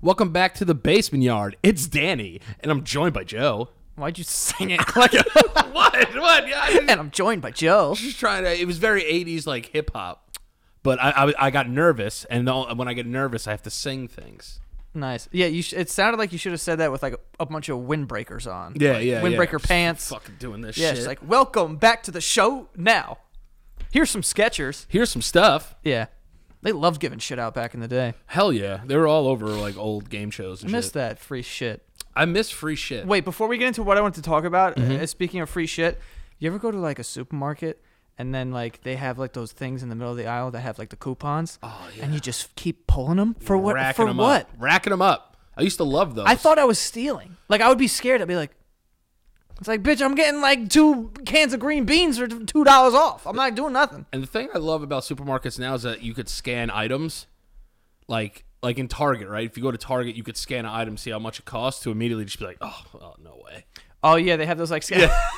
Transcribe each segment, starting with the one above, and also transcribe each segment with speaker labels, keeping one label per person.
Speaker 1: Welcome back to the basement yard. It's Danny, and I'm joined by Joe.
Speaker 2: Why'd you sing it?
Speaker 1: Like, what? What? Yeah, I didn't-
Speaker 2: and I'm joined by Joe.
Speaker 1: just trying to. It was very '80s like hip hop, but I, I I got nervous, and the, when I get nervous, I have to sing things.
Speaker 2: Nice. Yeah, you. Sh- it sounded like you should have said that with like a, a bunch of windbreakers on.
Speaker 1: Yeah,
Speaker 2: Like,
Speaker 1: yeah,
Speaker 2: Windbreaker
Speaker 1: yeah.
Speaker 2: pants.
Speaker 1: Fucking doing this
Speaker 2: Yeah,
Speaker 1: shit.
Speaker 2: she's like, welcome back to the show. Now, here's some Skechers.
Speaker 1: Here's some stuff.
Speaker 2: Yeah, they loved giving shit out back in the day.
Speaker 1: Hell yeah, they were all over like old game shows. And
Speaker 2: I Miss
Speaker 1: shit.
Speaker 2: that free shit.
Speaker 1: I miss free shit.
Speaker 2: Wait, before we get into what I want to talk about,
Speaker 1: Mm-hmm.
Speaker 2: uh, speaking of free shit, you ever go to like a supermarket and then like they have like those things in the middle of the aisle that have like the coupons, oh, yeah. and you just keep pulling them for what?
Speaker 1: Racking
Speaker 2: For
Speaker 1: 'em
Speaker 2: what?
Speaker 1: Up. Racking them up. I used to love those.
Speaker 2: I thought I was stealing. Like I would be scared. I'd be like, it's like, bitch, I'm getting like two cans of green beans for two dollars off. I'm not doing nothing.
Speaker 1: And the thing I love about supermarkets now is that you could scan items, like like in Target, right? If you go to Target, you could scan an item, see how much it costs, to immediately just be like, oh, oh no way,
Speaker 2: Oh yeah, they have those like scan.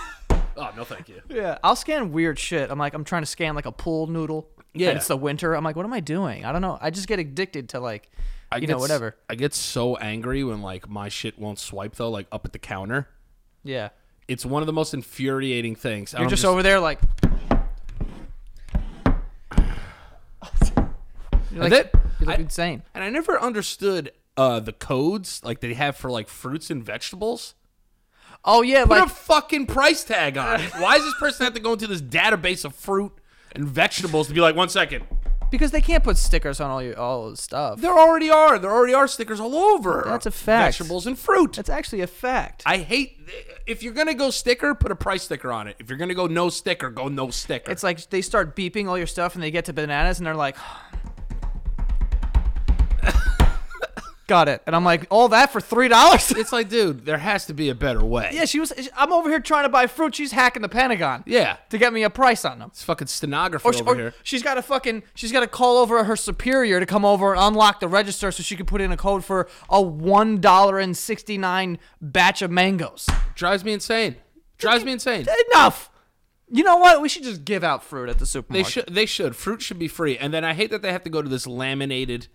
Speaker 2: Yeah.
Speaker 1: oh no, thank you.
Speaker 2: I'll scan weird shit. I'm like, I'm trying to scan like a pool noodle.
Speaker 1: Yeah.
Speaker 2: and it's the winter. I'm like, what am I doing? I don't know. I just get addicted to like,
Speaker 1: I
Speaker 2: you
Speaker 1: get
Speaker 2: know,
Speaker 1: s-
Speaker 2: whatever.
Speaker 1: I get so angry when like my shit won't swipe though, like up at the counter.
Speaker 2: Yeah,
Speaker 1: It's one of the most infuriating things.
Speaker 2: you're just, over there like. You're like,
Speaker 1: that-
Speaker 2: you look
Speaker 1: I-
Speaker 2: insane.
Speaker 1: and I never understood uh the codes like they have for like fruits and vegetables.
Speaker 2: Oh yeah,
Speaker 1: Put
Speaker 2: like
Speaker 1: a fucking price tag on it. Why does this person have to go into this database of fruit and vegetables to be like, one second?
Speaker 2: because they can't put stickers on all your all stuff.
Speaker 1: There already are. There already are stickers all over.
Speaker 2: That's a fact.
Speaker 1: Vegetables and fruit.
Speaker 2: That's actually a fact.
Speaker 1: I hate. If you're gonna go sticker, put a price sticker on it. If you're gonna go no sticker, go no sticker.
Speaker 2: It's like they start beeping all your stuff and they get to bananas and they're like, got it. And I'm like, all that for $3?
Speaker 1: It's like, dude, there has to be a better way.
Speaker 2: yeah, she was, I'm over here trying to buy fruit. She's hacking the Pentagon
Speaker 1: Yeah.
Speaker 2: to get me a price on them.
Speaker 1: It's fucking stenographer
Speaker 2: Or, she-
Speaker 1: over
Speaker 2: or
Speaker 1: here.
Speaker 2: she's got to fucking, she's got to call over her superior to come over and unlock the register so she can put in a code for a $1.69 batch of mangoes.
Speaker 1: Drives me insane. Drives me insane.
Speaker 2: Enough. You know what? We should just give out fruit at the
Speaker 1: They
Speaker 2: supermarket.
Speaker 1: should. They should. Fruit should be free. And then I hate that they have to go to this laminated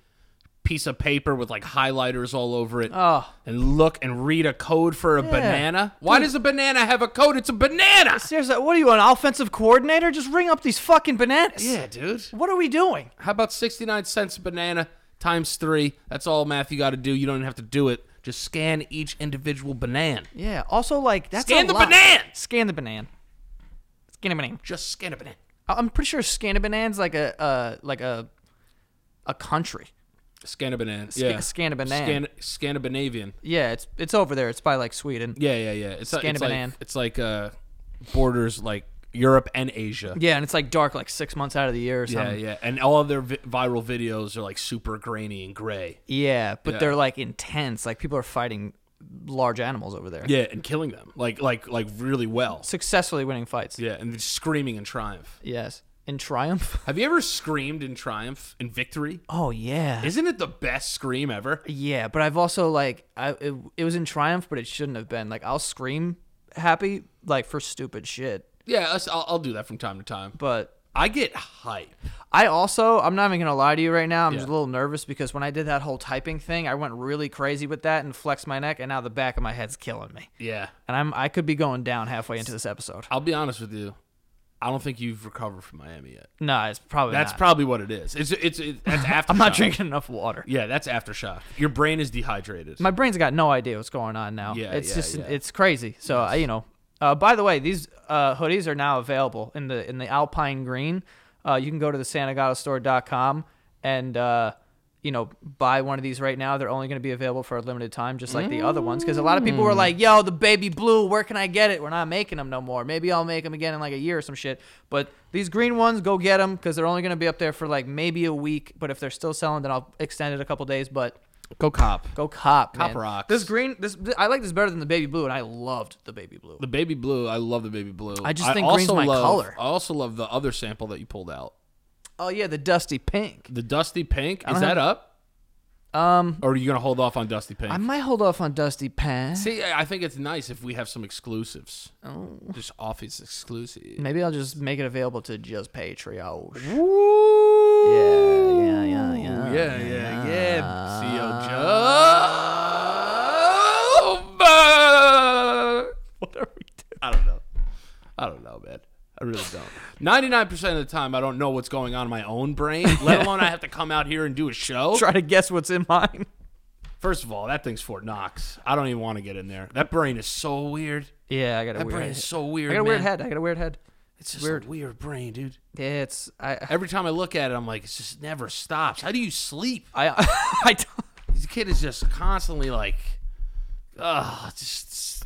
Speaker 1: piece of paper with like highlighters all over it.
Speaker 2: Oh.
Speaker 1: And look and read a code for a banana. Why does a banana have a code? It's a banana.
Speaker 2: Seriously, what are you, an offensive coordinator? Just ring up these fucking bananas.
Speaker 1: Yeah, dude.
Speaker 2: What are we doing?
Speaker 1: How about 69 cents a banana times three? That's all math you got to do. You don't even have to do it. Just scan each individual banana.
Speaker 2: Yeah. Also, like that's
Speaker 1: Scan
Speaker 2: a
Speaker 1: the
Speaker 2: lot.
Speaker 1: banan!
Speaker 2: Scan the banana. Scan a banana.
Speaker 1: Just scan a banana.
Speaker 2: I- I'm pretty sure scan a banana's like a uh, like a a country.
Speaker 1: Scan a banana.
Speaker 2: Sca-
Speaker 1: yeah.
Speaker 2: scan a banan.
Speaker 1: Scan, scan a banavian.
Speaker 2: Yeah, it's it's over there. It's by like Sweden.
Speaker 1: Yeah, yeah, yeah. It's,
Speaker 2: Scan a
Speaker 1: it's like,
Speaker 2: banan.
Speaker 1: It's like uh, borders like Europe and Asia.
Speaker 2: Yeah, and it's like dark like six months out of the year or
Speaker 1: Yeah,
Speaker 2: something.
Speaker 1: yeah. And all of their vi- viral videos are like super grainy and gray.
Speaker 2: Yeah, but
Speaker 1: Yeah.
Speaker 2: they're like intense. Like people are fighting large animals over there.
Speaker 1: Yeah, and killing them like like like really well.
Speaker 2: Successfully winning fights.
Speaker 1: Yeah, and screaming in triumph.
Speaker 2: Yes. In triumph.
Speaker 1: Have you ever screamed in triumph in victory?
Speaker 2: Oh yeah.
Speaker 1: Isn't it the best scream ever?
Speaker 2: Yeah, but I've also like I it, it was in triumph, but it shouldn't have been. Like I'll scream happy like for stupid shit,
Speaker 1: Yeah, us- I'll, I'll do that from time to time.
Speaker 2: but
Speaker 1: I get hype.
Speaker 2: I also I'm not even gonna lie to you right now. I'm just a
Speaker 1: Yeah.
Speaker 2: little nervous because when I did that whole typing thing, I went really crazy with that and flexed my neck, and now the back of my head's killing me,
Speaker 1: Yeah,
Speaker 2: and I'm I could be going down halfway into this episode.
Speaker 1: I'll be honest with you. I don't think you've recovered from Miami yet.
Speaker 2: No, it's probably
Speaker 1: That's
Speaker 2: not.
Speaker 1: probably what it is. It's it's, it's that's after.
Speaker 2: I'm not drinking enough water.
Speaker 1: Yeah, that's aftershock. Your brain is dehydrated.
Speaker 2: My brain's got no idea what's going on now.
Speaker 1: Yeah,
Speaker 2: it's
Speaker 1: yeah,
Speaker 2: just
Speaker 1: yeah.
Speaker 2: it's crazy. So I you know, uh, by the way, these uh, hoodies are now available in the in the Alpine Green. Uh, you can go to the SantaGataStore.com and uh, you know buy one of these right now. They're only going to be available for a limited time, just like the other ones. Because a lot of people
Speaker 1: Mm.
Speaker 2: were like, "Yo, the baby blue, where can I get it? We're not making them no more. Maybe I'll make them again in like a year or some shit." But these green ones, go get them because they're only going to be up there for like maybe a week. But if they're still selling, then I'll extend it a couple days. But
Speaker 1: go cop.
Speaker 2: Go cop,
Speaker 1: Cop
Speaker 2: man.
Speaker 1: rocks.
Speaker 2: This green, this I like this better than the baby blue, and I loved the baby blue.
Speaker 1: The baby blue. I love the baby blue.
Speaker 2: I just think green's
Speaker 1: also
Speaker 2: my
Speaker 1: love-
Speaker 2: color.
Speaker 1: I also love the other sample that you pulled out.
Speaker 2: Oh yeah, the dusty pink.
Speaker 1: The dusty pink. Is
Speaker 2: don't
Speaker 1: that
Speaker 2: have-
Speaker 1: up? Um. Or are you gonna hold off on dusty pink?
Speaker 2: I might hold off on dusty pink.
Speaker 1: See, I I think it's nice if we have some exclusives. Oh. Just office exclusive.
Speaker 2: Maybe I'll just make it available to just Patreon. Oh,
Speaker 1: Woo!
Speaker 2: Yeah, yeah, yeah, yeah.
Speaker 1: Ah. Yeah, yeah, yeah. CEO Joe. Ninety nine percent of the time, I don't know what's going on in my own brain. Let alone I have to come out here and do a show.
Speaker 2: Try to guess what's in mine.
Speaker 1: First of all, that thing's Fort Knox. I don't even want to get in there. That brain is so weird.
Speaker 2: Yeah, I got a
Speaker 1: That
Speaker 2: weird.
Speaker 1: brain is so
Speaker 2: I
Speaker 1: weird.
Speaker 2: got a weird
Speaker 1: man.
Speaker 2: head. I got a weird head.
Speaker 1: It's just
Speaker 2: Weird.
Speaker 1: a weird brain, dude.
Speaker 2: Yeah, it's I
Speaker 1: Every time I look at it, I'm like, it just never stops. How do you sleep?
Speaker 2: I I don't.
Speaker 1: This kid is just constantly like, ugh, just just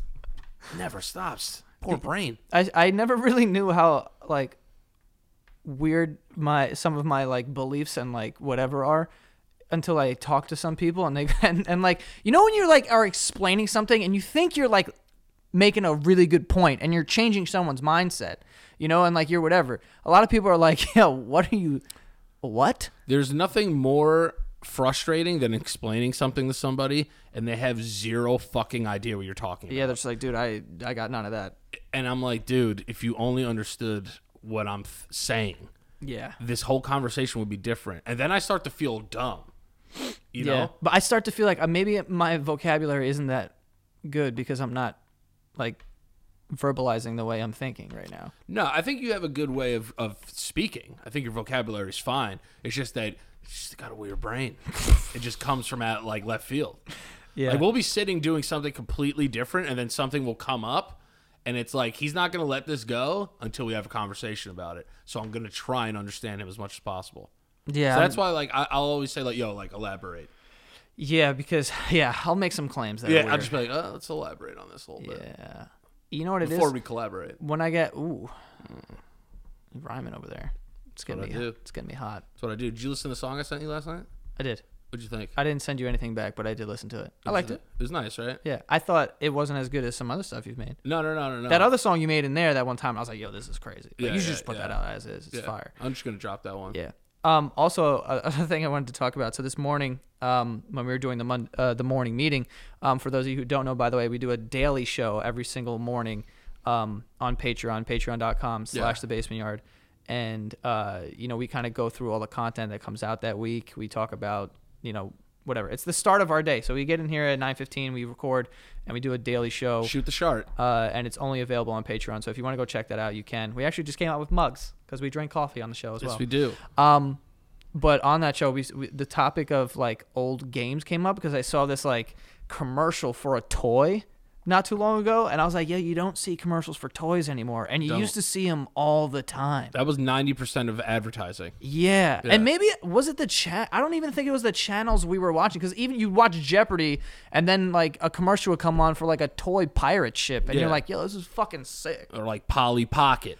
Speaker 1: never stops. Poor brain.
Speaker 2: I I never really knew how like weird my some of my like beliefs and like whatever are until I talk to some people and they and, and like you know when you like are explaining something and you think you're like making a really good point and you're changing someone's mindset, you know, and like you're whatever. A lot of people are like, "Yeah, what are you what?"
Speaker 1: There's nothing more frustrating than explaining something to somebody and they have zero fucking idea what you're talking about.
Speaker 2: Yeah, they're just like, "Dude, I I got none of that."
Speaker 1: And I'm like, dude, if you only understood what I'm th- saying,
Speaker 2: Yeah.
Speaker 1: this whole conversation would be different. And then I start to feel dumb. You
Speaker 2: yeah.
Speaker 1: know?
Speaker 2: But I start to feel like uh, maybe my vocabulary isn't that good because I'm not like verbalizing the way I'm thinking right now.
Speaker 1: No, I think you have a good way of, of speaking. I think your vocabulary is fine. It's just that you just got a weird brain. it just comes from out like left field.
Speaker 2: Yeah.
Speaker 1: Like we'll be sitting doing something completely different and then something will come up and it's like he's not gonna let this go until we have a conversation about it. So I'm gonna try and understand him as much as possible.
Speaker 2: yeah.
Speaker 1: So that's why like I, I'll always say like, yo, like elaborate.
Speaker 2: yeah, because yeah, I'll make some claims that
Speaker 1: Yeah,
Speaker 2: are
Speaker 1: I'll
Speaker 2: weird.
Speaker 1: just be like, oh, let's elaborate on this a little bit.
Speaker 2: yeah. You know what it is?
Speaker 1: Before we collaborate.
Speaker 2: when I get ooh. Rhyming over there. It's gonna
Speaker 1: what
Speaker 2: be
Speaker 1: I do.
Speaker 2: it's gonna be hot.
Speaker 1: That's what I do. Did you listen to the song I sent you last night?
Speaker 2: I did.
Speaker 1: What'd you think?
Speaker 2: I didn't send you anything back, but I did listen to it. I liked it.
Speaker 1: It was nice, right?
Speaker 2: Yeah. I thought it wasn't as good as some other stuff you've made.
Speaker 1: No, no, no, no, no.
Speaker 2: That other song you made in there that one time, I was like, "Yo, this is crazy." Like,
Speaker 1: Uh-huh. Yeah,
Speaker 2: you should
Speaker 1: yeah,
Speaker 2: just put
Speaker 1: yeah.
Speaker 2: that out as is. It's
Speaker 1: Yeah.
Speaker 2: fire.
Speaker 1: I'm just gonna drop that one.
Speaker 2: Yeah. Um, also, uh, another thing I wanted to talk about. So this morning, um, when we were doing the mon- uh, the morning meeting, um, for those of you who don't know, by the way, we do a daily show every single morning um, on Patreon, patreon.com slash the basement yard. And, uh, you know, we kind of go through all the content that comes out that week. We talk about, you know, whatever. It's the start of our day. So we get in here at 9.15, we record, and we do a daily show
Speaker 1: Shoot the shart.
Speaker 2: uh, and it's only available on Patreon. So if you want to go check that out, you can. We actually just came out with mugs because we drink coffee on the show as
Speaker 1: Yes,
Speaker 2: well.
Speaker 1: we do.
Speaker 2: Um, but on that show, we, we the topic of like old games came up because I saw this like commercial for a toy not too long ago, and I was like, yeah, you don't see commercials for toys anymore, and you used to see them all the time.
Speaker 1: That was 90% of advertising.
Speaker 2: Yeah. and maybe was it the chat? I don't even think it was the channels we were watching because even you watch Jeopardy, and then like a commercial would come on for like a toy pirate ship, and
Speaker 1: Yeah.
Speaker 2: you're like, "Yo, this is fucking sick."
Speaker 1: Or like Polly Pocket.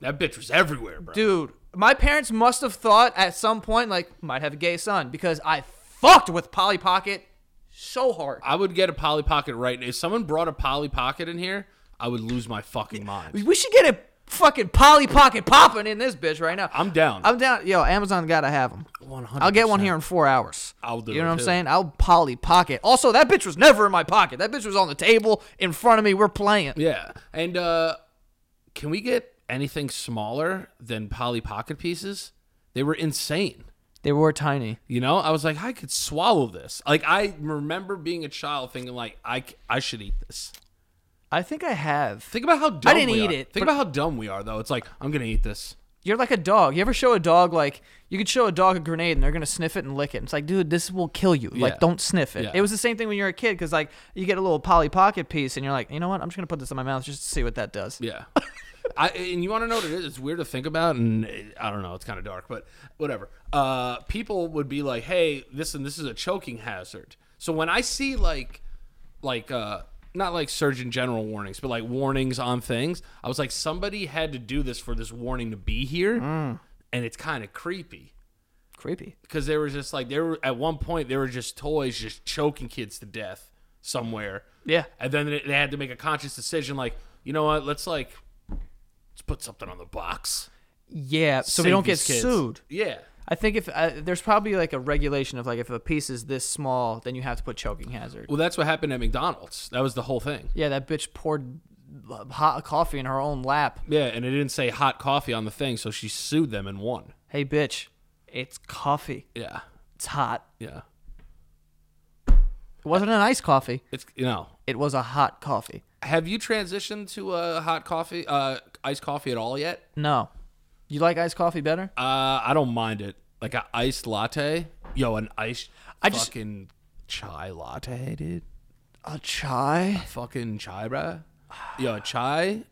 Speaker 1: That bitch was everywhere, bro.
Speaker 2: dude my parents must have thought at some point like might have a gay son because i fucked with polly pocket so hard
Speaker 1: I would get a Polly Pocket right now. If someone brought a Polly Pocket in here, I would lose my fucking mind.
Speaker 2: we should get a fucking polly pocket popping in this bitch right now
Speaker 1: I'm down.
Speaker 2: i'm down yo amazon gotta have them
Speaker 1: 100%.
Speaker 2: i'll get one here in four hours
Speaker 1: I'll do
Speaker 2: you
Speaker 1: it,
Speaker 2: know what i'm
Speaker 1: too.
Speaker 2: saying i'll polly pocket also that bitch was never in my pocket that bitch was on the table in front of me we're playing
Speaker 1: Yeah. And uh can we get anything smaller than Polly Pocket pieces? They were insane.
Speaker 2: they were tiny
Speaker 1: You know, I was like, I could swallow this. Like, I remember being a child thinking, like, I, c- I should eat this.
Speaker 2: i think i have
Speaker 1: Think about how dumb
Speaker 2: didn't
Speaker 1: we
Speaker 2: eat
Speaker 1: are.
Speaker 2: it,
Speaker 1: Think
Speaker 2: but-
Speaker 1: about how dumb we are, though. It's like I'm gonna eat this.
Speaker 2: You're like a dog. You ever show a dog like you could show a dog a grenade and they're gonna sniff it and lick it. It's like, dude, this will kill you.
Speaker 1: Yeah.
Speaker 2: Like, don't sniff it.
Speaker 1: Yeah.
Speaker 2: It was the same thing when you're a kid because like you get a little Polly Pocket piece and you're like, you know what? I'm just gonna put this in my mouth just to see what that does.
Speaker 1: Yeah. I, and you want to know what it is? It's weird to think about, and it- I don't know. It's kind of dark, but whatever. Uh, people would be like, "Hey, this and this is a choking hazard." So when I see like, like, uh, not like Surgeon General warnings, but like warnings on things, I was like, somebody had to do this for this warning to be here,
Speaker 2: Mm.
Speaker 1: and it's kind of creepy.
Speaker 2: Creepy.
Speaker 1: because they were just like they were at one point they were just toys just choking kids to death somewhere
Speaker 2: Yeah.
Speaker 1: and then they they had to make a conscious decision like you know what let's like let's put something on the box
Speaker 2: Yeah. So we
Speaker 1: Save
Speaker 2: don't get
Speaker 1: these kids.
Speaker 2: sued.
Speaker 1: yeah
Speaker 2: I think if uh, there's probably like a regulation of like if a piece is this small, then you have to put choking hazard.
Speaker 1: well that's what happened at mcdonald's that was the whole thing
Speaker 2: Yeah, that bitch poured hot coffee in her own lap.
Speaker 1: yeah and it didn't say hot coffee on the thing so she sued them and won
Speaker 2: Hey, bitch, it's coffee.
Speaker 1: yeah
Speaker 2: It's hot.
Speaker 1: yeah
Speaker 2: It wasn't an iced coffee.
Speaker 1: it's you know
Speaker 2: It was a hot coffee.
Speaker 1: have you transitioned to a hot coffee uh iced coffee at all yet.
Speaker 2: No. You like iced coffee better?
Speaker 1: Uh, I don't mind it. Like an iced latte. Yo, an iced
Speaker 2: I just-
Speaker 1: fucking chai latte, dude.
Speaker 2: A chai?
Speaker 1: Fucking chai, bruh. Yo, a chai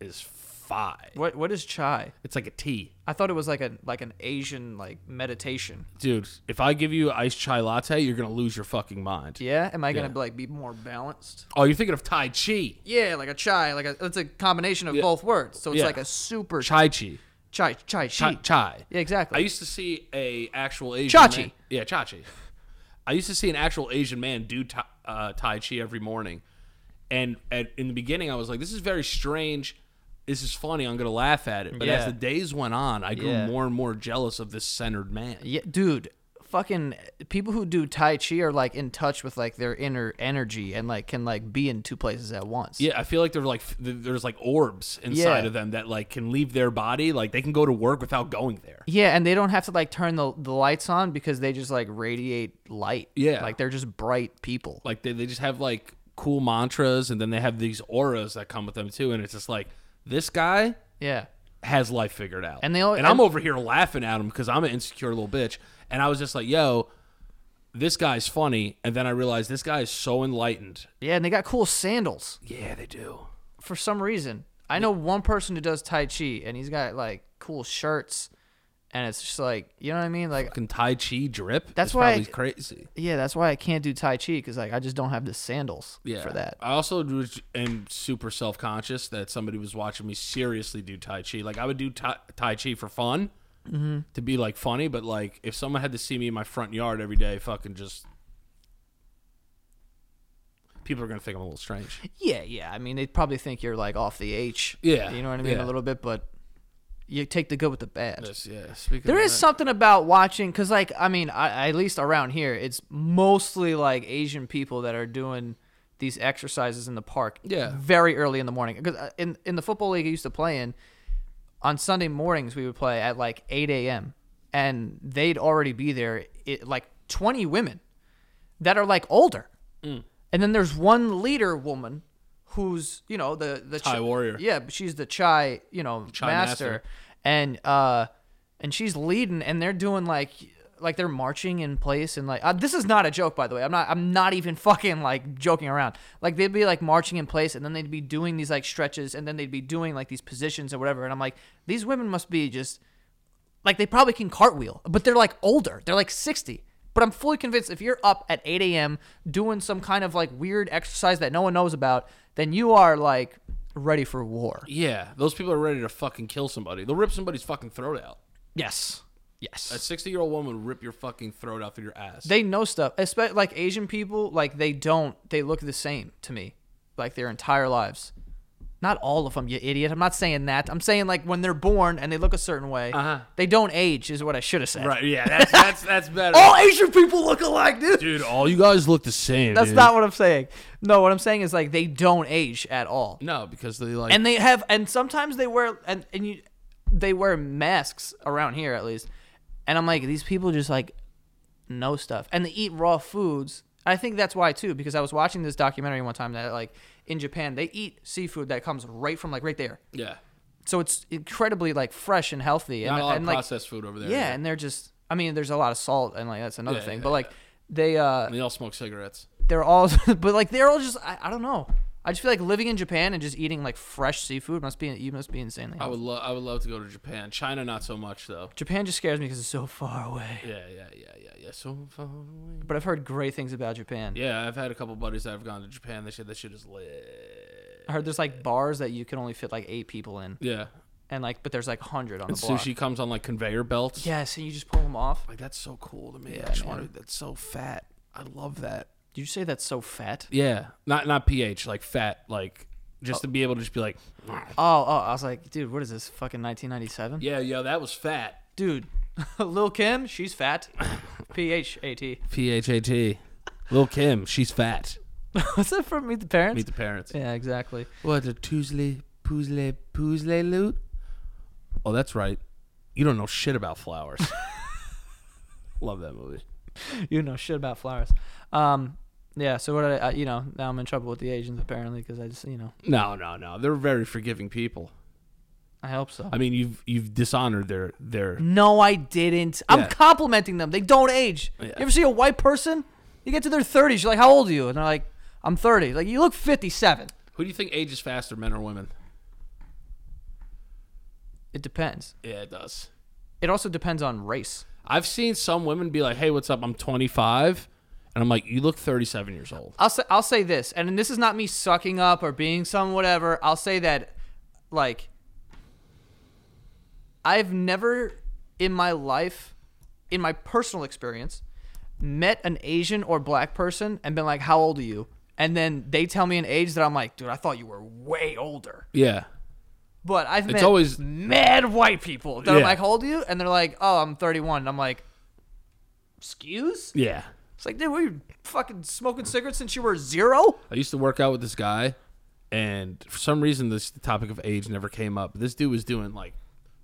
Speaker 1: is five.
Speaker 2: What what is chai?
Speaker 1: It's like a tea.
Speaker 2: I thought it was like a like an Asian like meditation.
Speaker 1: Dude, if I give you iced chai latte, you're going to lose your fucking mind.
Speaker 2: Yeah, am I gonna
Speaker 1: Yeah.
Speaker 2: like be more balanced?
Speaker 1: Oh, you're thinking of Tai Chi.
Speaker 2: Yeah, like a chai, like a it's a combination of both words. So it's
Speaker 1: Yeah.
Speaker 2: like a super chai
Speaker 1: Chai Chi.
Speaker 2: chai chai
Speaker 1: Chai.
Speaker 2: chi.
Speaker 1: chai.
Speaker 2: Yeah,
Speaker 1: I
Speaker 2: exactly.
Speaker 1: used to see a actual Asian
Speaker 2: Chachi.
Speaker 1: man- Yeah, Chachi. I used to see an actual Asian man do ta- uh, Tai Chi every morning, and at, in the beginning, I was like, "This is very strange. This is funny. I'm gonna laugh at it." But as
Speaker 2: Yeah.
Speaker 1: the days went on, I grew
Speaker 2: Yeah.
Speaker 1: more and more jealous of this centered man.
Speaker 2: yeah, dude, fucking people who do tai chi are like in touch with like their inner energy and like can like be in two places at once.
Speaker 1: Yeah, I feel like they're like f- there's like orbs inside
Speaker 2: Yeah.
Speaker 1: of them that like can leave their body. Like they can go to work without going there.
Speaker 2: Yeah, and they don't have to like turn the the lights on because they just like radiate light.
Speaker 1: Yeah.
Speaker 2: Like they're just bright people.
Speaker 1: Like they, they just have like cool mantras, and then they have these auras that come with them too. And it's just like this guy
Speaker 2: Yeah.
Speaker 1: has life figured out.
Speaker 2: And they all-
Speaker 1: I'm
Speaker 2: and-
Speaker 1: over here laughing at him because I'm an insecure little bitch. And I was just like, yo, this guy's funny. And then I realized this guy is so enlightened.
Speaker 2: Yeah, and they got cool sandals
Speaker 1: Yeah, they do.
Speaker 2: for some reason. I know one person who does tai chi and he's got like cool shirts and it's just like, you know what I mean? Like
Speaker 1: Fucking Tai Chi drip.
Speaker 2: That's
Speaker 1: is
Speaker 2: why
Speaker 1: probably
Speaker 2: I-
Speaker 1: crazy.
Speaker 2: Yeah, that's why I can't do Tai Chi because like I just don't have the sandals
Speaker 1: Yeah.
Speaker 2: for that.
Speaker 1: I also was- am super self conscious that somebody was watching me seriously do Tai Chi. Like, I would do Tai, tai Chi for fun
Speaker 2: Mm-hmm.
Speaker 1: to be like funny, but like, if someone had to see me in my front yard every day, fucking just. People are going to think I'm a little strange.
Speaker 2: Yeah, yeah. I mean, they probably think you're like off the H.
Speaker 1: Yeah,
Speaker 2: you know what I mean
Speaker 1: yeah.
Speaker 2: a little bit, but you take the good with the bad.
Speaker 1: Yes, yeah. Speaking
Speaker 2: There
Speaker 1: of
Speaker 2: is
Speaker 1: that-
Speaker 2: something about watching because, like, I mean, I, at least around here, it's mostly like Asian people that are doing these exercises in the park.
Speaker 1: Yeah.
Speaker 2: very early in the morning. Because in in the football league I used to play in, on Sunday mornings we would play at like eight a.m. and they'd already be there. It, like twenty women that are like older,
Speaker 1: Mm.
Speaker 2: and then there's one leader woman who's you know the the
Speaker 1: Thai warrior.
Speaker 2: yeah, but she's the chai, you know,
Speaker 1: Chai
Speaker 2: master.
Speaker 1: master.
Speaker 2: and uh, and she's leading, and they're doing like like they're marching in place, and like uh, this is not a joke, by the way. I'm not I'm not even fucking like joking around. Like they'd be like marching in place, and then they'd be doing these like stretches, and then they'd be doing like these positions or whatever. And I'm like, these women must be just like they probably can cartwheel, but they're like older. They're like 60. But I'm fully convinced if you're up at 8 a.m. doing some kind of like weird exercise that no one knows about, then you are like ready for war.
Speaker 1: Yeah, those people are ready to fucking kill somebody. They'll rip somebody's fucking throat out.
Speaker 2: Yes. Yes.
Speaker 1: A sixty-year-old woman would rip your fucking throat out through your ass.
Speaker 2: they know stuff. Especially like Asian people, like they don't, they look the same to me, like their entire lives. Not all of them, you idiot. I'm not saying that. I'm saying like when they're born and they look a certain way,
Speaker 1: Uh-huh.
Speaker 2: they don't age, is what I should have said.
Speaker 1: right? Yeah, that's that's that's better,
Speaker 2: All Asian people look alike, dude.
Speaker 1: dude. All you guys look the same.
Speaker 2: That's
Speaker 1: dude.
Speaker 2: not what I'm saying. No, what I'm saying is like they don't age at all.
Speaker 1: no, because they like.
Speaker 2: And they have and sometimes they wear and, and you they wear masks around here at least. And I'm like, these people just like know stuff. And they eat raw foods. I think that's why too, because I was watching this documentary one time that like in Japan they eat seafood that comes right from like right there.
Speaker 1: yeah,
Speaker 2: So it's incredibly like fresh and healthy. And,
Speaker 1: not a lot
Speaker 2: and,
Speaker 1: of
Speaker 2: like
Speaker 1: processed food over there.
Speaker 2: Yeah, and they're just I mean, there's a lot of salt and like that's another
Speaker 1: Yeah,
Speaker 2: thing.
Speaker 1: yeah,
Speaker 2: but like they uh
Speaker 1: and they all smoke cigarettes.
Speaker 2: they're all but like they're all just I, I don't know i just feel like living in japan and just eating like fresh seafood must be you must be insanely
Speaker 1: I
Speaker 2: healthy.
Speaker 1: would love, I would love to go to Japan. China, not so much though.
Speaker 2: japan just scares me because it's so far away
Speaker 1: Yeah, yeah, yeah, yeah, yeah. So far away.
Speaker 2: but i've heard great things about japan
Speaker 1: Yeah, I've had a couple buddies that have gone to Japan. They said that shit is lit.
Speaker 2: i heard there's like bars that you can only fit like eight people in
Speaker 1: Yeah,
Speaker 2: and like but there's like 100 on the block
Speaker 1: sushi comes on like conveyor belts.
Speaker 2: yes and you just pull them off
Speaker 1: Like that's so cool to me. I just wanted that's so fat. I love that.
Speaker 2: did you say that's so fat
Speaker 1: Yeah, not not pH like fat like just to be able to just be like,
Speaker 2: oh oh i was like dude what is this fucking 1997
Speaker 1: yeah, yo, that was fat.
Speaker 2: dude lil kim she's fat p-h-a-t
Speaker 1: PHAT. Lil Kim, she's fat.
Speaker 2: what's that from meet the parents
Speaker 1: Meet the parents.
Speaker 2: yeah exactly
Speaker 1: What a Tuesday, Poozle, Poozle loot. Oh, that's right. You don't know shit about flowers. love that movie.
Speaker 2: you know shit about flowers. Um, yeah. So what? Did I, I, you know, now I'm in trouble with the Asians apparently because I just you know
Speaker 1: No, no, no. They're very forgiving people.
Speaker 2: I hope so.
Speaker 1: I mean, you've you've dishonored their their.
Speaker 2: No, I didn't.
Speaker 1: Yeah.
Speaker 2: I'm complimenting them. They don't age. You ever see a white person? You get to their 30s, you're like, how old are you? And they're like, I'm 30. Like, you look 57.
Speaker 1: Who do you think ages faster, men or women?
Speaker 2: It depends.
Speaker 1: Yeah, it does.
Speaker 2: It also depends on race.
Speaker 1: I've seen some women be like, "Hey, what's up? I'm 25," and I'm like, "You look 37 years old."
Speaker 2: I'll say, I'll say this, and this is not me sucking up or being some whatever. I'll say that, like, I've never in my life, in my personal experience, met an Asian or black person and been like, How old are you? And then they tell me an age that I'm like, Dude, I thought you were way older.
Speaker 1: Yeah,
Speaker 2: But I've met
Speaker 1: always-
Speaker 2: mad white people that are
Speaker 1: Yeah.
Speaker 2: like, How old are you? And they're like, Oh, I'm 31. And I'm like, Excuse?
Speaker 1: yeah.
Speaker 2: It's like, dude, were you fucking smoking cigarettes since you were zero?
Speaker 1: I used to work out with this guy, and for some reason, this the topic of age never came up. This dude was doing like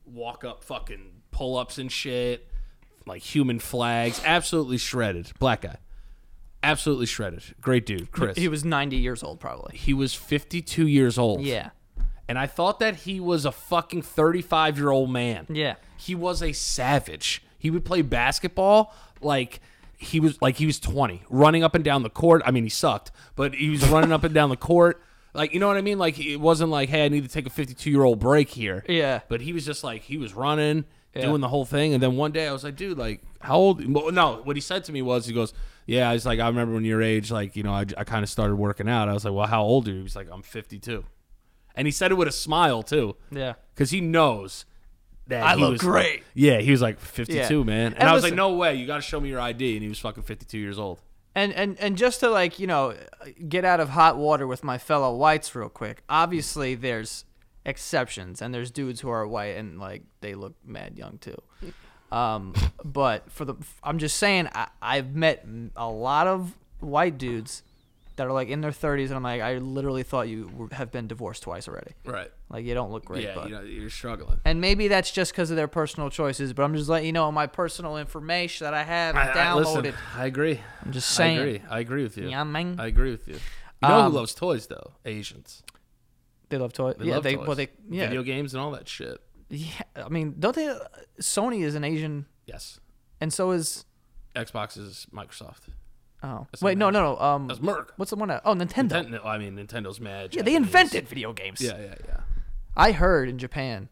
Speaker 1: walk up fucking pull ups and shit, like human flags, absolutely shredded. Black guy, absolutely shredded. Great dude, Chris.
Speaker 2: He was 90 years old, probably.
Speaker 1: he was 52 years old.
Speaker 2: Yeah.
Speaker 1: And I thought that he was a fucking 35 year old man.
Speaker 2: Yeah.
Speaker 1: He was a savage. He would play basketball like he was like he was 20, running up and down the court. I mean, he sucked, but he was running up and down the court. Like, you know what I mean? Like it wasn't like, "Hey, I need to take a 52-year-old break here."
Speaker 2: Yeah.
Speaker 1: But he was just like he was running, doing the whole thing, and then one day I was like, "Dude, like how old?" well, No, what he said to me was he goes, "Yeah, I was like I remember when your age, like, you know, I, I kind of started working out." I was like, "Well, how old are you?" He was like, "I'm 52." And he said it with a smile, too
Speaker 2: Yeah.
Speaker 1: because he knows that
Speaker 2: I
Speaker 1: he
Speaker 2: look
Speaker 1: was-
Speaker 2: great.
Speaker 1: Yeah, he was like 52,
Speaker 2: Yeah.
Speaker 1: man, and,
Speaker 2: And
Speaker 1: I was like,
Speaker 2: listen-
Speaker 1: no way, you got to show me your ID, and he was fucking 52 years old.
Speaker 2: And, and and just to like you know get out of hot water with my fellow whites real quick. Obviously, there's exceptions, and there's dudes who are white and like they look mad young too. Um, but for the I'm just saying I, I've met a lot of white dudes that are like in their 30s, and I'm like I literally thought you were, have been divorced twice already.
Speaker 1: Right.
Speaker 2: Like you don't look great.
Speaker 1: Yeah,
Speaker 2: bud.
Speaker 1: you know, you're struggling.
Speaker 2: and maybe that's just because of their personal choices. But I'm just letting you know my personal information that I have
Speaker 1: I, I,
Speaker 2: downloaded.
Speaker 1: listen, I agree.
Speaker 2: I'm just
Speaker 1: I
Speaker 2: saying.
Speaker 1: agree. I agree with you.
Speaker 2: Yeah, man.
Speaker 1: I agree with you. You know
Speaker 2: Um,
Speaker 1: who loves toys though? Asians.
Speaker 2: They love toys.
Speaker 1: They
Speaker 2: yeah,
Speaker 1: love
Speaker 2: they
Speaker 1: toys.
Speaker 2: well they yeah.
Speaker 1: Video games and all that shit.
Speaker 2: yeah. I mean, don't they? Sony is an Asian,
Speaker 1: Yes.
Speaker 2: and so is
Speaker 1: Xbox is Microsoft.
Speaker 2: oh wait no no no um
Speaker 1: That's Merc.
Speaker 2: what's the one that, oh Nintendo.
Speaker 1: Nintendo. I mean, Nintendo's mad.
Speaker 2: Yeah, they
Speaker 1: Japanese.
Speaker 2: invented video games.
Speaker 1: Yeah, yeah, yeah.
Speaker 2: I heard in Japan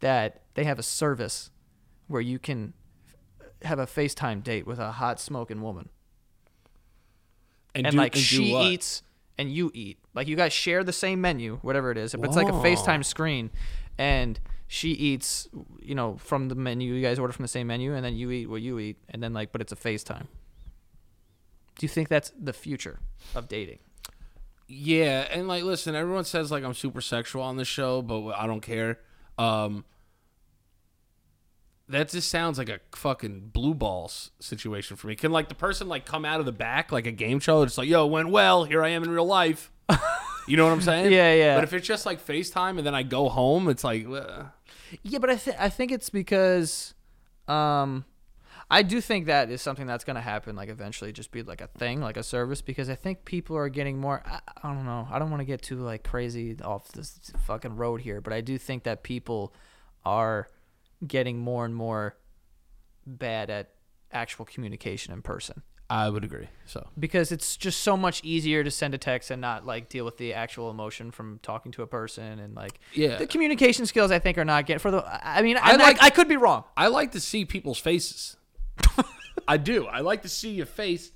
Speaker 2: that they have a service where you can have a FaceTime date with a hot smoking woman. and
Speaker 1: do-
Speaker 2: like
Speaker 1: do
Speaker 2: she
Speaker 1: what?
Speaker 2: eats and you eat. Like you guys share the same menu, whatever it is. But it's like a FaceTime screen, and she eats, you know, from the menu. You guys order from the same menu, and then you eat what you eat, and then like, but it's a FaceTime. Do you think that's the future of dating?
Speaker 1: Yeah, and like, listen, everyone says like I'm super sexual on the show, but I don't care. Um, that just sounds like a fucking blue balls situation for me. Can like the person like come out of the back like a game show? It's like, yo, it went well. Here I am in real life. You know what I'm saying?
Speaker 2: Yeah, yeah.
Speaker 1: But if it's just like FaceTime and then I go home, it's like, uh,
Speaker 2: Yeah, but I th- I think it's because, um, I do think that is something that's gonna happen. Like eventually, just be like a thing, like a service, because I think people are getting more. I, I don't know. I don't want to get too like crazy off this fucking road here, but I do think that people are getting more and more bad at actual communication in person
Speaker 1: I would agree. So
Speaker 2: because it's just so much easier to send a text and not like deal with the actual emotion from talking to a person and like
Speaker 1: Yeah.
Speaker 2: the communication skills I think are not getting for the I I mean I,
Speaker 1: like-
Speaker 2: I, I could be wrong
Speaker 1: I like to see people's faces. I do. I like to see your face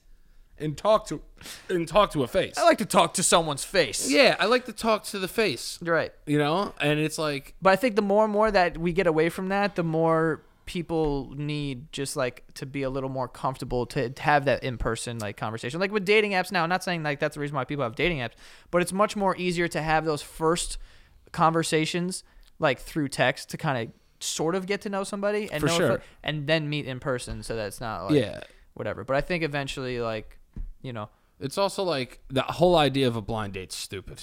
Speaker 1: and talk to and talk to a face.
Speaker 2: I like to talk to someone's face
Speaker 1: Yeah, I like to talk to the face.
Speaker 2: You're right
Speaker 1: you know and it's like
Speaker 2: but I think the more and more that we get away from that the more people need just like to be a little more comfortable to, to have that in person like conversation like with dating apps now I'm not saying like that's the reason why people have dating apps but it's much more easier to have those first conversations like through text to kind of sort of get to know somebody and
Speaker 1: For
Speaker 2: know if-
Speaker 1: sure.
Speaker 2: and then meet in person so that's not like
Speaker 1: Yeah.
Speaker 2: whatever but I think eventually like you know
Speaker 1: it's also like the whole idea of a blind date's stupid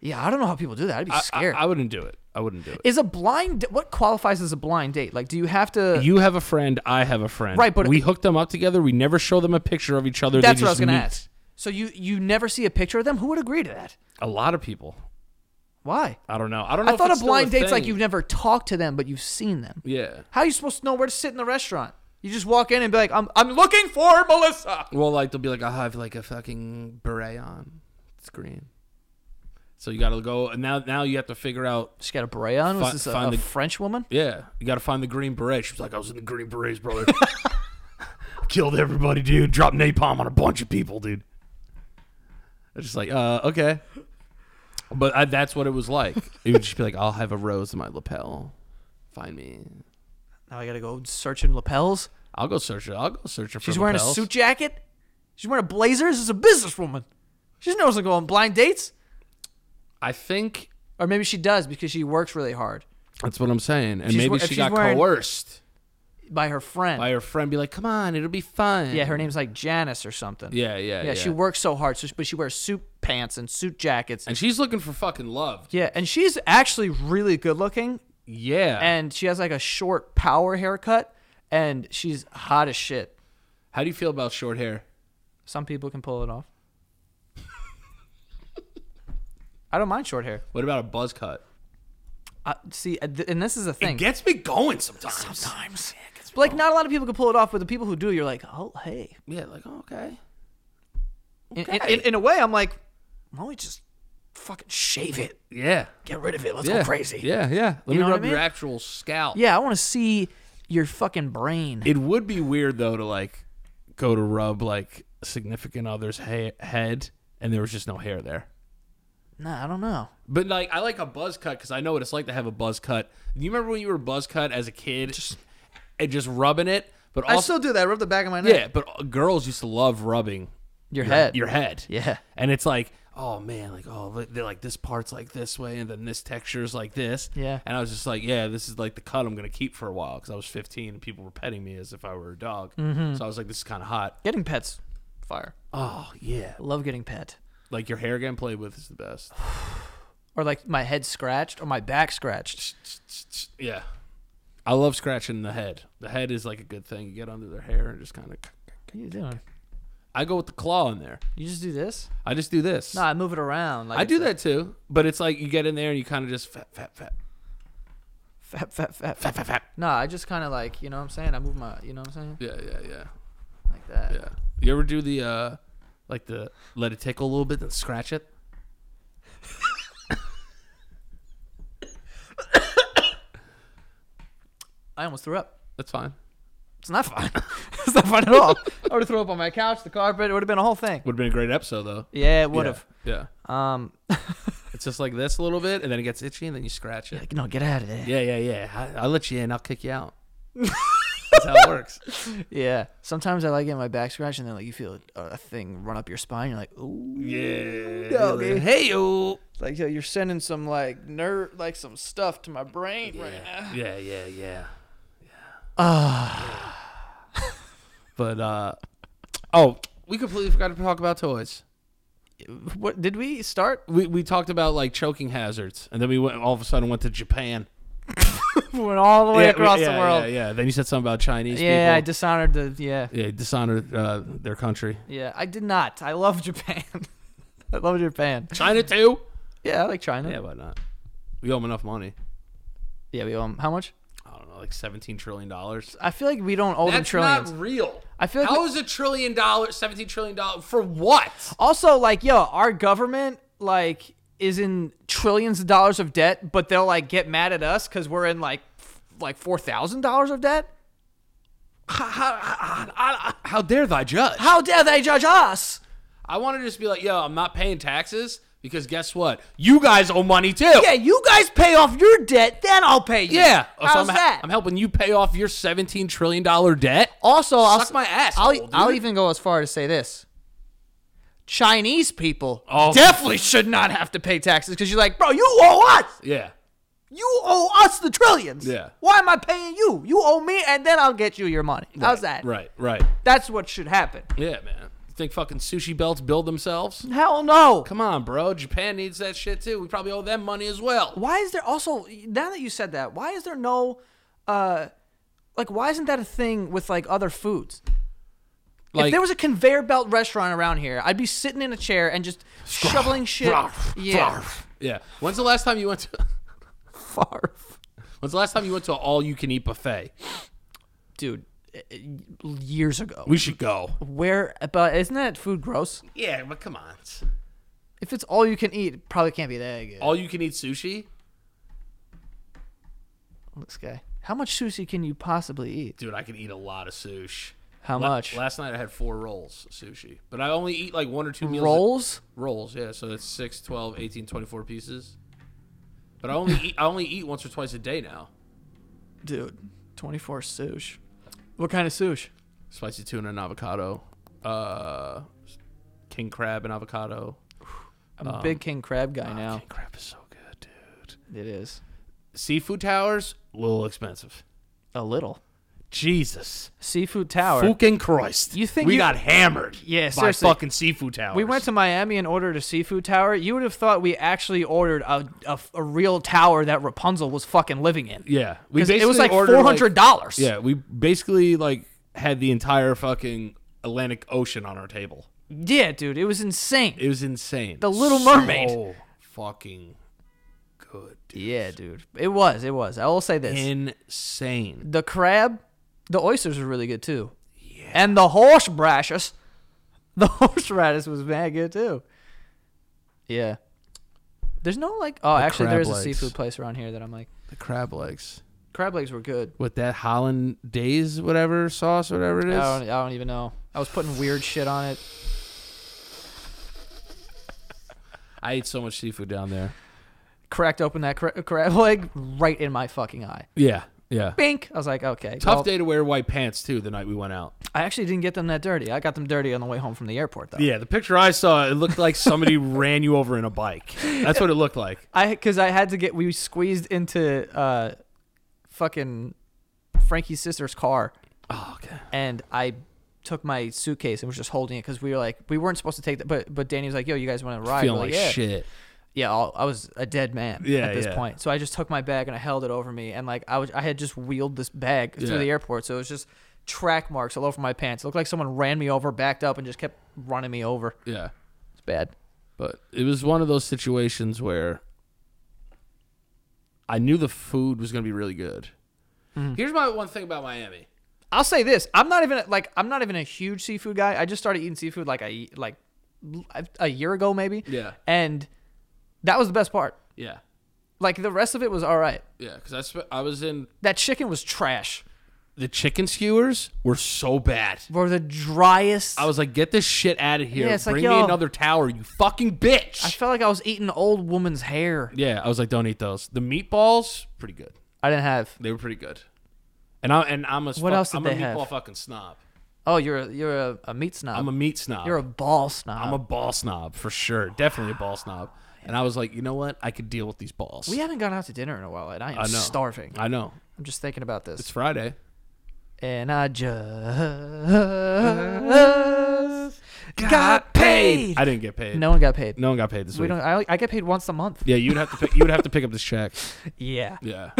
Speaker 2: yeah I don't know how people do that I'd be
Speaker 1: I-
Speaker 2: scared
Speaker 1: I, I wouldn't do it i wouldn't do it
Speaker 2: is a blind what qualifies as a blind date like do you have to
Speaker 1: you have a friend i have a friend
Speaker 2: Right, but-
Speaker 1: we hooked them up together we never show them a picture of each other
Speaker 2: That's
Speaker 1: they
Speaker 2: what I was
Speaker 1: just
Speaker 2: going to
Speaker 1: meet.
Speaker 2: ask. So you you never see a picture of them? Who would agree to that?
Speaker 1: a lot of people
Speaker 2: Why?
Speaker 1: I don't know. I don't know.
Speaker 2: I
Speaker 1: if
Speaker 2: thought
Speaker 1: it's
Speaker 2: a
Speaker 1: still
Speaker 2: blind date's
Speaker 1: thing.
Speaker 2: like you've never talked to them, but you've seen them.
Speaker 1: Yeah.
Speaker 2: How are you supposed to know where to sit in the restaurant? You just walk in and be like, I'm, I'm looking for Melissa.
Speaker 1: Well, like they'll be like, "Oh, I have like a fucking beret on. It's green. So you got to go and now. Now you have to figure out.
Speaker 2: She got a beret on. Was
Speaker 1: Fi-
Speaker 2: this a,
Speaker 1: find
Speaker 2: a
Speaker 1: the-
Speaker 2: French woman?
Speaker 1: Yeah, you got to find the green beret. She was like, I was in the green berets, brother. Killed everybody, dude. Dropped napalm on a bunch of people, dude. I was just like, uh, okay. But I, that's what it was like. It would just be like, I'll have a rose in my lapel. Find me.
Speaker 2: Now I gotta go searching lapels.
Speaker 1: I'll go search it. I'll go search it for
Speaker 2: She's wearing a
Speaker 1: lapels.
Speaker 2: suit jacket. She's wearing a blazer. This is a businesswoman. She knows to go on blind dates,
Speaker 1: I think
Speaker 2: or maybe she does because she works really hard
Speaker 1: that's what I'm saying. And
Speaker 2: She's
Speaker 1: maybe
Speaker 2: wear- if
Speaker 1: she
Speaker 2: she's
Speaker 1: got
Speaker 2: wearing-
Speaker 1: coerced
Speaker 2: by her friend.
Speaker 1: by her friend. Be like, come on, it'll be fun.
Speaker 2: yeah, her name's like Janice or something.
Speaker 1: Yeah, yeah,
Speaker 2: yeah. She works so hard, so she, but she wears suit pants and suit jackets.
Speaker 1: and she's looking for fucking love.
Speaker 2: yeah, and she's actually really good looking,
Speaker 1: Yeah.
Speaker 2: and she has like a short power haircut, and she's hot as shit.
Speaker 1: How do you feel about short hair?
Speaker 2: Some people can pull it off. I don't mind short hair.
Speaker 1: What about a buzz cut?
Speaker 2: Uh, see, uh, th- and this is the thing.
Speaker 1: gets me going sometimes.
Speaker 2: Sometimes, like not a lot of people can pull it off, but the people who do, you're like, oh hey.
Speaker 1: Yeah, like oh, okay.
Speaker 2: In, in, in, in a way, I'm like, why don't we just fucking shave it,
Speaker 1: Yeah.
Speaker 2: get rid of it, let's
Speaker 1: Yeah.
Speaker 2: go Oh, crazy.
Speaker 1: Yeah, yeah. Let
Speaker 2: know
Speaker 1: me
Speaker 2: what I
Speaker 1: rub your
Speaker 2: mean?
Speaker 1: actual scalp.
Speaker 2: Yeah, I want to see your fucking brain.
Speaker 1: It would be weird though to like go to rub like a significant other's ha- head and there was just no hair there.
Speaker 2: nah, I don't know.
Speaker 1: But like I like a buzz cut because I know what it's like to have a buzz cut. Do you remember when you were buzz cut as a kid? Just and just rubbing it, but also
Speaker 2: I still do that. I rub the back of my neck.
Speaker 1: yeah. But uh, girls used to love rubbing
Speaker 2: your head.
Speaker 1: your head.
Speaker 2: yeah.
Speaker 1: and it's like oh man like oh they're like this part's like this way and then this texture's like this
Speaker 2: Yeah.
Speaker 1: and i was just like yeah this is like the cut i'm gonna keep for a while because i was 15 and people were petting me as if i were a dog
Speaker 2: Mm-hmm.
Speaker 1: so i was like this is kind of hot
Speaker 2: Getting pets, fire.
Speaker 1: oh yeah
Speaker 2: I love getting pet.
Speaker 1: like your hair getting played with is the best
Speaker 2: Or like my head scratched or my back scratched.
Speaker 1: yeah i love scratching the head the head is like a good thing you get under their hair and just kind of
Speaker 2: What are you doing?
Speaker 1: i go with the claw in there
Speaker 2: You just do this?
Speaker 1: i just do this
Speaker 2: No, I move it around. Like
Speaker 1: i
Speaker 2: it's
Speaker 1: do
Speaker 2: a-
Speaker 1: that too but it's like you get in there and you kind of just fat fat fat
Speaker 2: Fap, fap, fap, fap,
Speaker 1: fat fat
Speaker 2: No, I just kind of like, you know what I'm saying? I move my, you know what I'm saying?
Speaker 1: yeah yeah yeah
Speaker 2: Like that.
Speaker 1: Yeah. You ever do the uh like the let it tickle a little bit then scratch it?
Speaker 2: I almost threw up.
Speaker 1: That's fine.
Speaker 2: It's not fun. it's not fun at all. I would have thrown up on my couch, the carpet. It would have been a whole thing.
Speaker 1: Would have been a great episode though.
Speaker 2: Yeah, it would have.
Speaker 1: Yeah.
Speaker 2: Um,
Speaker 1: It's just like this a little bit and then it gets itchy and then you scratch it.
Speaker 2: like, no, get out of there.
Speaker 1: Yeah, yeah, yeah. I, I'll let you in. I'll kick you out. That's how it works.
Speaker 2: Yeah. Sometimes I like getting my back scratched, and then like you feel a, a thing run up your spine. You're like, ooh.
Speaker 1: Yeah.
Speaker 2: Doggy.
Speaker 1: Hey yo.
Speaker 2: It's Like yo, you're sending some like nerve, like some stuff to my brain right now.
Speaker 1: Yeah, yeah, yeah. Ah. But uh oh, we completely forgot to talk about toys.
Speaker 2: What did we start?
Speaker 1: We we talked about like choking hazards and then we went all of a sudden went to Japan.
Speaker 2: We went all the way
Speaker 1: Yeah,
Speaker 2: across
Speaker 1: yeah,
Speaker 2: the world.
Speaker 1: Yeah, yeah. Then you said something about Chinese
Speaker 2: Yeah,
Speaker 1: people.
Speaker 2: I dishonored the. Yeah,
Speaker 1: yeah, dishonored uh, their country.
Speaker 2: yeah. I did not. I love Japan. I love Japan.
Speaker 1: China too.
Speaker 2: Yeah, I like China.
Speaker 1: Yeah, why not? We owe them enough money.
Speaker 2: Yeah, we owe 'em- How much?
Speaker 1: I don't know, like seventeen trillion dollars.
Speaker 2: I feel like we don't owe them
Speaker 1: That's
Speaker 2: trillions.
Speaker 1: not real.
Speaker 2: I feel like
Speaker 1: How
Speaker 2: we-
Speaker 1: is a trillion dollars, seventeen trillion dollars for what?
Speaker 2: Also, like, yo, our government like is in trillions of dollars of debt, but they'll like get mad at us because we're in like f- like four thousand dollars of debt.
Speaker 1: How dare thy judge?
Speaker 2: How dare they judge us?
Speaker 1: I want to just be like, yo, I'm not paying taxes because guess what? You guys owe money too.
Speaker 2: Yeah, you guys pay off your debt, then I'll pay you.
Speaker 1: Yeah. Oh, So
Speaker 2: how's
Speaker 1: I'm,
Speaker 2: that?
Speaker 1: I'm helping you pay off your seventeen trillion dollar debt.
Speaker 2: also, I'll,
Speaker 1: Suck my ass,
Speaker 2: I'll,
Speaker 1: old dude.
Speaker 2: I'll even go as far to say this: Chinese people
Speaker 1: Oh.
Speaker 2: definitely should not have to pay taxes because you're like, bro, you owe us.
Speaker 1: Yeah.
Speaker 2: You owe us the trillions.
Speaker 1: Yeah.
Speaker 2: Why am I paying you? You owe me, and then I'll get you your money. How's that?
Speaker 1: Right. Right.
Speaker 2: That's what should happen.
Speaker 1: Yeah, man. You think fucking sushi belts build themselves?
Speaker 2: Hell no.
Speaker 1: Come on, bro. Japan needs that shit too. We probably owe them money as well.
Speaker 2: Why is there also now that you said that? Why is there no, uh, like why isn't that a thing with like other foods?
Speaker 1: Like
Speaker 2: if there was a conveyor belt restaurant around here, I'd be sitting in a chair and just shoveling shit.
Speaker 1: Farf,
Speaker 2: yeah.
Speaker 1: farf. yeah. When's the last time you went to?
Speaker 2: Farf.
Speaker 1: When's the last time you went to an all-you-can-eat buffet?
Speaker 2: Dude, i- i- years ago.
Speaker 1: We should go.
Speaker 2: Where but isn't that food gross?
Speaker 1: Yeah, but come on.
Speaker 2: If it's all you can eat, it probably can't be that good.
Speaker 1: All-you-can-eat sushi,
Speaker 2: this guy. How much sushi can you possibly eat?
Speaker 1: dude. I could eat a lot of sushi.
Speaker 2: How
Speaker 1: La-
Speaker 2: much?
Speaker 1: Last night I had four rolls of sushi, but I only eat like one or two meals.
Speaker 2: Rolls?
Speaker 1: rolls, yeah. So that's 6, 12, 18, 24 pieces. But I only eat, I only eat once or twice a day now.
Speaker 2: Dude, 24 sushi. What kind of sushi?
Speaker 1: Spicy tuna and avocado, uh, king crab and avocado.
Speaker 2: I'm
Speaker 1: Um,
Speaker 2: a big king crab guy now.
Speaker 1: King crab is so good, dude.
Speaker 2: It is.
Speaker 1: Seafood towers, a little expensive.
Speaker 2: A little.
Speaker 1: Jesus,
Speaker 2: Seafood Tower.
Speaker 1: fucking Christ!
Speaker 2: You think
Speaker 1: we
Speaker 2: you-
Speaker 1: got hammered?
Speaker 2: Yeah,
Speaker 1: by
Speaker 2: seriously.
Speaker 1: fucking seafood towers.
Speaker 2: We went to Miami and ordered a seafood tower. You would have thought we actually ordered a, a, a real tower that Rapunzel was fucking living in.
Speaker 1: yeah, we
Speaker 2: 'Cause it
Speaker 1: basically
Speaker 2: was like
Speaker 1: ordered,
Speaker 2: four hundred dollars.
Speaker 1: Yeah, we basically like had the entire fucking Atlantic Ocean on our table.
Speaker 2: yeah, dude, it was insane.
Speaker 1: It was insane.
Speaker 2: The Little Mermaid.
Speaker 1: So fucking good. dude.
Speaker 2: yeah, dude, it was, it was. I will say this:
Speaker 1: Insane.
Speaker 2: the crab, the oysters were really good too, yeah. and the horseradish, the horseradish was mad good too. Yeah, there's no like. Oh, actually,
Speaker 1: crab
Speaker 2: there is a
Speaker 1: legs.
Speaker 2: seafood place around here that I'm like,
Speaker 1: The crab legs
Speaker 2: crab legs were good.
Speaker 1: with that Holland Days whatever sauce whatever it is.
Speaker 2: I don't, I don't even know. I was putting weird shit on it.
Speaker 1: I ate so much seafood down there.
Speaker 2: cracked open that cra- crab leg right in my fucking eye.
Speaker 1: Yeah, yeah.
Speaker 2: Bink. I was like, okay.
Speaker 1: Tough
Speaker 2: well,
Speaker 1: day to wear white pants too. The night we went out.
Speaker 2: I actually didn't get them that dirty. I got them dirty on the way home from the airport, though.
Speaker 1: Yeah, the picture I saw, it looked like somebody ran you over in a bike. That's what it looked like.
Speaker 2: I because I had to get. We squeezed into uh, fucking Frankie's sister's car,
Speaker 1: Oh, okay.
Speaker 2: and I took my suitcase and was just holding it because we were like we weren't supposed to take that. But but Danny was like, yo, you guys want to ride? We're
Speaker 1: Feeling like
Speaker 2: yeah.
Speaker 1: shit.
Speaker 2: yeah, I'll, I was a dead man
Speaker 1: Yeah,
Speaker 2: at this
Speaker 1: yeah.
Speaker 2: point. So I just took my bag and I held it over me, and like I was, I had just wheeled this bag
Speaker 1: Yeah.
Speaker 2: through the airport, so it was just track marks all over my pants. It looked like someone ran me over, backed up, and just kept running me over.
Speaker 1: Yeah.
Speaker 2: It's bad.
Speaker 1: But it was one of those situations where I knew the food was going to be really good. Here's my one thing about Miami.
Speaker 2: I'll say this: I'm not even like I'm not even a huge seafood guy. I just started eating seafood like I eat- like a year ago maybe.
Speaker 1: Yeah.
Speaker 2: and that was the best part.
Speaker 1: Yeah.
Speaker 2: Like the rest of it was all right.
Speaker 1: Yeah, because I sp- I was in
Speaker 2: That chicken was trash.
Speaker 1: the chicken skewers were so bad.
Speaker 2: Or the driest.
Speaker 1: I was like, get this shit out of here.
Speaker 2: Yeah, it's like,
Speaker 1: Bring me
Speaker 2: yo-
Speaker 1: another tower, you fucking bitch.
Speaker 2: I felt like I was eating old woman's hair.
Speaker 1: yeah, I was like, don't eat those. The meatballs, pretty good.
Speaker 2: I didn't have.
Speaker 1: They were pretty good. And I and I'm a
Speaker 2: What else did
Speaker 1: I'm a
Speaker 2: they have?
Speaker 1: meatball fucking snob.
Speaker 2: Oh, you're a, you're a, a meat snob.
Speaker 1: I'm a meat snob.
Speaker 2: you're a ball snob.
Speaker 1: I'm a ball snob for sure. Definitely a ball snob. And I was like, you know what? I could deal with these balls.
Speaker 2: we haven't gone out to dinner in a while, and I am
Speaker 1: I know.
Speaker 2: starving.
Speaker 1: I know.
Speaker 2: I'm just thinking about this,
Speaker 1: It's Friday.
Speaker 2: and I just got, paid.
Speaker 1: I didn't get paid.
Speaker 2: No one got paid.
Speaker 1: No one got paid this
Speaker 2: we
Speaker 1: week.
Speaker 2: don't. I, I get paid once a month.
Speaker 1: Yeah, you'd have to pick, you would have to pick up this check.
Speaker 2: Yeah,
Speaker 1: Yeah.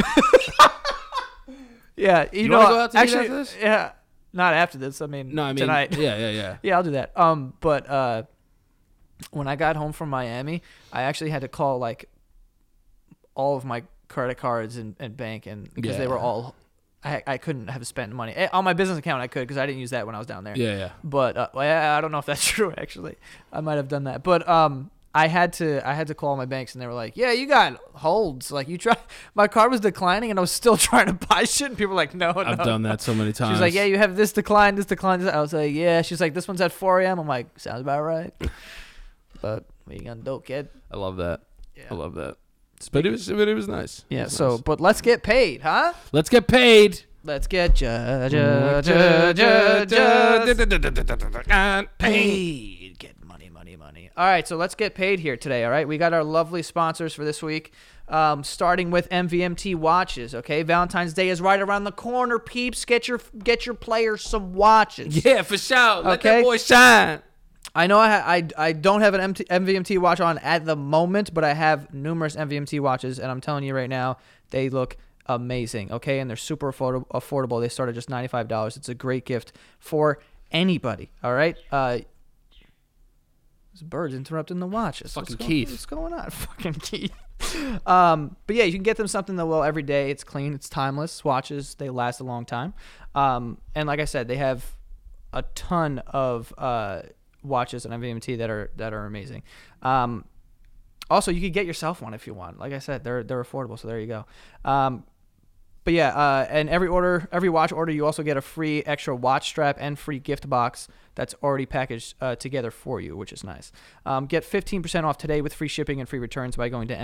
Speaker 2: yeah. You, know,
Speaker 1: wanna go out to eat
Speaker 2: actually,
Speaker 1: after this?
Speaker 2: yeah, not after this. I mean,
Speaker 1: No, I mean
Speaker 2: tonight.
Speaker 1: Yeah, yeah, yeah.
Speaker 2: Yeah, I'll do that. Um, but uh, when I got home from Miami, I actually had to call like all of my credit cards and, and bank, and because they
Speaker 1: Yeah.
Speaker 2: were all, I, I couldn't have spent money Eh, on my business account. I could because I didn't use that when I was down there.
Speaker 1: Yeah, yeah.
Speaker 2: But uh, well, I, I don't know if that's true. Actually, I might have done that. But um, I had to I had to call my banks, and they were like, "Yeah, you got holds. Like you try." My card was declining, and I was still trying to buy shit. And people were like, "No, no,
Speaker 1: I've done that so many times.
Speaker 2: She's like, yeah, you have this decline, this decline. This. I was like, yeah. She's like, this one's at 4 a.m. I'm like, sounds about right. but we ain't gonna dope kid.
Speaker 1: I love that.
Speaker 2: Yeah.
Speaker 1: I love that. But it was but it was nice. It
Speaker 2: Yeah.
Speaker 1: was
Speaker 2: So,
Speaker 1: nice.
Speaker 2: but let's get paid, huh?
Speaker 1: let's get paid.
Speaker 2: Let's get ja, ja, ja, ja, ja,
Speaker 1: Paid.
Speaker 2: paid. Get money, money, money. All right. So let's get paid here today. All right. We got our lovely sponsors for this week. Um, starting with MVMT watches. Okay. Valentine's Day is right around the corner. Peeps, get your get your players some watches.
Speaker 1: Yeah, for sure. Let
Speaker 2: Okay.
Speaker 1: that boy shine.
Speaker 2: I know I, ha- I, I don't have an MT- MVMT watch on at the moment, but I have numerous MVMT watches, and I'm telling you right now, they look amazing. Okay, and they're super afford- affordable. They start at just ninety five dollars. It's a great gift for anybody. All right. Uh, this bird's interrupting the watches.
Speaker 1: Fucking
Speaker 2: what's
Speaker 1: Keith.
Speaker 2: Going, what's going on? Fucking Keith. Um, but yeah, you can get them something that will every day. It's clean. It's timeless. Watches. They last a long time. Um, and like I said, they have a ton of uh, watches on MVMT that are that are amazing. Um, also, you could get yourself one if you want. Like I said, they're they're affordable. So there you go. Um, but yeah, uh, and every order, every watch order, you also get a free extra watch strap and free gift box that's already packaged uh, together for you, which is nice. Um, get 15% off today with free shipping and free returns by going to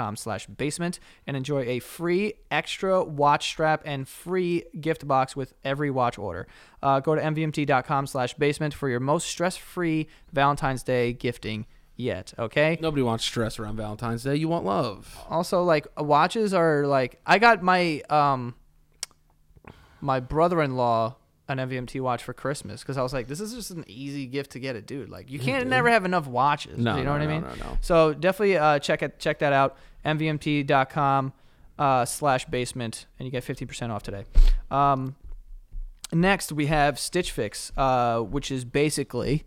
Speaker 2: mvmt.com/basement and enjoy a free extra watch strap and free gift box with every watch order. Uh, go to mvmt.com/basement for your most stress-free Valentine's Day gifting yet. Okay.
Speaker 1: Nobody wants stress around Valentine's Day. You want love.
Speaker 2: Also, like watches are like I got my um my brother in law an MVMT watch for Christmas because I was like, this is just an easy gift to get a dude. Like you can't never have enough watches.
Speaker 1: Mm-hmm. No,
Speaker 2: you know
Speaker 1: no,
Speaker 2: what I
Speaker 1: no,
Speaker 2: mean?
Speaker 1: no, no.
Speaker 2: So definitely uh, check it check that out. MVMT.com uh, slash basement and you get fifteen percent off today. Um, next we have Stitch Fix, uh, which is basically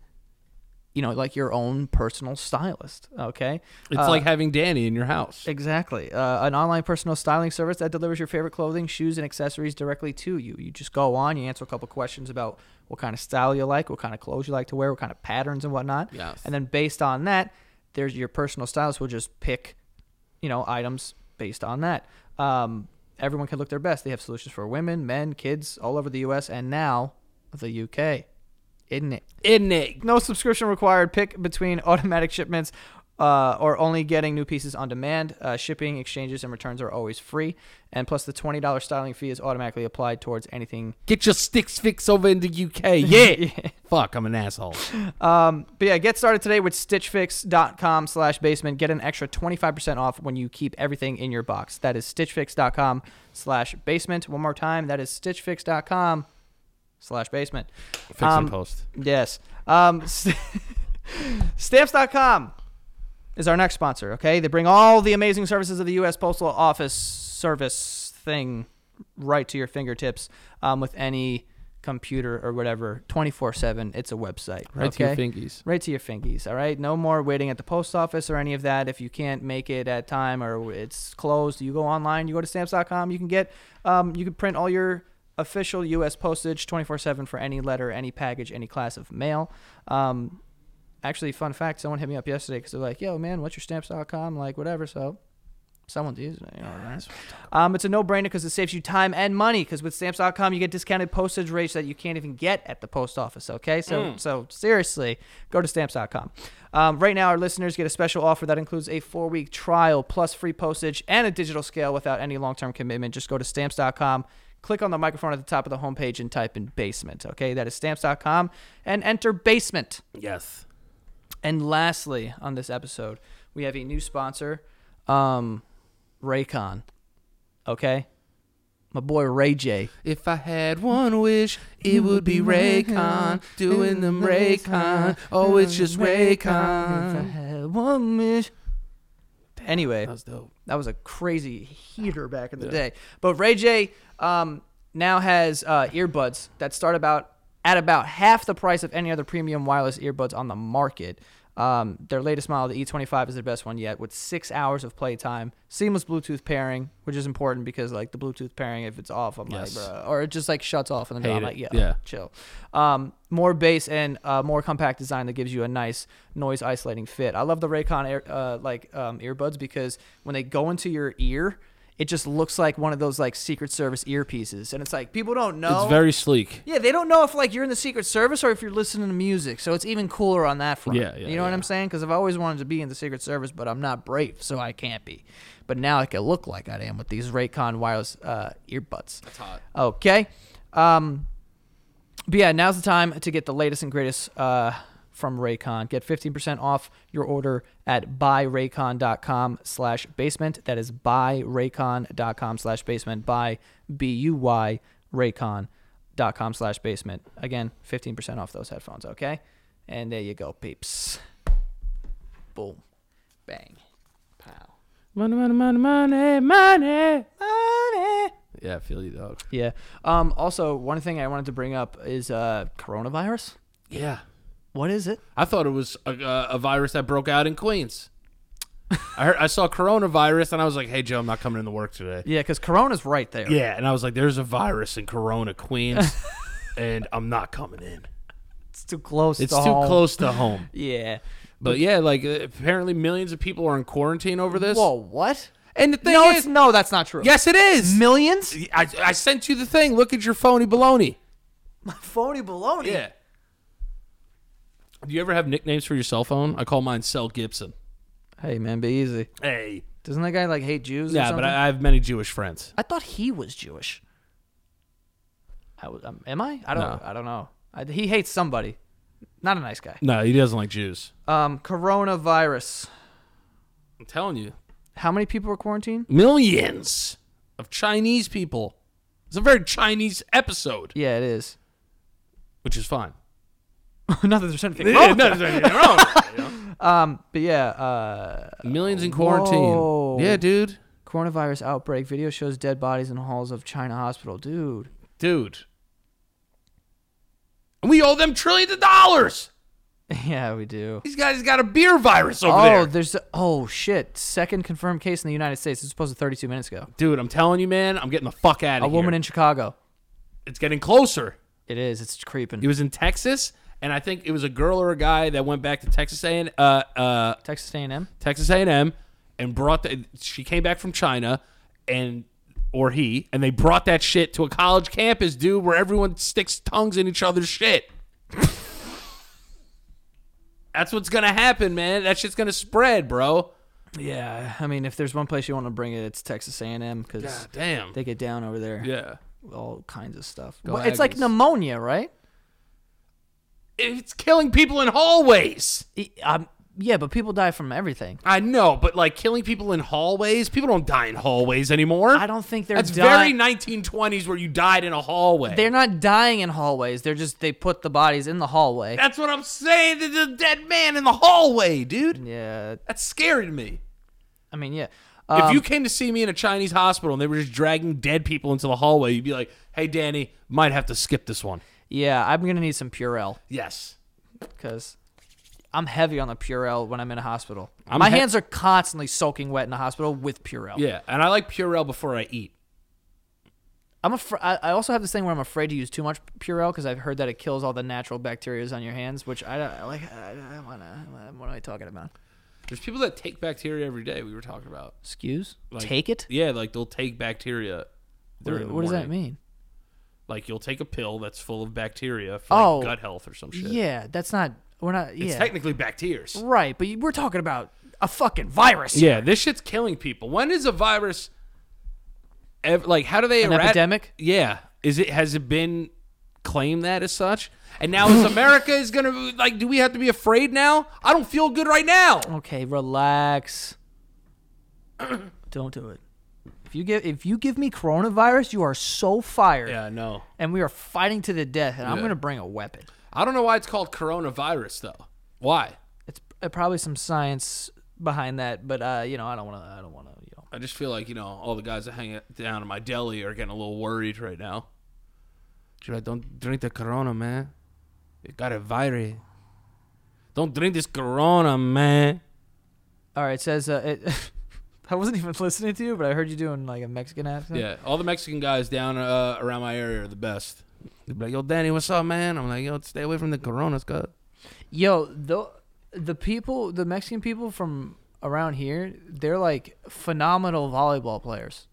Speaker 2: you know, like your own personal stylist. Okay. Uh,
Speaker 1: It's like having Danny in your house.
Speaker 2: Exactly. Uh, an online personal styling service that delivers your favorite clothing, shoes, and accessories directly to you. You just go on, you answer a couple questions about what kind of style you like, what kind of clothes you like to wear, what kind of patterns and whatnot.
Speaker 1: Yes.
Speaker 2: And then based on that, there's your personal stylist will just pick, you know, items based on that. Um, everyone can look their best. They have solutions for women, men, kids, all over the U.S. and now the UK. Isn't it?
Speaker 1: Isn't it?
Speaker 2: No subscription required. Pick between automatic shipments uh, or only getting new pieces on demand. Uh, shipping, exchanges, and returns are always free. And plus, the $20 styling fee is automatically applied towards anything.
Speaker 1: Get your sticks fixed over in the UK. Yeah. Fuck, I'm an asshole.
Speaker 2: Um, but yeah, get started today with stitchfix.com slash basement. Get an extra 25% off when you keep everything in your box. That is stitchfix.com slash basement. One more time, that is stitchfix.com slash basement.
Speaker 1: Fix
Speaker 2: Um,
Speaker 1: and post.
Speaker 2: Yes. Um, st- stamps.com is our next sponsor, okay? They bring all the amazing services of the U.S. Postal Office service thing right to your fingertips um, with any computer or whatever 24-7 it's a website
Speaker 1: Right
Speaker 2: okay?
Speaker 1: to your fingies.
Speaker 2: right to your fingies all right no more waiting at the post office or any of that if you can't make it at time or it's closed you go online you go to stamps.com you can get um, you can print all your official us postage 24-7 for any letter any package any class of mail um, actually fun fact someone hit me up yesterday because they're like yo man what's your stamps.com like whatever so someone's using it you know what I mean? um, it's a no-brainer because it saves you time and money because with stamps.com you get discounted postage rates that you can't even get at the post office okay so so seriously go to stamps.com um, right now our listeners get a special offer that includes a four-week trial plus free postage and a digital scale without any long-term commitment just go to stamps.com click on the microphone at the top of the homepage and type in basement okay that is stamps.com and enter basement
Speaker 1: Yes.
Speaker 2: and lastly, on this episode, we have a new sponsor, um, Raycon. Okay, my boy Ray J.
Speaker 1: If I had one wish, it would be Raycon. Doing them Raycon. Oh, it's just
Speaker 2: If I
Speaker 1: Raycon.
Speaker 2: had one wish. Anyway,
Speaker 1: That was dope.
Speaker 2: that was a crazy heater back in the day. But Ray J um, now has uh, earbuds that start about at about half the price of any other premium wireless earbuds on the market. Um, their latest model, the E25, is their best one yet, with six hours of playtime, seamless Bluetooth pairing, which is important because like the Bluetooth pairing, if it's off, I'm
Speaker 1: Yes.
Speaker 2: like, bruh, or it just like shuts off, and then
Speaker 1: Hate
Speaker 2: I'm
Speaker 1: it.
Speaker 2: like, yeah,
Speaker 1: Yeah.
Speaker 2: chill. Um, more bass and uh, more compact design that gives you a nice noise isolating fit. I love the Raycon air, uh, like um, earbuds because when they go into your ear, it just looks like one of those like Secret Service earpieces, and it's like people don't know.
Speaker 1: It's very sleek.
Speaker 2: yeah, they don't know if like you're in the Secret Service or if you're listening to music. So it's even cooler on that front.
Speaker 1: Yeah, yeah,
Speaker 2: you know what
Speaker 1: yeah.
Speaker 2: I'm saying? Because I've always wanted to be in the Secret Service, but I'm not brave, so I can't be. But now I can look like I am with these Raycon wireless uh, earbuds. That's
Speaker 1: hot.
Speaker 2: Okay. Um, but yeah, now's the time to get the latest and greatest uh, from Raycon. Get 15% off your order at buyraycon.com slash basement. That is buyraycon.com slash basement. Buy, B-U-Y, raycon.com slash basement. Again, 15% off those headphones, okay? And there you go, peeps. Boom. Bang. Pow.
Speaker 1: Money, money, money, money, money.
Speaker 2: Money.
Speaker 1: Yeah, I feel you, dog.
Speaker 2: Yeah. Um, also, one thing I wanted to bring up is uh, coronavirus.
Speaker 1: Yeah.
Speaker 2: What is it?
Speaker 1: I thought it was a, uh, a- a virus that broke out in Queens. I heard, I saw coronavirus and I was like, "Hey Joe, I'm not coming into work today."
Speaker 2: Yeah, because Corona's right there.
Speaker 1: Yeah, and I was like, "There's a virus in Corona, Queens, and I'm not coming in.
Speaker 2: It's too close.
Speaker 1: It's
Speaker 2: to
Speaker 1: too
Speaker 2: home.
Speaker 1: close to home."
Speaker 2: Yeah.
Speaker 1: But yeah, like uh, apparently millions of people are in quarantine over this.
Speaker 2: Whoa, what?
Speaker 1: And the thing
Speaker 2: no,
Speaker 1: is,
Speaker 2: it's, no, that's not true.
Speaker 1: yes, it is.
Speaker 2: Millions?
Speaker 1: I, I sent you the thing. Look at your phony baloney.
Speaker 2: Phony baloney.
Speaker 1: Yeah. Do you ever have nicknames for your cell phone? I call mine Cell Gibson.
Speaker 2: Hey, man, be easy.
Speaker 1: Hey.
Speaker 2: Doesn't that guy like hate Jews? or
Speaker 1: Yeah,
Speaker 2: something?
Speaker 1: but I, I have many Jewish friends.
Speaker 2: I thought he was Jewish. I was, um, am I? I don't.
Speaker 1: No.
Speaker 2: I don't know. I, he hates somebody. Not a nice guy.
Speaker 1: No, he doesn't like Jews.
Speaker 2: Um, coronavirus.
Speaker 1: I'm telling you,
Speaker 2: How many people were quarantined?
Speaker 1: millions of Chinese people. It's a very Chinese episode,
Speaker 2: Yeah, it is.
Speaker 1: which is fine.
Speaker 2: Not that there's anything
Speaker 1: Yeah,
Speaker 2: wrong.
Speaker 1: no, there's anything wrong with it, you know?
Speaker 2: Um, Oh! but yeah, uh,
Speaker 1: Millions in quarantine.
Speaker 2: Whoa.
Speaker 1: Yeah, dude.
Speaker 2: coronavirus outbreak video shows dead bodies in halls of China hospital. Dude,
Speaker 1: Dude. And we owe them trillions of dollars.
Speaker 2: yeah, we do.
Speaker 1: These guys got a beer virus over
Speaker 2: Oh,
Speaker 1: there.
Speaker 2: there's oh shit. Second confirmed case in the United States. It's supposed to 32 minutes ago.
Speaker 1: Dude, I'm telling you, man, I'm getting the fuck out
Speaker 2: A
Speaker 1: of here.
Speaker 2: woman in Chicago.
Speaker 1: it's getting closer.
Speaker 2: It is. It's creeping.
Speaker 1: It was in Texas, and I think it was a girl or a guy that went back to Texas A uh, uh,
Speaker 2: Texas A&M.
Speaker 1: Texas A&M and brought the, she came back from China and or he and they brought that shit to a college campus dude where everyone sticks tongues in each other's shit. That's what's going to happen, man. That shit's going to spread, bro.
Speaker 2: Yeah, I mean, if there's one place you want to bring it, it's Texas A&M because
Speaker 1: God damn.
Speaker 2: they get down over there.
Speaker 1: Yeah.
Speaker 2: with all kinds of stuff.
Speaker 1: Go
Speaker 2: Well, it's like
Speaker 1: Aggies.
Speaker 2: pneumonia, right?
Speaker 1: It's killing people in hallways.
Speaker 2: I- um, yeah, but people die from everything.
Speaker 1: I know, but like killing people in hallways, people don't die in hallways anymore.
Speaker 2: I don't think they're
Speaker 1: That's very
Speaker 2: dying.
Speaker 1: 1920s where you died in a hallway.
Speaker 2: they're not dying in hallways. They're just they put the bodies in the hallway.
Speaker 1: That's what I'm saying. There's a dead man in the hallway, dude.
Speaker 2: yeah,
Speaker 1: That's scary to me.
Speaker 2: I mean, yeah.
Speaker 1: if
Speaker 2: Um,
Speaker 1: you came to see me in a Chinese hospital and they were just dragging dead people into the hallway, you'd be like, "Hey, Danny, might have to skip this one."
Speaker 2: yeah, I'm gonna need some Purell
Speaker 1: Yes,
Speaker 2: because I'm heavy on the Purell when I'm in a hospital.
Speaker 1: I'm
Speaker 2: My
Speaker 1: he-
Speaker 2: hands are constantly soaking wet in the hospital with Purell.
Speaker 1: yeah, and I like Purell before I eat.
Speaker 2: I'm afraid. I I also have this thing where I'm afraid to use too much Purell because I've heard that it kills all the natural bacteria on your hands, which I don't like. I I don't wanna. What am I talking about?
Speaker 1: There's people that take bacteria every day. We were talking about.
Speaker 2: Excuse?
Speaker 1: Like-
Speaker 2: Take it?
Speaker 1: Yeah, like they'll take bacteria. during
Speaker 2: What,
Speaker 1: the
Speaker 2: what does that
Speaker 1: morning.
Speaker 2: mean?
Speaker 1: Like you'll take a pill that's full of bacteria for like,
Speaker 2: Oh.
Speaker 1: gut health or some shit.
Speaker 2: Yeah, that's not. We're not.
Speaker 1: it's
Speaker 2: Yeah,
Speaker 1: technically bacteria.
Speaker 2: right. But you- we're talking about a fucking virus.
Speaker 1: Yeah, this shit's killing people. When is a virus ever like how do they
Speaker 2: An
Speaker 1: erat-
Speaker 2: epidemic?
Speaker 1: Yeah. Is it has it been claimed that as such? And now is America is going to like do we have to be afraid now? I don't feel good right now.
Speaker 2: Okay, relax. Don't do it. If you give if you give me coronavirus, you are so fired,
Speaker 1: Yeah, no.
Speaker 2: and we are fighting to the death. And I'm
Speaker 1: Yeah.
Speaker 2: gonna bring a weapon.
Speaker 1: I don't know why it's called coronavirus though. Why?
Speaker 2: It's uh, probably some science behind that, but uh, you know, I don't want to. I don't want to. You know,
Speaker 1: I just feel like, you know, all the guys that hang out down in my deli are getting a little worried right now. She's like, don't drink the Corona, man. It got a virus. Don't drink this Corona, man.
Speaker 2: all right. It says uh, it. I wasn't even listening to you, but I heard you doing like a Mexican accent.
Speaker 1: Yeah, all the Mexican guys down uh, around my area are the best. They'd be like, "Yo, Danny, what's up, man?" I'm like, "Yo, stay away from the coronas, cuz."
Speaker 2: Yo, the the people, the Mexican people from around here, they're like phenomenal volleyball players.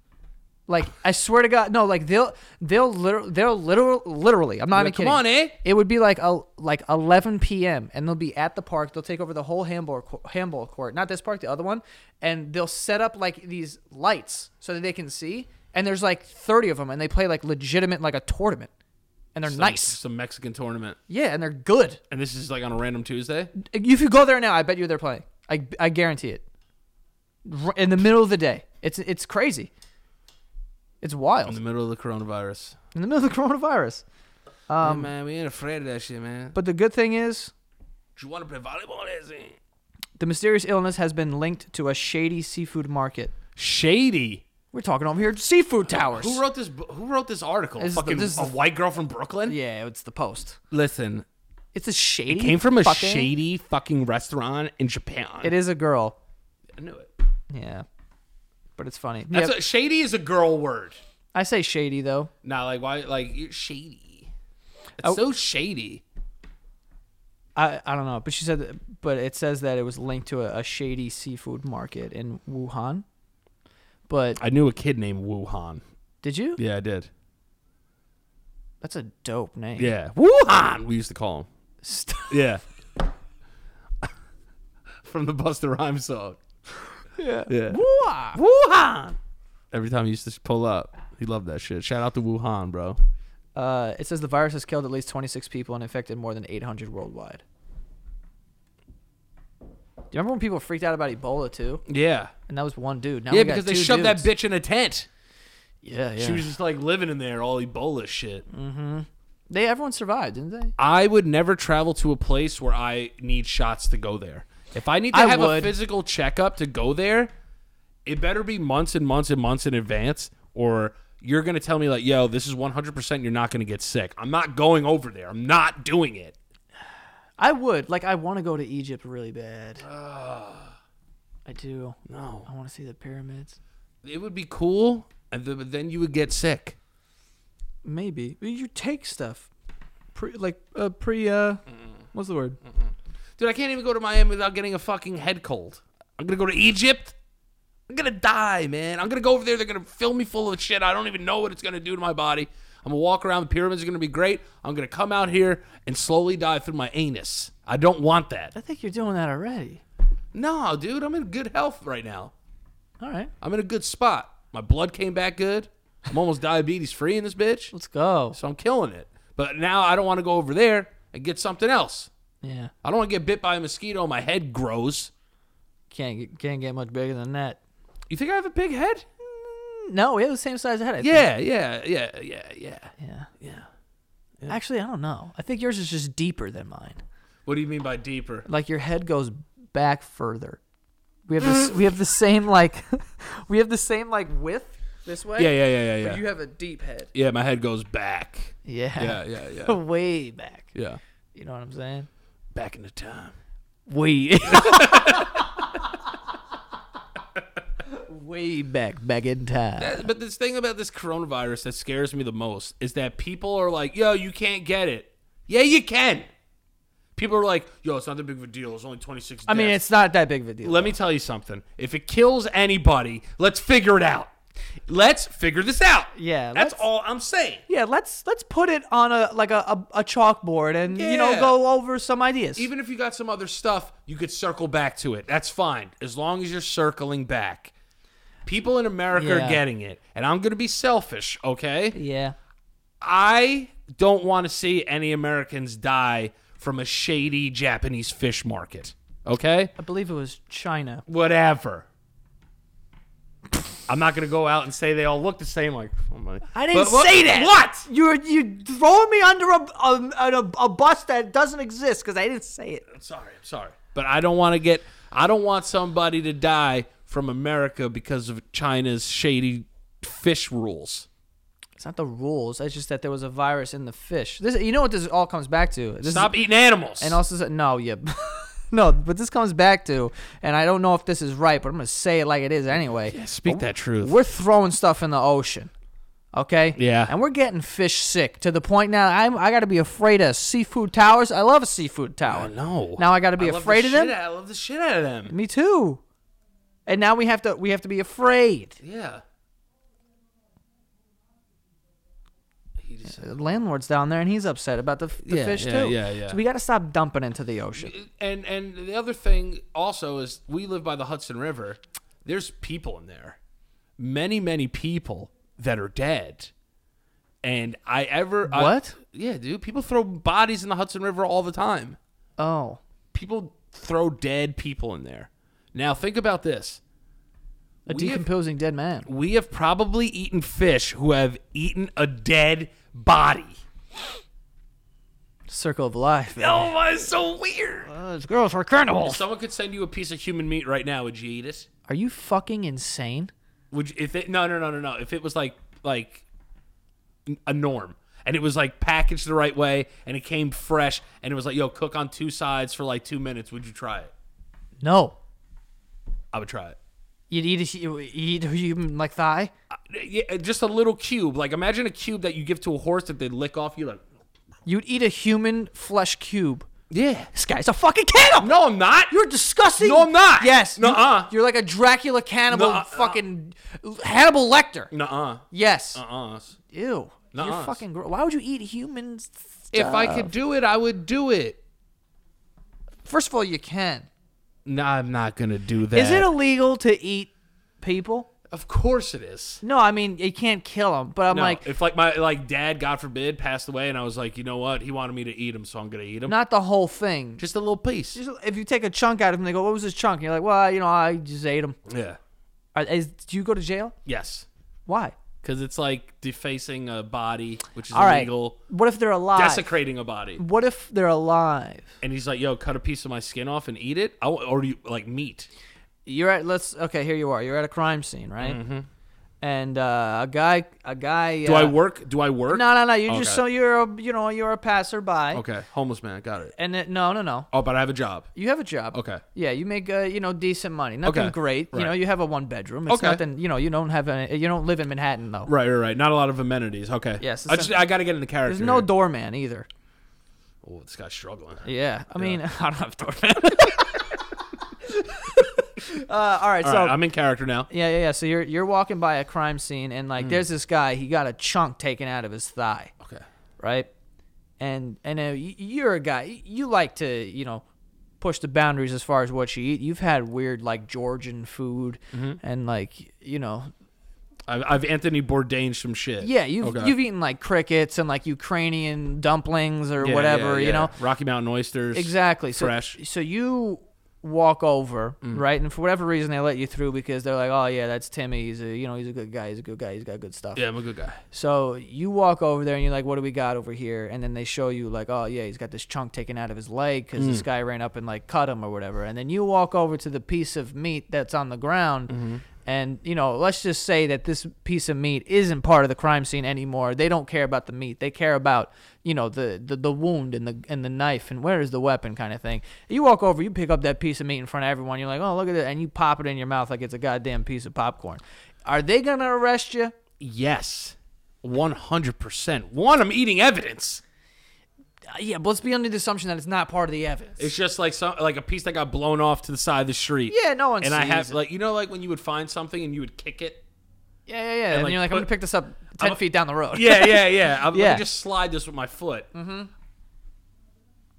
Speaker 2: Like I swear to God, no, like they'll they'll liter- they'll literal literally. I'm not even
Speaker 1: Like,
Speaker 2: kidding.
Speaker 1: Come on, eh?
Speaker 2: It would be like a like 11 p.m. and they'll be at the park. They'll take over the whole handball co- handball court, not this park, the other one, and they'll set up like these lights so that they can see. And there's like 30 of them, and they play like legitimate like a tournament, and they're
Speaker 1: Some-
Speaker 2: nice.
Speaker 1: Some Mexican tournament,
Speaker 2: Yeah, and they're good.
Speaker 1: and this is like on a random Tuesday.
Speaker 2: If you go there now, I bet you they're playing. I, I guarantee it. R- In the middle of the day, it's it's crazy. It's
Speaker 1: In
Speaker 2: wild
Speaker 1: the middle of the coronavirus.
Speaker 2: in the middle of the coronavirus.
Speaker 1: Um, man, we ain't afraid of that shit, man.
Speaker 2: But the good thing is,
Speaker 1: Do you want to play volleyball? Is it?
Speaker 2: the mysterious illness has been linked to a shady seafood market.
Speaker 1: Shady.
Speaker 2: We're talking over here seafood towers.
Speaker 1: Who wrote this? bu- Who wrote this article?
Speaker 2: This is the-
Speaker 1: Fucking
Speaker 2: this is
Speaker 1: a
Speaker 2: the-
Speaker 1: white girl from Brooklyn.
Speaker 2: yeah, it's the post.
Speaker 1: Listen,
Speaker 2: It's a shady.
Speaker 1: came from a
Speaker 2: fucking-
Speaker 1: shady fucking restaurant in Japan.
Speaker 2: It is a girl.
Speaker 1: I knew it.
Speaker 2: Yeah, but it's funny. Yeah,
Speaker 1: That's a, shady is a girl word.
Speaker 2: I say shady though.
Speaker 1: Not like why like you're shady. It's
Speaker 2: Oh.
Speaker 1: so shady.
Speaker 2: I, I don't know, but she said, that- but it says that it was linked to a, a shady seafood market in Wuhan. But
Speaker 1: I knew a kid named Wuhan.
Speaker 2: did you?
Speaker 1: Yeah, I did.
Speaker 2: That's a dope name.
Speaker 1: Yeah, Wuhan. We used to call him.
Speaker 2: St-
Speaker 1: Yeah. From the Buster Rhymes song. Yeah. Yeah.
Speaker 2: Wah!
Speaker 1: Wuhan. Every time he used to pull up, he loved that shit. Shout out to Wuhan, bro.
Speaker 2: Uh, it says the virus has killed at least 26 people and infected more than 800 worldwide. Do you remember when people freaked out about Ebola too?
Speaker 1: Yeah.
Speaker 2: And that was one dude. Now
Speaker 1: Yeah,
Speaker 2: we got
Speaker 1: because they
Speaker 2: two
Speaker 1: shoved
Speaker 2: dudes.
Speaker 1: that bitch in a tent.
Speaker 2: Yeah, yeah.
Speaker 1: She was just like living in there, all Ebola shit.
Speaker 2: they everyone survived, didn't they?
Speaker 1: I would never travel to a place where I need shots to go there. If I need to
Speaker 2: I
Speaker 1: have
Speaker 2: would.
Speaker 1: a physical checkup to go there, it better be months and months and months in advance, or you're going to tell me, like, yo, this is 100%, you're not going to get sick. I'm not going over there. I'm not doing it.
Speaker 2: I would. Like, I want to go to Egypt really bad. I do.
Speaker 1: No.
Speaker 2: I want to see the pyramids.
Speaker 1: It would be cool, and th- but then you would get sick.
Speaker 2: Maybe But you take stuff, pre like uh, pre uh, what's the word?
Speaker 1: Dude, I can't even go to Miami without getting a fucking head cold. I'm going to go to Egypt. I'm going to die, man. I'm going to go over there. They're going to fill me full of shit. I don't even know what it's going to do to my body. I'm going to walk around. The pyramids are going to be great. I'm going to come out here and slowly die through my anus. I don't want that.
Speaker 2: I think you're doing that already.
Speaker 1: No, dude, I'm in good health right now.
Speaker 2: All right,
Speaker 1: I'm in a good spot. My blood came back good. I'm almost diabetes free in this bitch.
Speaker 2: let's go.
Speaker 1: So I'm killing it. But now I don't want to go over there and get something else.
Speaker 2: Yeah,
Speaker 1: I don't want to get bit by a mosquito. and My head grows.
Speaker 2: can't get, can't get much bigger than that.
Speaker 1: You think I have a big head?
Speaker 2: No, we have the same size head. I think.
Speaker 1: Yeah, yeah, yeah, yeah, yeah.
Speaker 2: yeah, yeah. Actually, I don't know. I think yours is just deeper than mine.
Speaker 1: What do you mean by deeper?
Speaker 2: Like your head goes back further. We have this. we have the same like, we have the same like width this way.
Speaker 1: Yeah, yeah, yeah, yeah, yeah.
Speaker 2: have a deep head.
Speaker 1: Yeah, my head goes back. Yeah,
Speaker 2: Yeah.
Speaker 1: yeah, yeah,
Speaker 2: Way back.
Speaker 1: yeah.
Speaker 2: You know what I'm saying?
Speaker 1: Back in the time.
Speaker 2: Way. Way back, back in time.
Speaker 1: But this thing about this coronavirus that scares me the most is that people are like, "Yo, you can't get it." Yeah, you can. People are like, "Yo, it's not that big of a deal. It's only 26
Speaker 2: I mean,
Speaker 1: deaths."
Speaker 2: it's not that big of a deal.
Speaker 1: Let me tell you something. If it kills anybody, let's figure it out. Let's figure this out.
Speaker 2: Yeah,
Speaker 1: That's
Speaker 2: let's-
Speaker 1: all I'm saying.
Speaker 2: yeah, let's let's put it on a like a, a, a chalkboard and you know
Speaker 1: Yeah.
Speaker 2: go over some ideas.
Speaker 1: even if you got some other stuff, you could circle back to it. That's fine. As long as you're circling back. People in America
Speaker 2: Yeah.
Speaker 1: are getting it. And I'm going to be selfish, okay?
Speaker 2: yeah,
Speaker 1: I don't want to see any Americans die from a shady Japanese fish market, okay?
Speaker 2: I believe it was China.
Speaker 1: Whatever. I'm not going to go out and say they all look the same. Like, oh my.
Speaker 2: I didn't
Speaker 1: But what-
Speaker 2: say that.
Speaker 1: What?
Speaker 2: You're you throwing me under a a, a, a bus that doesn't exist because I didn't say it.
Speaker 1: I'm sorry. I'm sorry. But I don't want to get. I don't want somebody to die from America because of China's shady fish rules.
Speaker 2: It's not the rules. It's just that there was a virus in the fish. This you know what this all comes back to. This is-
Speaker 1: Stop eating animals.
Speaker 2: And also, said- no, yeah. no, but this comes back to, and I don't know if this is right, but I'm going to say it like it is anyway.
Speaker 1: Speak that truth.
Speaker 2: We're throwing stuff in the ocean. Okay?
Speaker 1: Yeah.
Speaker 2: And we're getting fish sick to the point now I'm, I got to be afraid of seafood towers. I love a seafood tower.
Speaker 1: no.
Speaker 2: Now I got to be
Speaker 1: I love the
Speaker 2: afraid of them.
Speaker 1: shit out- I love the shit out of them.
Speaker 2: Me too. And now we have to we have to be afraid.
Speaker 1: Yeah. He just.
Speaker 2: The landlord's down there and he's upset about the, f- the
Speaker 1: Yeah,
Speaker 2: fish
Speaker 1: yeah,
Speaker 2: too.
Speaker 1: yeah, yeah.
Speaker 2: So we got to stop dumping into the ocean.
Speaker 1: And and the other thing also is we live by the Hudson River. There's people in there, many many people that are dead. And I ever I-
Speaker 2: What?
Speaker 1: yeah, dude. People throw bodies in the Hudson River all the time.
Speaker 2: Oh.
Speaker 1: People throw dead people in there. Now think about this.
Speaker 2: A
Speaker 1: We have-
Speaker 2: decomposing dead man.
Speaker 1: We have probably eaten fish who have eaten a dead body.
Speaker 2: Circle of life.
Speaker 1: Oh my, it's so weird.
Speaker 2: Uh, it's girls are carnivals.
Speaker 1: Someone could send you a piece of human meat right now. Would you eat it?
Speaker 2: Are you fucking insane?
Speaker 1: Would you, if it no no no no no if it was like like a norm and it was like packaged the right way and it came fresh and it was like yo cook on two sides for like two minutes would you try it?
Speaker 2: No,
Speaker 1: I would try it.
Speaker 2: you'd eat a, hu- you eat a human like thigh.
Speaker 1: Uh, Yeah, just a little cube. Like imagine a cube that you give to a horse that they lick off you. Like
Speaker 2: You'd eat a human flesh cube.
Speaker 1: yeah.
Speaker 2: This guy's a fucking cannibal.
Speaker 1: No, I'm not.
Speaker 2: You're disgusting.
Speaker 1: No, I'm not.
Speaker 2: Yes. you-
Speaker 1: Nuh-uh.
Speaker 2: You're like a Dracula cannibal,
Speaker 1: Nuh-uh.
Speaker 2: fucking Hannibal Lecter.
Speaker 1: Nuh-uh.
Speaker 2: Yes.
Speaker 1: Uh-uh.
Speaker 2: Ew. You're
Speaker 1: Nuh-uh.
Speaker 2: fucking. Gro- Why would you eat humans?
Speaker 1: If I could do it, I would do it.
Speaker 2: First of all, you can.
Speaker 1: No, I'm not gonna do that.
Speaker 2: Is it illegal to eat people?
Speaker 1: Of course it is.
Speaker 2: No, I mean you can't kill them, but I'm
Speaker 1: No,
Speaker 2: like
Speaker 1: if like my like dad, God forbid, passed away, and I was like, you know what? He wanted me to eat him, so I'm gonna eat him.
Speaker 2: not the whole thing. Just
Speaker 1: just a little piece.
Speaker 2: if you take a chunk out of them, they go, "What was this chunk?" And you're like, "Well, you know, I just ate them."
Speaker 1: yeah.
Speaker 2: Are, is, do you go to jail?
Speaker 1: Yes.
Speaker 2: Why?
Speaker 1: Because it's like defacing a body, which is
Speaker 2: All right.
Speaker 1: illegal.
Speaker 2: What if they're alive?
Speaker 1: Desecrating a body.
Speaker 2: What if they're alive?
Speaker 1: And he's like, yo, cut a piece of my skin off and eat it. I w- or you like meat.
Speaker 2: you're at let's okay here you are you're at a crime scene right and uh, a guy a guy
Speaker 1: Do
Speaker 2: uh,
Speaker 1: I work? Do I work?
Speaker 2: no no no you
Speaker 1: Okay.
Speaker 2: just so you're a you know you're a passerby
Speaker 1: Okay. Homeless man. Got it.
Speaker 2: and it, no no no
Speaker 1: Oh, but I have a job.
Speaker 2: you have a job
Speaker 1: Okay.
Speaker 2: yeah you make uh, you know decent money nothing
Speaker 1: Okay.
Speaker 2: great you know
Speaker 1: Right.
Speaker 2: you have a one bedroom it's
Speaker 1: Okay.
Speaker 2: nothing you know you don't have any you don't live in Manhattan though
Speaker 1: Right, right, right. Not a lot of amenities. Okay.
Speaker 2: Yes,
Speaker 1: I just
Speaker 2: it's-
Speaker 1: I got to get into character.
Speaker 2: there's no
Speaker 1: here.
Speaker 2: doorman either
Speaker 1: oh, this guy's struggling.
Speaker 2: yeah I mean I don't have doorman uh, all right
Speaker 1: All
Speaker 2: so
Speaker 1: right, I'm in character now.
Speaker 2: yeah, yeah, yeah. So you're you're walking by a crime scene, and
Speaker 1: Hmm.
Speaker 2: like, there's this guy. He got a chunk taken out of his thigh.
Speaker 1: Okay.
Speaker 2: right? And and uh, y- you're a guy. y- You like to you know push the boundaries as far as what you eat. You've had weird like Georgian food
Speaker 1: Mm-hmm.
Speaker 2: and like you know
Speaker 1: I've, I've Anthony Bourdain some shit.
Speaker 2: yeah you've
Speaker 1: Okay.
Speaker 2: you've eaten like crickets and like Ukrainian dumplings or
Speaker 1: Yeah,
Speaker 2: whatever
Speaker 1: yeah, yeah.
Speaker 2: you know
Speaker 1: Rocky Mountain oysters.
Speaker 2: exactly so
Speaker 1: fresh. Mm.
Speaker 2: so you walk over right and for whatever reason they let you through because they're like oh yeah that's Timmy he's a you know he's a good guy he's a good guy he's got good stuff
Speaker 1: Yeah, I'm a good guy.
Speaker 2: So you walk over there and you're like, "What do we got over here?" And then they show you like, "Oh yeah, he's got this chunk taken out of his leg because this guy ran up and like cut him or whatever." And then you walk over to the piece of meat that's on the ground, and you know, let's just say that this piece of meat isn't part of the crime scene anymore. They don't care about the meat; they care about you know the the, the wound and the and the knife and where is the weapon kind of thing. You walk over, you pick up that piece of meat in front of everyone. You're like, "Oh look at it," and you pop it in your mouth like it's a goddamn piece of popcorn. Are they gonna arrest you?
Speaker 1: Yes. 100%. One, I'm eating evidence.
Speaker 2: Uh, Yeah, but let's be under the assumption that it's not part of the evidence.
Speaker 1: It's just like some like a piece that got blown off to the side of the street.
Speaker 2: yeah, no one
Speaker 1: And
Speaker 2: sees
Speaker 1: I have
Speaker 2: it.
Speaker 1: like you know like when you would find something and you would kick it.
Speaker 2: yeah, yeah, yeah. And,
Speaker 1: like,
Speaker 2: you're like, I'm gonna
Speaker 1: put-
Speaker 2: pick this up 10
Speaker 1: I'm-
Speaker 2: feet down the road.
Speaker 1: Yeah, yeah, yeah. I'm,
Speaker 2: Yeah.
Speaker 1: Let me just slide this with my foot. Mm-hmm.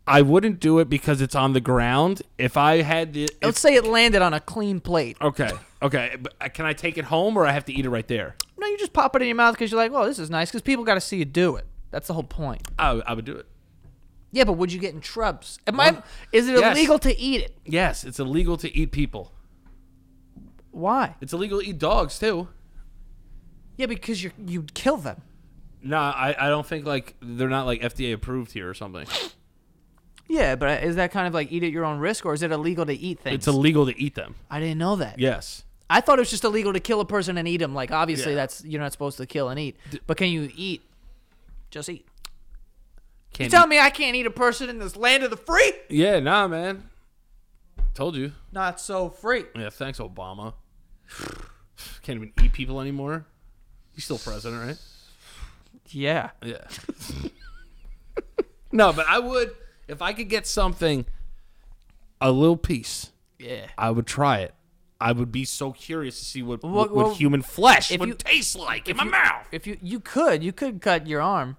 Speaker 1: I wouldn't do it because it's on the ground. If I had the
Speaker 2: Let's say it landed on a clean plate.
Speaker 1: okay, okay, but uh, can I take it home or I have to eat it right there?
Speaker 2: No, you just pop it in your mouth because you're like, oh, this is nice because people got to see you do it. That's the whole point.
Speaker 1: I, I would do it.
Speaker 2: Yeah, but would you get in troubles? Am I? Is it
Speaker 1: Yes.
Speaker 2: illegal to eat it?
Speaker 1: Yes, it's illegal to eat people.
Speaker 2: Why?
Speaker 1: It's illegal to eat dogs too.
Speaker 2: Yeah, because you you'd kill them.
Speaker 1: No, I, I don't think like they're not like FDA approved here or something.
Speaker 2: Yeah, but uh, is that kind of like eat at your own risk, or is it illegal to eat things?
Speaker 1: It's illegal to eat them.
Speaker 2: I didn't know that.
Speaker 1: Yes.
Speaker 2: I thought it was just illegal to kill a person and eat them. Like obviously
Speaker 1: Yeah.
Speaker 2: that's you're not supposed to kill and eat. But can you eat? Just eat.
Speaker 1: Can't
Speaker 2: You tell me I can't eat a person in this land of the free?
Speaker 1: Yeah, nah, man. Told you.
Speaker 2: Not so free.
Speaker 1: Yeah, thanks, Obama. Can't even eat people anymore. He's still president, right?
Speaker 2: Yeah.
Speaker 1: Yeah. no, but I would if I could get something a little piece,
Speaker 2: Yeah.
Speaker 1: I would try it. I would be so curious to see what
Speaker 2: Well,
Speaker 1: what, what
Speaker 2: well,
Speaker 1: human flesh
Speaker 2: if
Speaker 1: would
Speaker 2: you-
Speaker 1: taste like in my
Speaker 2: you-
Speaker 1: mouth.
Speaker 2: If you you could, you could cut your arm.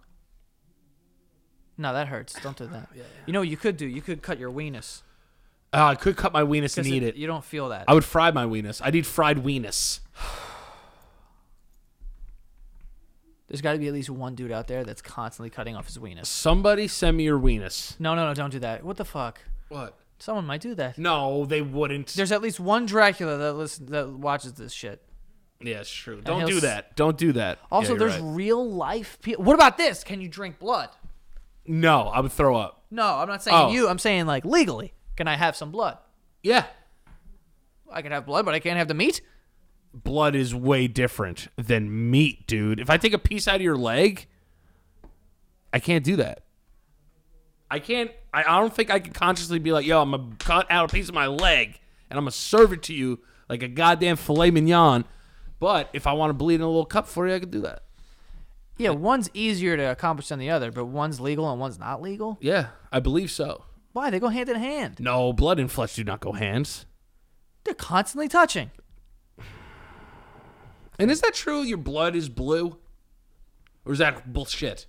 Speaker 2: No, that hurts. Don't do that. You know what you could do? You could cut your weenus.
Speaker 1: Uh, I could cut my weenus and
Speaker 2: 'Cause
Speaker 1: eat it.
Speaker 2: You don't feel that.
Speaker 1: I would fry my weenus. I'd eat fried weenus.
Speaker 2: There's got to be at least one dude out there that's constantly cutting off his weenus.
Speaker 1: Somebody send me your weenus.
Speaker 2: No, no, no, don't do that. What the fuck?
Speaker 1: What?
Speaker 2: Someone might do that.
Speaker 1: No, they wouldn't.
Speaker 2: There's at least one Dracula that listen that watches this shit.
Speaker 1: Yeah, it's true. Don't
Speaker 2: he'll
Speaker 1: do
Speaker 2: s-
Speaker 1: that. Don't do that. Yeah,
Speaker 2: Also,
Speaker 1: you're
Speaker 2: there's
Speaker 1: right.
Speaker 2: real life people. What about this? Can you drink blood?
Speaker 1: no. I would throw up.
Speaker 2: No, I'm not saying
Speaker 1: Oh.
Speaker 2: you. I'm saying like legally, can I have some blood?
Speaker 1: Yeah,
Speaker 2: I can have blood, but I can't have the meat.
Speaker 1: blood is way different than meat, dude. If I take a piece out of your leg, I can't do that. I can't. I, I don't think I can consciously be like, yo, I'm gonna cut out a piece of my leg and I'm gonna serve it to you like a goddamn filet mignon. But if I want to bleed in a little cup for you, I could do that.
Speaker 2: Yeah, one's easier to accomplish than the other, but one's legal and one's not legal.
Speaker 1: Yeah, I believe so.
Speaker 2: Why? They go hand in hand.
Speaker 1: No, blood and flesh do not go hands.
Speaker 2: They're constantly touching.
Speaker 1: And is that true? Your blood is blue, or is that bullshit?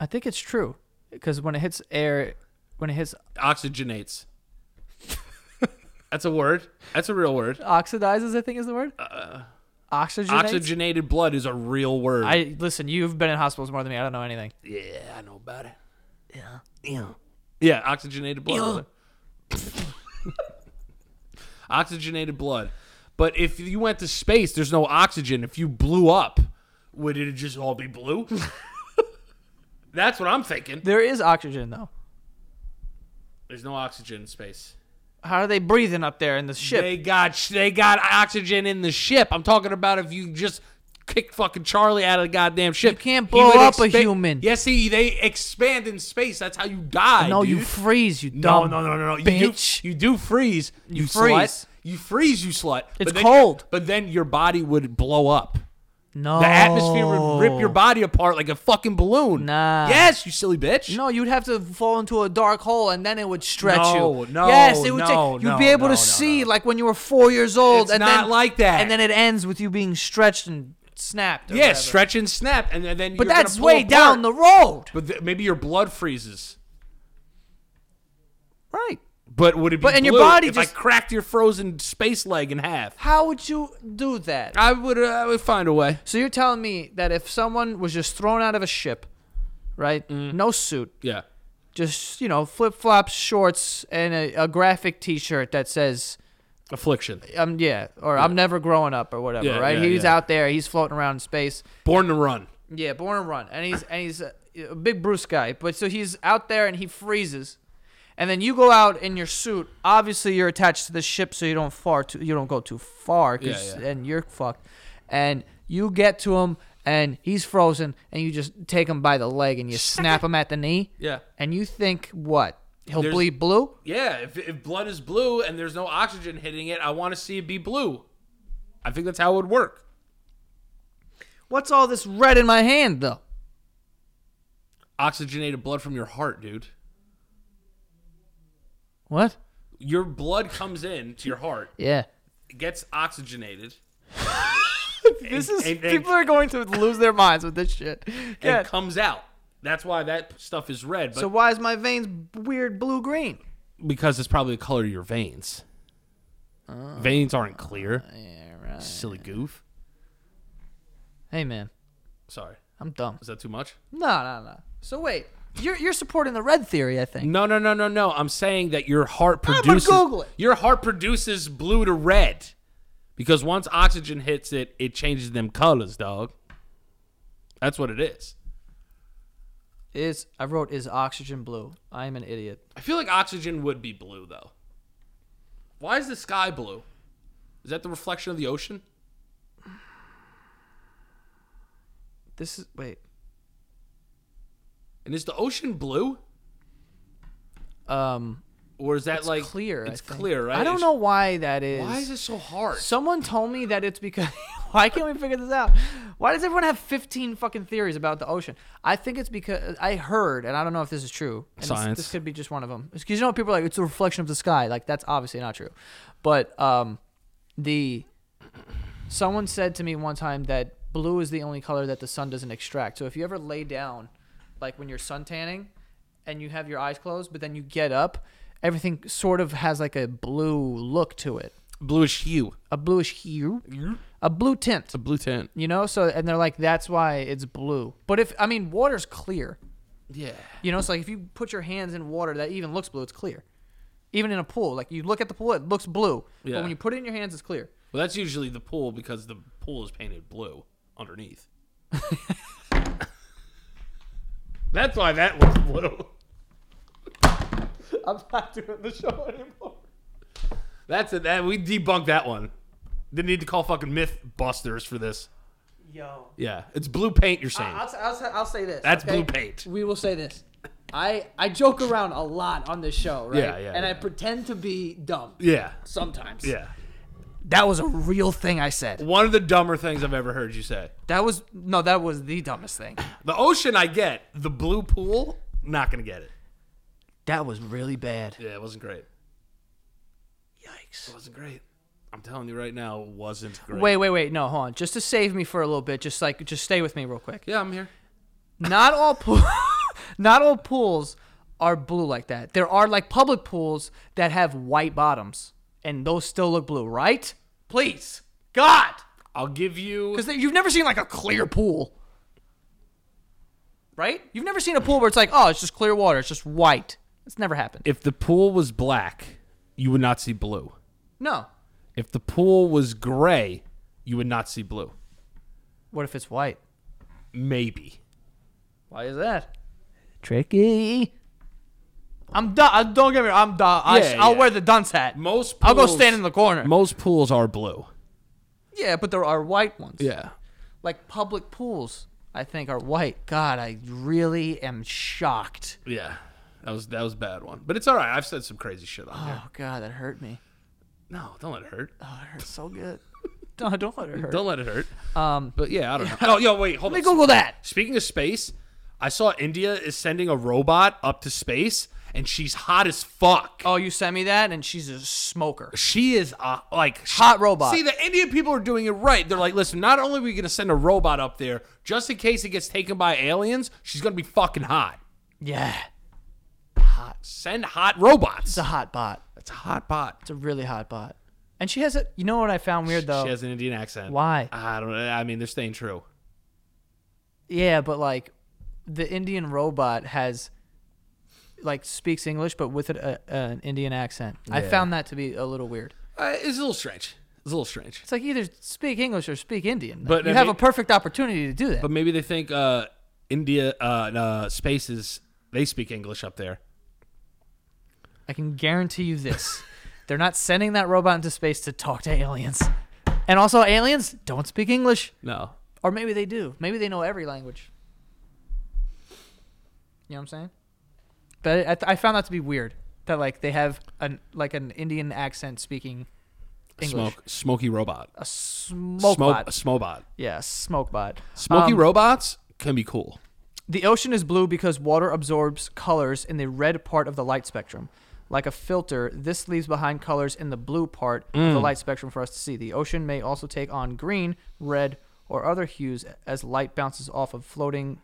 Speaker 2: I think it's true because when it hits air, when it hits
Speaker 1: Oxygenates. That's a word. That's a real word.
Speaker 2: oxidizes, I think is the word. Uh, Oxygen.
Speaker 1: Oxygenated blood is a real word.
Speaker 2: I listen. You've been in hospitals more than me. I don't know anything.
Speaker 1: yeah, I know about it. Yeah. Yeah. Yeah, oxygenated blood. oxygenated blood. But if you went to space, there's no oxygen. If you blew up, would it just all be blue? That's what I'm thinking.
Speaker 2: There is oxygen though.
Speaker 1: There's no oxygen in space.
Speaker 2: How are they breathing up there in the ship?
Speaker 1: They got they got oxygen in the ship. I'm talking about if you just kick fucking Charlie out of the goddamn ship. You
Speaker 2: can't blow up a human.
Speaker 1: Yes, see, they expand in space. That's how you die.
Speaker 2: no,
Speaker 1: dude.
Speaker 2: you freeze. You
Speaker 1: no,
Speaker 2: dumb.
Speaker 1: no, no, no, no. You
Speaker 2: bitch.
Speaker 1: do you do freeze. You,
Speaker 2: freeze.
Speaker 1: Slut. You freeze. You slut.
Speaker 2: It's
Speaker 1: then-
Speaker 2: cold.
Speaker 1: But then your body would blow up.
Speaker 2: No.
Speaker 1: The atmosphere would rip your body apart like a fucking balloon.
Speaker 2: Oh. Nah.
Speaker 1: Yes, you silly bitch.
Speaker 2: No, you'd have to fall into a dark hole, and then it would stretch
Speaker 1: No,
Speaker 2: you.
Speaker 1: no,
Speaker 2: yes, it would.
Speaker 1: no,
Speaker 2: take, you'd
Speaker 1: no,
Speaker 2: be
Speaker 1: no,
Speaker 2: able
Speaker 1: no,
Speaker 2: to see
Speaker 1: no.
Speaker 2: like when you were four years old,
Speaker 1: It's
Speaker 2: and
Speaker 1: not
Speaker 2: then,
Speaker 1: like that.
Speaker 2: And then it ends with you being stretched and snapped. Or
Speaker 1: Yeah,
Speaker 2: whatever.
Speaker 1: stretch and snap, and then- then.
Speaker 2: But
Speaker 1: you're gonna
Speaker 2: that's
Speaker 1: pull
Speaker 2: way
Speaker 1: apart.
Speaker 2: down the road,
Speaker 1: But th- maybe your blood freezes.
Speaker 2: right?
Speaker 1: But would it be
Speaker 2: But- and your
Speaker 1: blue
Speaker 2: body
Speaker 1: if
Speaker 2: just-
Speaker 1: I cracked your frozen space leg in half?
Speaker 2: How would you do that?
Speaker 1: I would uh, I would find a way.
Speaker 2: So you're telling me that if someone was just thrown out of a ship, right?
Speaker 1: Mm.
Speaker 2: No suit,
Speaker 1: Yeah.
Speaker 2: just you know, flip flops, shorts, and a, a graphic T-shirt that says
Speaker 1: Affliction.
Speaker 2: um yeah or i'm never growing up or whatever
Speaker 1: Yeah,
Speaker 2: right
Speaker 1: yeah,
Speaker 2: he's
Speaker 1: yeah.
Speaker 2: out there he's floating around in space
Speaker 1: Born to run.
Speaker 2: yeah born and run and he's and he's a, a big bruce guy but so he's out there and he freezes and then you go out in your suit obviously you're attached to the ship so you don't far too you don't go too far 'cause-
Speaker 1: Yeah, yeah.
Speaker 2: and you're fucked and you get to him and he's frozen and you just take him by the leg and you snap him at the knee
Speaker 1: Yeah.
Speaker 2: and you think what he'll
Speaker 1: There's-
Speaker 2: bleed blue
Speaker 1: Yeah. If, if blood is blue and there's no oxygen hitting it, I want to see it be blue. I think that's how it would work.
Speaker 2: what's all this red in my hand though
Speaker 1: Oxygenated blood from your heart, dude.
Speaker 2: what
Speaker 1: Your blood comes in to your heart,
Speaker 2: yeah
Speaker 1: it gets oxygenated,
Speaker 2: This is
Speaker 1: and- and-
Speaker 2: people are going to lose their minds with this shit. Yeah.
Speaker 1: and comes out. That's why that stuff is red, but
Speaker 2: So why is my veins weird blue green?
Speaker 1: because it's probably the color of your veins. veins aren't clear. Silly goof.
Speaker 2: Hey man,
Speaker 1: Sorry.
Speaker 2: I'm dumb.
Speaker 1: Is that too much?
Speaker 2: No, no, no. So wait, you're you're supporting the red theory, I think.
Speaker 1: No, no, no, no, no. I'm saying that your heart
Speaker 2: gonna
Speaker 1: produces
Speaker 2: Google it.
Speaker 1: your heart produces blue to red because once oxygen hits it, it changes them colors, dog. That's what it is.
Speaker 2: Is I wrote is oxygen blue? I am an idiot.
Speaker 1: I feel like oxygen would be blue though. Why is the sky blue? Is that the reflection of the ocean?
Speaker 2: This is wait.
Speaker 1: And is the ocean blue,
Speaker 2: Um,
Speaker 1: or is that like
Speaker 2: clear. I
Speaker 1: It's
Speaker 2: think.
Speaker 1: clear, right?
Speaker 2: I don't
Speaker 1: It's-
Speaker 2: know why that is.
Speaker 1: Why is it so hard?
Speaker 2: Someone told me that it's because. why can't we figure this out? Why does everyone have 15 fucking theories about the ocean? I think it's because I heard, and I don't know if this is true. And this-
Speaker 1: Science.
Speaker 2: This, could be just one of them. Because you know, people are like, it's a reflection of the sky. Like, that's obviously not true. But um, the. Someone said to me one time that blue is the only color that the sun doesn't extract. So if you ever lay down, like when you're suntanning and you have your eyes closed, but then you get up, everything sort of has like a blue look to it
Speaker 1: Bluish hue,
Speaker 2: a bluish hue, a blue tint.
Speaker 1: a blue tint.
Speaker 2: You know, so and they're like, that's why it's blue. But if I mean, water's clear.
Speaker 1: Yeah.
Speaker 2: You know, so like if you put your hands in water that even looks blue, it's clear. Even in a pool, like you look at the pool, it looks blue.
Speaker 1: Yeah.
Speaker 2: But when you put it in your hands, it's clear.
Speaker 1: Well, that's usually the pool because the pool is painted blue underneath. that's why that was blue.
Speaker 2: I'm not doing the show anymore.
Speaker 1: That's it. That we debunked that one. They need to call fucking MythBusters for this.
Speaker 2: Yo.
Speaker 1: Yeah, it's blue paint. You're saying
Speaker 2: I'll, I'll, I'll say this.
Speaker 1: That's
Speaker 2: Uh, okay?
Speaker 1: blue paint.
Speaker 2: We will say this. I I joke around a lot on this show, right?
Speaker 1: Yeah, yeah,
Speaker 2: And I
Speaker 1: yeah.
Speaker 2: pretend to be dumb
Speaker 1: yeah,
Speaker 2: sometimes.
Speaker 1: yeah.
Speaker 2: That was a real thing I said.
Speaker 1: One of the dumber things I've ever heard you say.
Speaker 2: That was no, that was the dumbest thing.
Speaker 1: The ocean, I get. The blue pool, not gonna get it.
Speaker 2: That was really bad.
Speaker 1: Yeah, it wasn't great.
Speaker 2: Yikes.
Speaker 1: It wasn't great. I'm telling you right now, it wasn't great.
Speaker 2: Wait, wait, wait. No, hold on. Just to save me for a little bit, just like just stay with me real quick.
Speaker 1: Yeah, I'm here.
Speaker 2: Not all pool, not all pools are blue like that. There are like public pools that have white bottoms, and those still look blue, right? Please, God,
Speaker 1: I'll give you.
Speaker 2: because you've never seen like a clear pool, right? You've never seen a pool where it's like, oh, it's just clear water, it's just white. It's never happened.
Speaker 1: If the pool was black, you would not see blue.
Speaker 2: No.
Speaker 1: If the pool was gray, you would not see blue.
Speaker 2: What if it's white?
Speaker 1: Maybe.
Speaker 2: Why is that? Tricky. I'm done. Don't get me. wrong, I'm done. I,
Speaker 1: Yeah,
Speaker 2: I'll
Speaker 1: yeah.
Speaker 2: wear the dunce hat.
Speaker 1: Most.
Speaker 2: I'll
Speaker 1: Pools,
Speaker 2: go stand in the corner.
Speaker 1: Most pools are blue.
Speaker 2: Yeah, but there are white ones.
Speaker 1: Yeah.
Speaker 2: Like public pools, I think are white. God, I really am shocked.
Speaker 1: Yeah. That was that was a bad one, but it's all right. I've said some crazy shit on here.
Speaker 2: Oh God, that hurt me.
Speaker 1: No, don't let it hurt.
Speaker 2: Oh, it hurts so good. don't, don't let it hurt.
Speaker 1: Don't let it hurt. Um, but yeah, I don't know. Oh, yo, wait, hold
Speaker 2: Let me
Speaker 1: on.
Speaker 2: Google that.
Speaker 1: Speaking of space, I saw India is sending a robot up to space, and she's hot as fuck.
Speaker 2: Oh, you sent me that, and she's a smoker.
Speaker 1: She is uh, like
Speaker 2: Hot robot.
Speaker 1: See, the Indian people are doing it right. They're like, listen, not only are we going to send a robot up there, just in case it gets taken by aliens, she's going to be fucking hot.
Speaker 2: Yeah,
Speaker 1: Send hot robots.
Speaker 2: it's a hot bot.
Speaker 1: That's a hot bot.
Speaker 2: It's a really hot bot. And she has a. You know what I found weird though.
Speaker 1: She has an Indian accent.
Speaker 2: Why?
Speaker 1: I don't know. I mean, they're staying true.
Speaker 2: Yeah, but like, the Indian robot has. Like speaks English, but with an, a, an Indian accent. I
Speaker 1: Yeah.
Speaker 2: found that to be a little weird.
Speaker 1: Uh, it's a little strange. It's a little strange.
Speaker 2: It's like either speak English or speak Indian.
Speaker 1: But,
Speaker 2: you
Speaker 1: I
Speaker 2: have
Speaker 1: mean-
Speaker 2: a perfect opportunity to do that.
Speaker 1: But maybe they think uh, India uh, uh, spaces they speak English up there.
Speaker 2: I can guarantee you this: they're not sending that robot into space to talk to aliens. And also, aliens don't speak English,
Speaker 1: No,
Speaker 2: or maybe they do. Maybe they know every language. You know what I'm saying? But I, I found that to be weird. That like they have an like an Indian accent speaking English.
Speaker 1: smoke smoky robot.
Speaker 2: A smoke,
Speaker 1: Smoke,
Speaker 2: bot.
Speaker 1: smobot.
Speaker 2: Yeah, smoke bot.
Speaker 1: Smoky
Speaker 2: Um,
Speaker 1: robots can be cool.
Speaker 2: The ocean is blue because water absorbs colors in the red part of the light spectrum. Like a filter, this leaves behind colors in the blue part of
Speaker 1: Mm.
Speaker 2: the light spectrum for us to see. The ocean may also take on green, red, or other hues as light bounces off of floating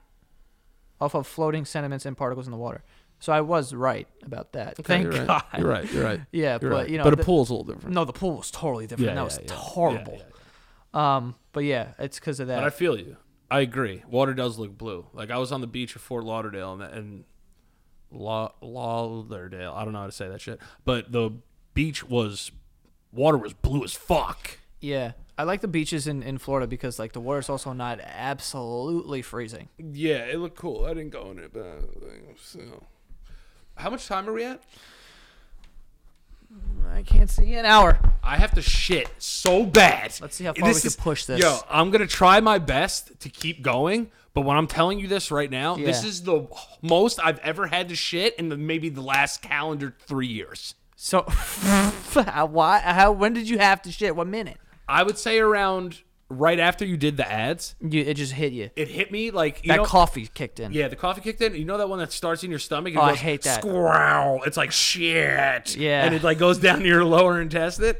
Speaker 2: off of floating sediments and particles in the water. So I was right about that. Thank
Speaker 1: you're right.
Speaker 2: God.
Speaker 1: You're right. You're right.
Speaker 2: Yeah,
Speaker 1: You're
Speaker 2: but,
Speaker 1: right.
Speaker 2: you know,
Speaker 1: but a
Speaker 2: the-
Speaker 1: pool's a little different.
Speaker 2: No, the pool was totally different.
Speaker 1: Yeah,
Speaker 2: that
Speaker 1: yeah,
Speaker 2: was
Speaker 1: yeah.
Speaker 2: horrible.
Speaker 1: Yeah, yeah,
Speaker 2: Um, but yeah, it's because of
Speaker 1: But I
Speaker 2: that.
Speaker 1: feel you. I agree. Water does look blue. Like I was on the beach of Fort Lauderdale and, and La- Lauderdale. I don't know how to say that shit. But the beach was water was blue as fuck.
Speaker 2: yeah, I like the beaches in in Florida because like the water's also not absolutely freezing.
Speaker 1: Yeah, it looked cool. I didn't go in it, but uh, so. How much time are we at?
Speaker 2: I can't see an hour.
Speaker 1: I have to shit so bad.
Speaker 2: Let's see how far we can push this.
Speaker 1: Yo, I'm gonna try my best to keep going, but when I'm telling you this right now, this
Speaker 2: Yeah.
Speaker 1: is the most I've ever had to shit in the, maybe the last calendar three years.
Speaker 2: So, how, why? How? When did you have to shit? What minute?
Speaker 1: I would say around right after you did the ads,
Speaker 2: You, it just hit you.
Speaker 1: it hit me like you
Speaker 2: that
Speaker 1: know,
Speaker 2: coffee kicked in.
Speaker 1: yeah, the coffee kicked in. You know that one that starts in your stomach? And
Speaker 2: Oh, I
Speaker 1: goes,
Speaker 2: hate that.
Speaker 1: Squirrel. It's like shit.
Speaker 2: Yeah.
Speaker 1: and it like goes down to your lower intestine.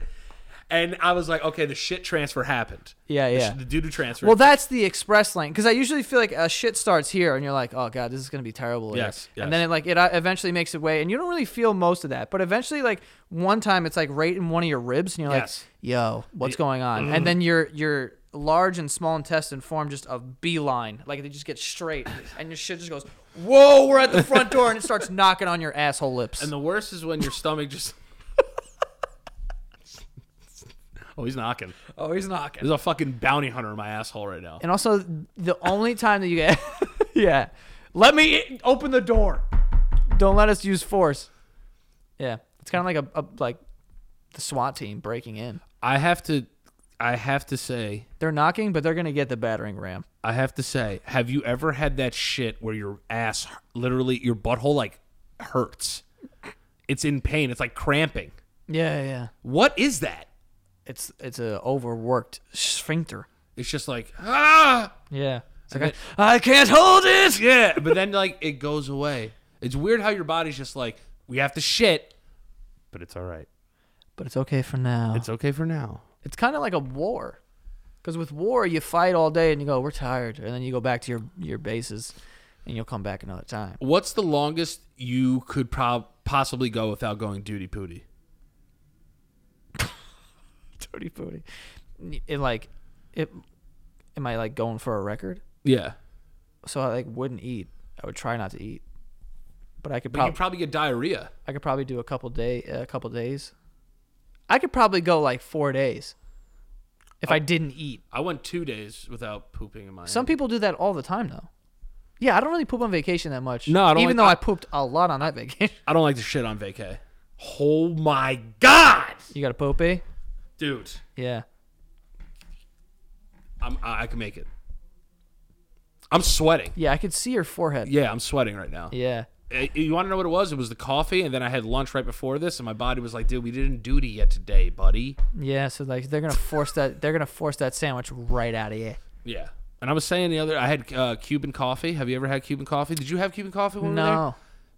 Speaker 1: And I was like, okay, the shit transfer happened.
Speaker 2: Yeah,
Speaker 1: The sh-
Speaker 2: yeah.
Speaker 1: The doo doo transfer.
Speaker 2: Well, that's the express lane because I usually feel like a shit starts here, and you're like, "Oh God, this is gonna be terrible." later."
Speaker 1: Yes,
Speaker 2: And then
Speaker 1: yes.
Speaker 2: it like it uh, eventually makes its way, and you don't really feel most of that. But eventually, like one time, it's like right in one of your ribs, and you're
Speaker 1: Yes. Mm-hmm.
Speaker 2: like, "Yo, what's going on?" And then your your large and small intestine form just a beeline, like they just get straight, and your shit just goes, "Whoa, we're at the front door," and it starts knocking on your asshole lips.
Speaker 1: And the worst is when your stomach just. oh, he's knocking.
Speaker 2: oh, he's knocking.
Speaker 1: There's a fucking bounty hunter in my asshole right now.
Speaker 2: And also, the only time that you get, yeah, let me in- open the door. Don't let us use force. Yeah, it's kind of like a, a like the SWAT team breaking in.
Speaker 1: I have to. I have to say,
Speaker 2: They're knocking, but they're gonna get the battering ram.
Speaker 1: I have to say, have you ever had that shit where your ass, literally, your butthole like hurts? It's in pain. It's like cramping.
Speaker 2: Yeah, yeah.
Speaker 1: What is that?
Speaker 2: It's it's a overworked sphincter.
Speaker 1: It's just like ah,
Speaker 2: Yeah. It's like I, I can't hold it.
Speaker 1: yeah. But then like it goes away. It's weird how your body's just like we have to shit, but it's all right.
Speaker 2: But it's okay for now.
Speaker 1: It's okay for now.
Speaker 2: it's kind of like a war because with war you fight all day and you go we're tired and then you go back to your your bases and you'll come back another time
Speaker 1: What's the longest you could prob- possibly go without going duty pooty?
Speaker 2: Tooty booty it like it am i like going for a record
Speaker 1: Yeah.
Speaker 2: so i like wouldn't eat i would try not to eat but i could
Speaker 1: But you
Speaker 2: probably
Speaker 1: probably get diarrhea.
Speaker 2: i could probably do a couple day a couple days i could probably go like four days if
Speaker 1: Oh.
Speaker 2: i didn't eat
Speaker 1: I went two days without pooping in my.
Speaker 2: Some people do that all the time, though. Yeah, I don't really poop on vacation that much.
Speaker 1: No, I don't like-
Speaker 2: Even though I,
Speaker 1: I-
Speaker 2: pooped a lot on that vacation.
Speaker 1: I don't like to shit on vacay. Oh my god,
Speaker 2: you got a
Speaker 1: eh?
Speaker 2: poopy?
Speaker 1: dude!
Speaker 2: Yeah.
Speaker 1: I'm, I, I can make it. I'm sweating.
Speaker 2: Yeah, I could see your forehead. Yeah.
Speaker 1: Yeah, I'm sweating right now. Uh, You want to know what it was? It was the coffee, and then I had lunch right before this, and my body was like, "Dude, we didn't duty yet today, buddy."
Speaker 2: Yeah, so like they're gonna force that they're gonna force that sandwich right out of you.
Speaker 1: Yeah. And I was saying the other, I had uh, Cuban coffee. Have you ever had Cuban coffee? Did you have Cuban coffee when we were there?
Speaker 2: No.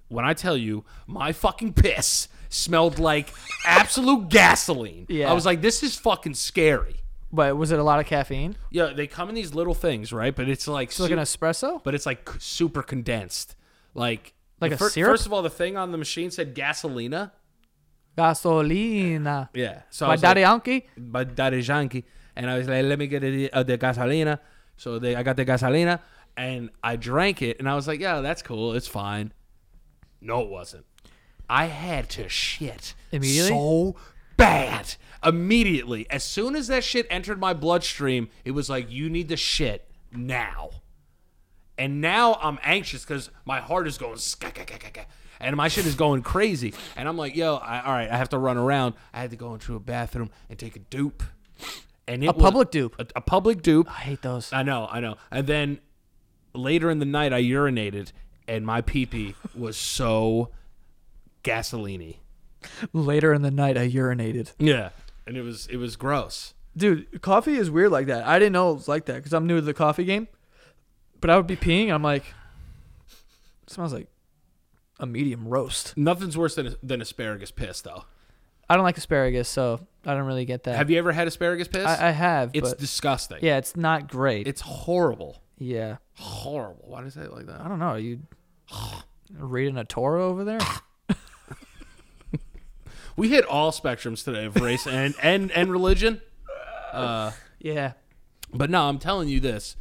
Speaker 1: when I tell you my fucking piss smelled like absolute gasoline.
Speaker 2: Yeah.
Speaker 1: I was like, this is fucking scary.
Speaker 2: But was it a lot of caffeine?
Speaker 1: Yeah, they come in these little things, right? But it's like,
Speaker 2: It's like
Speaker 1: su-
Speaker 2: an espresso?
Speaker 1: but it's like c- super condensed. Like,
Speaker 2: Like
Speaker 1: the
Speaker 2: a syrup?
Speaker 1: First of all, the thing on the machine said gasolina.
Speaker 2: Gasolina.
Speaker 1: Yeah. So I
Speaker 2: By
Speaker 1: was like,
Speaker 2: Daddy Anki?
Speaker 1: by Daddy Yankee, and I was like, let me get the, uh, the gasolina. So they, I got the gasolina, and I drank it, and I was like, yeah, that's cool, it's fine. No, it wasn't. I had to shit
Speaker 2: Immediately?
Speaker 1: so bad immediately. As soon as that shit entered my bloodstream, it was like, you need to shit now. And now I'm anxious because my heart is going ska, ka, ka, ka, ka, and my shit is going crazy. And I'm like, yo, I, all right, I have to run around. I had to go into a bathroom and take a dupe. And it a
Speaker 2: public dupe?
Speaker 1: A, a public dupe.
Speaker 2: I hate those.
Speaker 1: I know, I know. And then later in the night, I urinated, and my pee pee was so gasoline
Speaker 2: Later in the night I urinated.
Speaker 1: Yeah. And it was it was gross.
Speaker 2: Dude, coffee is weird like that. I didn't know it was like that because I'm new to the coffee game. But I would be peeing. I'm like, it smells like a medium roast.
Speaker 1: Nothing's worse than than asparagus piss, though.
Speaker 2: I don't like asparagus, so I don't really get that.
Speaker 1: Have you ever had asparagus piss?
Speaker 2: I, I have,
Speaker 1: it's
Speaker 2: but
Speaker 1: disgusting.
Speaker 2: yeah, it's not great.
Speaker 1: It's horrible.
Speaker 2: yeah,
Speaker 1: horrible. Why did I say it like
Speaker 2: I
Speaker 1: that?
Speaker 2: don't know. Are you reading a Torah over there?
Speaker 1: We hit all spectrums today of race and and and religion.
Speaker 2: yeah,
Speaker 1: But no, I'm telling you this.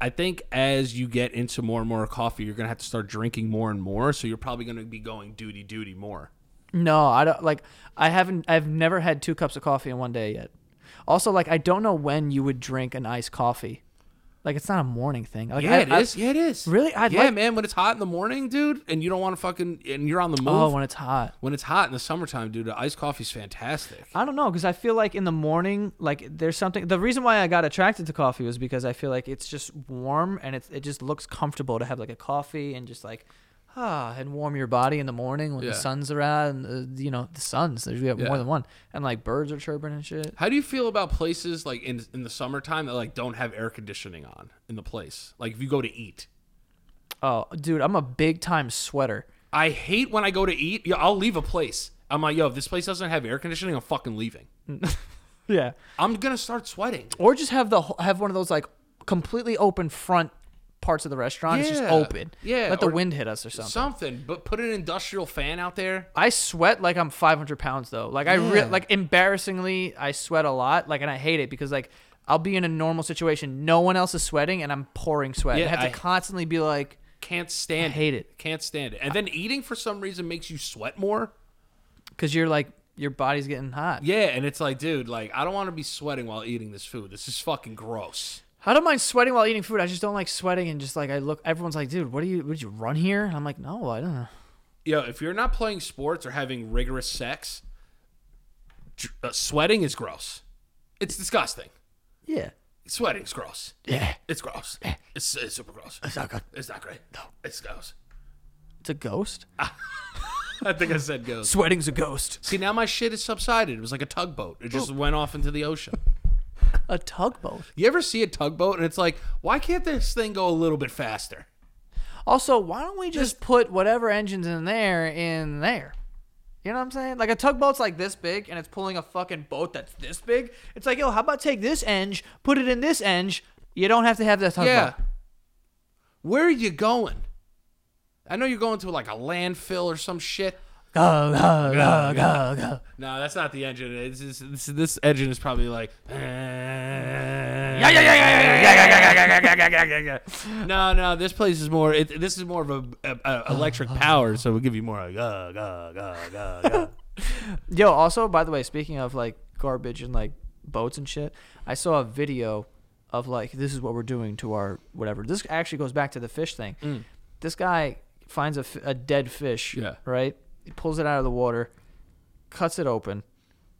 Speaker 1: I think as you get into more and more coffee, you're gonna have to start drinking more and more. So you're probably gonna be going duty duty more.
Speaker 2: no, I don't like. I haven't. I've never had two cups of coffee in one day yet. Also, like, I don't know when you would drink an iced coffee. Like, it's not a morning thing. Like,
Speaker 1: Yeah,
Speaker 2: I,
Speaker 1: it
Speaker 2: I-
Speaker 1: is. Yeah, it is.
Speaker 2: Really? I'd
Speaker 1: yeah,
Speaker 2: like-
Speaker 1: man. When it's hot in the morning, dude, and you don't want to fucking and you're on the move.
Speaker 2: oh, when it's hot.
Speaker 1: when it's hot in the summertime, dude, the iced coffee's fantastic.
Speaker 2: I don't know because I feel like in the morning, like there's something. The reason why I got attracted to coffee was because I feel like it's just warm and it's it just looks comfortable to have like a coffee and just like ah and warm your body in the morning when
Speaker 1: Yeah.
Speaker 2: the sun's around. And, uh, you know the suns. There's we have
Speaker 1: Yeah.
Speaker 2: more than one and like birds are chirping and shit.
Speaker 1: How do you feel about places like in in the summertime that like don't have air conditioning on in the place? Like if you go to eat,
Speaker 2: Oh, dude, I'm a big time sweater.
Speaker 1: I hate when I go to eat. Yeah, I'll leave a place. I'm like, yo, if this place doesn't have air conditioning, I'm fucking leaving.
Speaker 2: Yeah.
Speaker 1: I'm gonna start sweating.
Speaker 2: Or just have the wh- have one of those like completely open front parts of the restaurant. It's
Speaker 1: Yeah.
Speaker 2: just open.
Speaker 1: Yeah,
Speaker 2: Let the
Speaker 1: or-
Speaker 2: wind hit us or something.
Speaker 1: Something, but put an industrial fan out there.
Speaker 2: I sweat like I'm 500 pounds though. Like I re-
Speaker 1: Yeah.
Speaker 2: like embarrassingly, I sweat a lot. Like and I hate it because like I'll be in a normal situation, no one else is sweating, and I'm pouring sweat.
Speaker 1: Yeah,
Speaker 2: I have to
Speaker 1: I-
Speaker 2: constantly be like,
Speaker 1: Can't stand.
Speaker 2: I hate it.
Speaker 1: Can't stand it. And then eating for some reason makes you sweat more.
Speaker 2: because you're like your body's getting hot.
Speaker 1: Yeah, and it's like, dude, like I don't want to be sweating while eating this food. This is fucking gross.
Speaker 2: I don't mind sweating while eating food. I just don't like sweating and just like I look. Everyone's like, dude, what do you? Would you run here? And I'm like, no, I don't know.
Speaker 1: Yo, if you're not playing sports or having rigorous sex, dr- uh, sweating is gross. It's disgusting.
Speaker 2: Yeah.
Speaker 1: Sweating's gross.
Speaker 2: Yeah.
Speaker 1: It's gross. It's, it's super gross.
Speaker 2: It's not good.
Speaker 1: It's not great. No. It's gross.
Speaker 2: It's a ghost.
Speaker 1: I think I said ghost.
Speaker 2: Sweating's a ghost.
Speaker 1: See, now my shit is subsided. It was like a tugboat. It just went off into the ocean.
Speaker 2: A tugboat.
Speaker 1: You ever see a tugboat and it's like, why can't this thing go a little bit faster?
Speaker 2: Also, why don't we just put whatever engines in there in there? You know what I'm saying? Like a tugboat's like this big and it's pulling a fucking boat that's this big. It's like, yo, how about take this eng, put it in this eng. You don't have to have that tugboat.
Speaker 1: Yeah. Where are you going? I know you're going to like a landfill or some shit.
Speaker 2: Go, go, go, go, go.
Speaker 1: No, that's not the engine. It's just, this, this engine is probably like.
Speaker 2: Yeah, yeah, yeah, yeah, yeah, yeah, yeah, yeah, yeah, yeah, yeah, yeah, yeah.
Speaker 1: No, no, this place is more. It, this is more of a, a, a electric power, so we'll give you more. Like, uh, uh, uh, uh, uh.
Speaker 2: Yo, also, by the way, speaking of like garbage and like boats and shit, I saw a video of like this is what we're doing to our whatever. This actually goes back to the fish thing. This guy finds a, f- a dead fish,
Speaker 1: Yeah.
Speaker 2: right? He pulls it out of the water, cuts it open,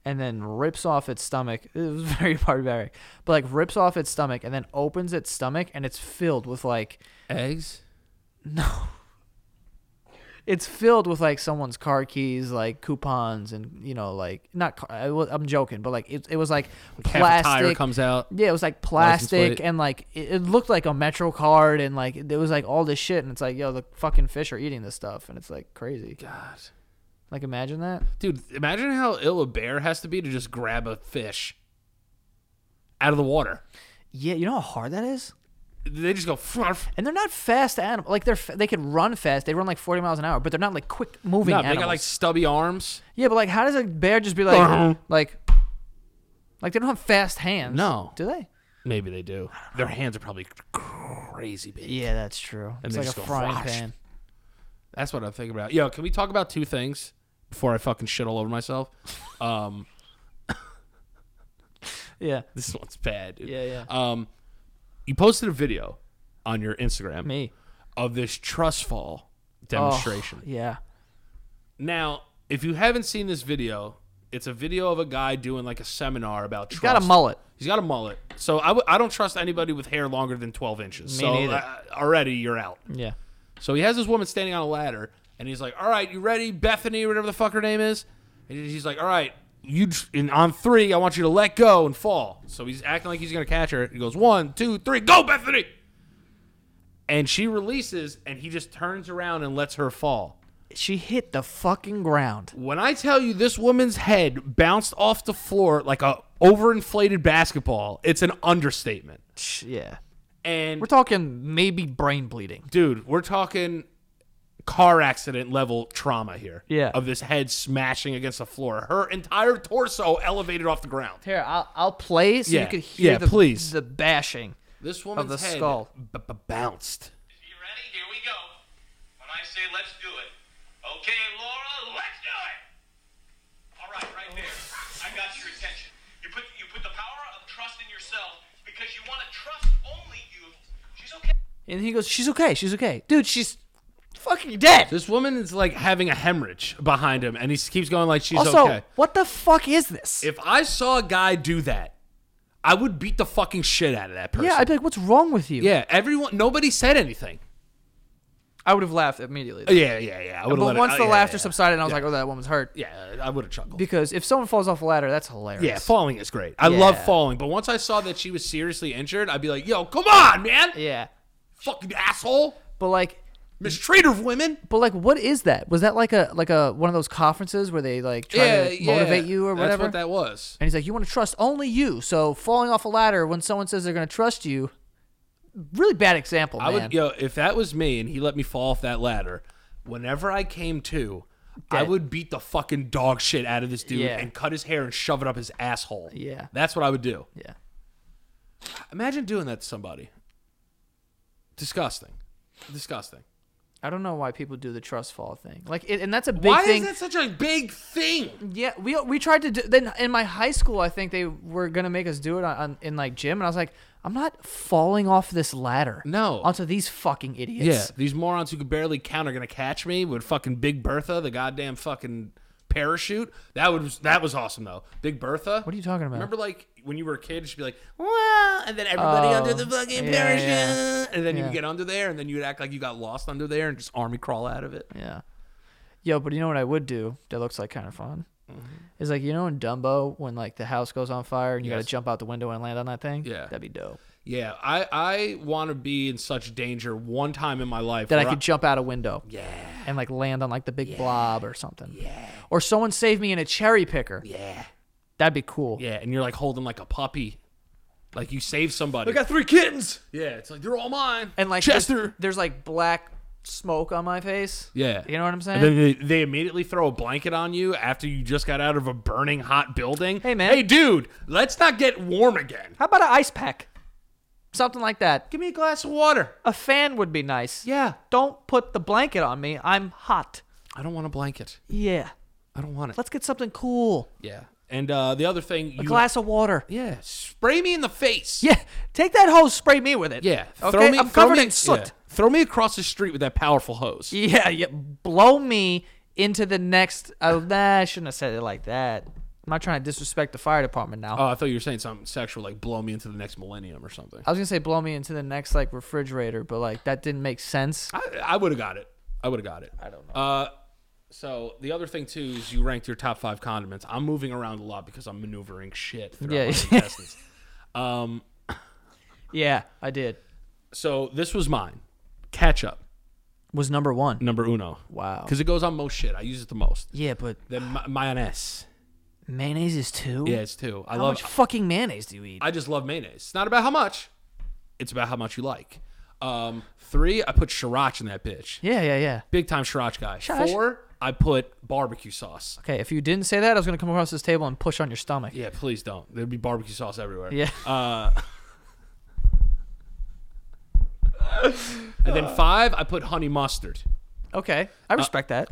Speaker 2: and then rips off its stomach. It was very barbaric, but like rips off its stomach and then opens its stomach and it's filled with like
Speaker 1: Eggs.
Speaker 2: it's filled with like someone's car keys, like coupons, and you know, like not. Car, I, wa- I'm joking, but like it, it was like
Speaker 1: Half a
Speaker 2: plastic.
Speaker 1: tire comes out.
Speaker 2: yeah, it was like
Speaker 1: License
Speaker 2: plastic,
Speaker 1: plate.
Speaker 2: and like it, it looked like a Metro card, and like it was like all this shit, and it's like, yo, the fucking fish are eating this stuff, and it's like crazy.
Speaker 1: God,
Speaker 2: Like imagine that.
Speaker 1: dude, imagine how ill a bear has to be to just grab a fish out of the water.
Speaker 2: Yeah, you know how hard that is.
Speaker 1: They just go. "Frrrf."
Speaker 2: And they're not fast animals. Like they're fa- they could run fast. They run like 40 miles an hour, but they're not like quick moving
Speaker 1: No,
Speaker 2: animals.
Speaker 1: they got like stubby arms.
Speaker 2: yeah, but like how does a bear just be like like like they don't have fast hands?
Speaker 1: No.
Speaker 2: do they?
Speaker 1: Maybe they do. Their hands are probably crazy big.
Speaker 2: Yeah, that's true. it's
Speaker 1: they
Speaker 2: like a
Speaker 1: just go
Speaker 2: frying
Speaker 1: frosh.
Speaker 2: pan.
Speaker 1: That's what I'm thinking about. Yo, can we talk about two things before I fucking shit all over myself? Um,
Speaker 2: Yeah.
Speaker 1: this one's bad. Dude.
Speaker 2: Yeah, yeah.
Speaker 1: Um, you posted a video on your Instagram
Speaker 2: Me.
Speaker 1: of this trust fall demonstration.
Speaker 2: Oh, yeah.
Speaker 1: Now, if you haven't seen this video, it's a video of a guy doing like a seminar about trust.
Speaker 2: Got a mullet.
Speaker 1: He's got a mullet. So I w- I don't trust anybody with hair longer than 12 inches.
Speaker 2: Me
Speaker 1: so
Speaker 2: neither.
Speaker 1: uh, already you're out.
Speaker 2: Yeah.
Speaker 1: So he has this woman standing on a ladder, and he's like, "All right, you ready, Bethany, whatever the fuck her name is?" And he's like, "All right, you tr- and on three, I want you to let go and fall." So he's acting like he's gonna catch her. He goes, one, two, three, go, Bethany!" And she releases, and he just turns around and lets her fall.
Speaker 2: She hit the fucking ground.
Speaker 1: When I tell you this woman's head bounced off the floor like a overinflated basketball, it's an understatement.
Speaker 2: Sh- Yeah.
Speaker 1: And
Speaker 2: We're talking maybe brain bleeding.
Speaker 1: dude, we're talking car accident level trauma here.
Speaker 2: Yeah.
Speaker 1: Of this head smashing against the floor. Her entire torso elevated off the ground.
Speaker 2: Here, I'll, I'll play so
Speaker 1: Yeah.
Speaker 2: you could hear
Speaker 1: Yeah,
Speaker 2: the,
Speaker 1: please.
Speaker 2: the bashing.
Speaker 1: This woman's
Speaker 2: the
Speaker 1: head
Speaker 2: skull.
Speaker 1: b- b- bounced.
Speaker 3: Are you ready? Here we go. When I say let's do it. Okay, Laura, let's do it. All right, right there. I got your attention. You put you put the power of trust in yourself because you want to trust only you. She's okay.
Speaker 2: And he goes, She's okay. She's okay. Dude, she's fucking dead.
Speaker 1: This woman is like having a hemorrhage behind him, and he s- keeps going like she's
Speaker 2: also,
Speaker 1: okay.
Speaker 2: what the fuck is this?
Speaker 1: If I saw a guy do that, I would beat the fucking shit out of that person.
Speaker 2: yeah, I'd be like, What's wrong with you?
Speaker 1: yeah. Everyone, nobody said anything.
Speaker 2: I would have laughed immediately.
Speaker 1: Oh, Yeah, yeah, yeah. I would
Speaker 2: but once the laughter subsided, and I was
Speaker 1: Yeah.
Speaker 2: like, Oh, that woman's hurt.
Speaker 1: yeah, I would have chuckled.
Speaker 2: Because if someone falls off a ladder, that's hilarious.
Speaker 1: Yeah, falling is great. I
Speaker 2: Yeah.
Speaker 1: love falling, but once I saw that she was seriously injured, I'd be like, "Yo, come on, man!
Speaker 2: yeah.
Speaker 1: Fucking asshole,
Speaker 2: But like,
Speaker 1: mistreater of women."
Speaker 2: But like, what is that? Was that like a like a one of those conferences where they like try
Speaker 1: yeah,
Speaker 2: to
Speaker 1: yeah.
Speaker 2: motivate you or
Speaker 1: That's
Speaker 2: whatever?
Speaker 1: what that was.
Speaker 2: and he's like, you want to trust only you. So falling off a ladder when someone says they're going to trust you, really bad example,
Speaker 1: I
Speaker 2: man.
Speaker 1: would, yo, if that was me and he let me fall off that ladder, whenever I came to, I
Speaker 2: Dead.
Speaker 1: would beat the fucking dog shit out of this dude
Speaker 2: Yeah.
Speaker 1: and cut his hair and shove it up his asshole.
Speaker 2: Yeah.
Speaker 1: that's what I would do.
Speaker 2: yeah,
Speaker 1: Imagine doing that to somebody. Disgusting, disgusting.
Speaker 2: I don't know why people do the trust fall thing. Like, it, and that's a big
Speaker 1: Why
Speaker 2: thing.
Speaker 1: is that such a big thing?
Speaker 2: Yeah, we we tried to do. Then in my high school, I think they were gonna make us do it on, on in like gym, and I was like, I'm not falling off this ladder.
Speaker 1: No.
Speaker 2: onto these fucking idiots.
Speaker 1: Yeah, these morons who could barely count are gonna catch me with fucking Big Bertha, the goddamn fucking parachute. That was that was awesome though. Big Bertha.
Speaker 2: What are you talking about?
Speaker 1: Remember like when you were a kid, she'd be like, "Wow," and then everybody
Speaker 2: Oh,
Speaker 1: under the fucking
Speaker 2: yeah,
Speaker 1: parachute,
Speaker 2: yeah.
Speaker 1: and then you
Speaker 2: Yeah.
Speaker 1: would get under there, and then you'd act like you got lost under there, and just army crawl out of it.
Speaker 2: Yeah. Yo, but you know what I would do that looks like kind of fun?
Speaker 1: Mm-hmm.
Speaker 2: Is like, you know, in Dumbo, when like the house goes on fire and you got
Speaker 1: Yes.
Speaker 2: to jump out the window and land on that thing?
Speaker 1: Yeah.
Speaker 2: That'd be dope.
Speaker 1: Yeah, I I want to be in such danger one time in my life
Speaker 2: That I
Speaker 1: where
Speaker 2: could jump out a window.
Speaker 1: yeah
Speaker 2: And like land on like the big blob or something. Yeah. Or someone save me in a cherry picker.
Speaker 1: yeah
Speaker 2: That'd be cool.
Speaker 1: yeah, and you're like holding like a puppy, like you save somebody.
Speaker 2: three kittens.
Speaker 1: yeah, it's like they're all mine.
Speaker 2: And like there's-
Speaker 1: Chester.
Speaker 2: There's, like black smoke on my face.
Speaker 1: Yeah.
Speaker 2: You know what I'm saying?
Speaker 1: And then they, they immediately throw a blanket on you after you just got out of a burning hot building.
Speaker 2: Hey, man.
Speaker 1: Hey, dude, let's not get warm again.
Speaker 2: How about an ice pack? Something like that.
Speaker 1: Give me a glass of water.
Speaker 2: A fan would be nice.
Speaker 1: Yeah.
Speaker 2: Don't put the blanket on me. I'm hot.
Speaker 1: I don't want a blanket.
Speaker 2: Yeah.
Speaker 1: I don't want it.
Speaker 2: Let's get something cool.
Speaker 1: yeah. And uh, the other thing, you,
Speaker 2: A glass of water.
Speaker 1: Yeah. Spray me in the face.
Speaker 2: Yeah. Take that hose, spray me with it.
Speaker 1: Yeah.
Speaker 2: Okay?
Speaker 1: Throw me.
Speaker 2: I'm
Speaker 1: throw
Speaker 2: covered
Speaker 1: me-
Speaker 2: in soot.
Speaker 1: yeah. Throw me across the street with that powerful hose.
Speaker 2: Yeah. yeah, Blow me into the next. Uh, nah, I shouldn't have said it like that. I'm not trying to disrespect the fire department now.
Speaker 1: Oh, I thought you were saying something sexual, like blow me into the next millennium or something.
Speaker 2: I was gonna say blow me into the next like refrigerator, but like that didn't make sense.
Speaker 1: I, I would have got it. I would have got it. I don't know. Uh, so the other thing too is you ranked your top five condiments. I'm moving around a lot because I'm maneuvering shit throughout
Speaker 2: Yeah.
Speaker 1: my intestines. um,
Speaker 2: Yeah, I did.
Speaker 1: so this was mine. Ketchup,
Speaker 2: Was number one.
Speaker 1: number uno.
Speaker 2: Wow.
Speaker 1: Because it goes on most shit. I use it the most.
Speaker 2: Yeah, but
Speaker 1: Then ma- mayonnaise.
Speaker 2: mayonnaise is two.
Speaker 1: Yeah, it's two. I
Speaker 2: How
Speaker 1: love.
Speaker 2: much fucking mayonnaise do you eat?
Speaker 1: I just love mayonnaise. It's not about how much. It's about how much you like. Um, three, I put sriracha in that bitch.
Speaker 2: yeah, yeah, yeah.
Speaker 1: Big time sriracha guy.
Speaker 2: Sriracha.
Speaker 1: Four, I put barbecue sauce.
Speaker 2: Okay, if you didn't say that, I was gonna come across this table and push on your stomach.
Speaker 1: Yeah, please don't. There'd be barbecue sauce everywhere.
Speaker 2: Yeah.
Speaker 1: And then five, I put honey mustard.
Speaker 2: Okay, I
Speaker 1: Uh,
Speaker 2: respect that.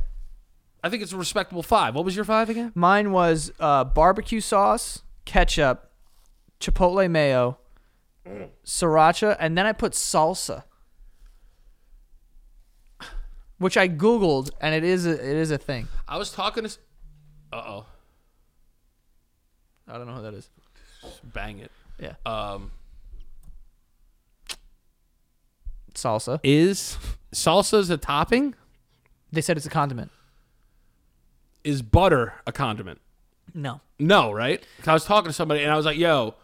Speaker 1: I think it's a respectable five. What was your five again?
Speaker 2: Mine was uh, barbecue sauce, ketchup, chipotle mayo, sriracha, and then I put salsa, which I googled, and it is a, it is a thing.
Speaker 1: I was talking to. Uh oh,
Speaker 2: I don't know who that is.
Speaker 1: bang it.
Speaker 2: Yeah,
Speaker 1: Um,
Speaker 2: salsa.
Speaker 1: is salsa's a topping?
Speaker 2: They said it's a condiment.
Speaker 1: Is butter a condiment?
Speaker 2: No,
Speaker 1: No, right? 'Cause I was talking to somebody and I was like, "Yo,"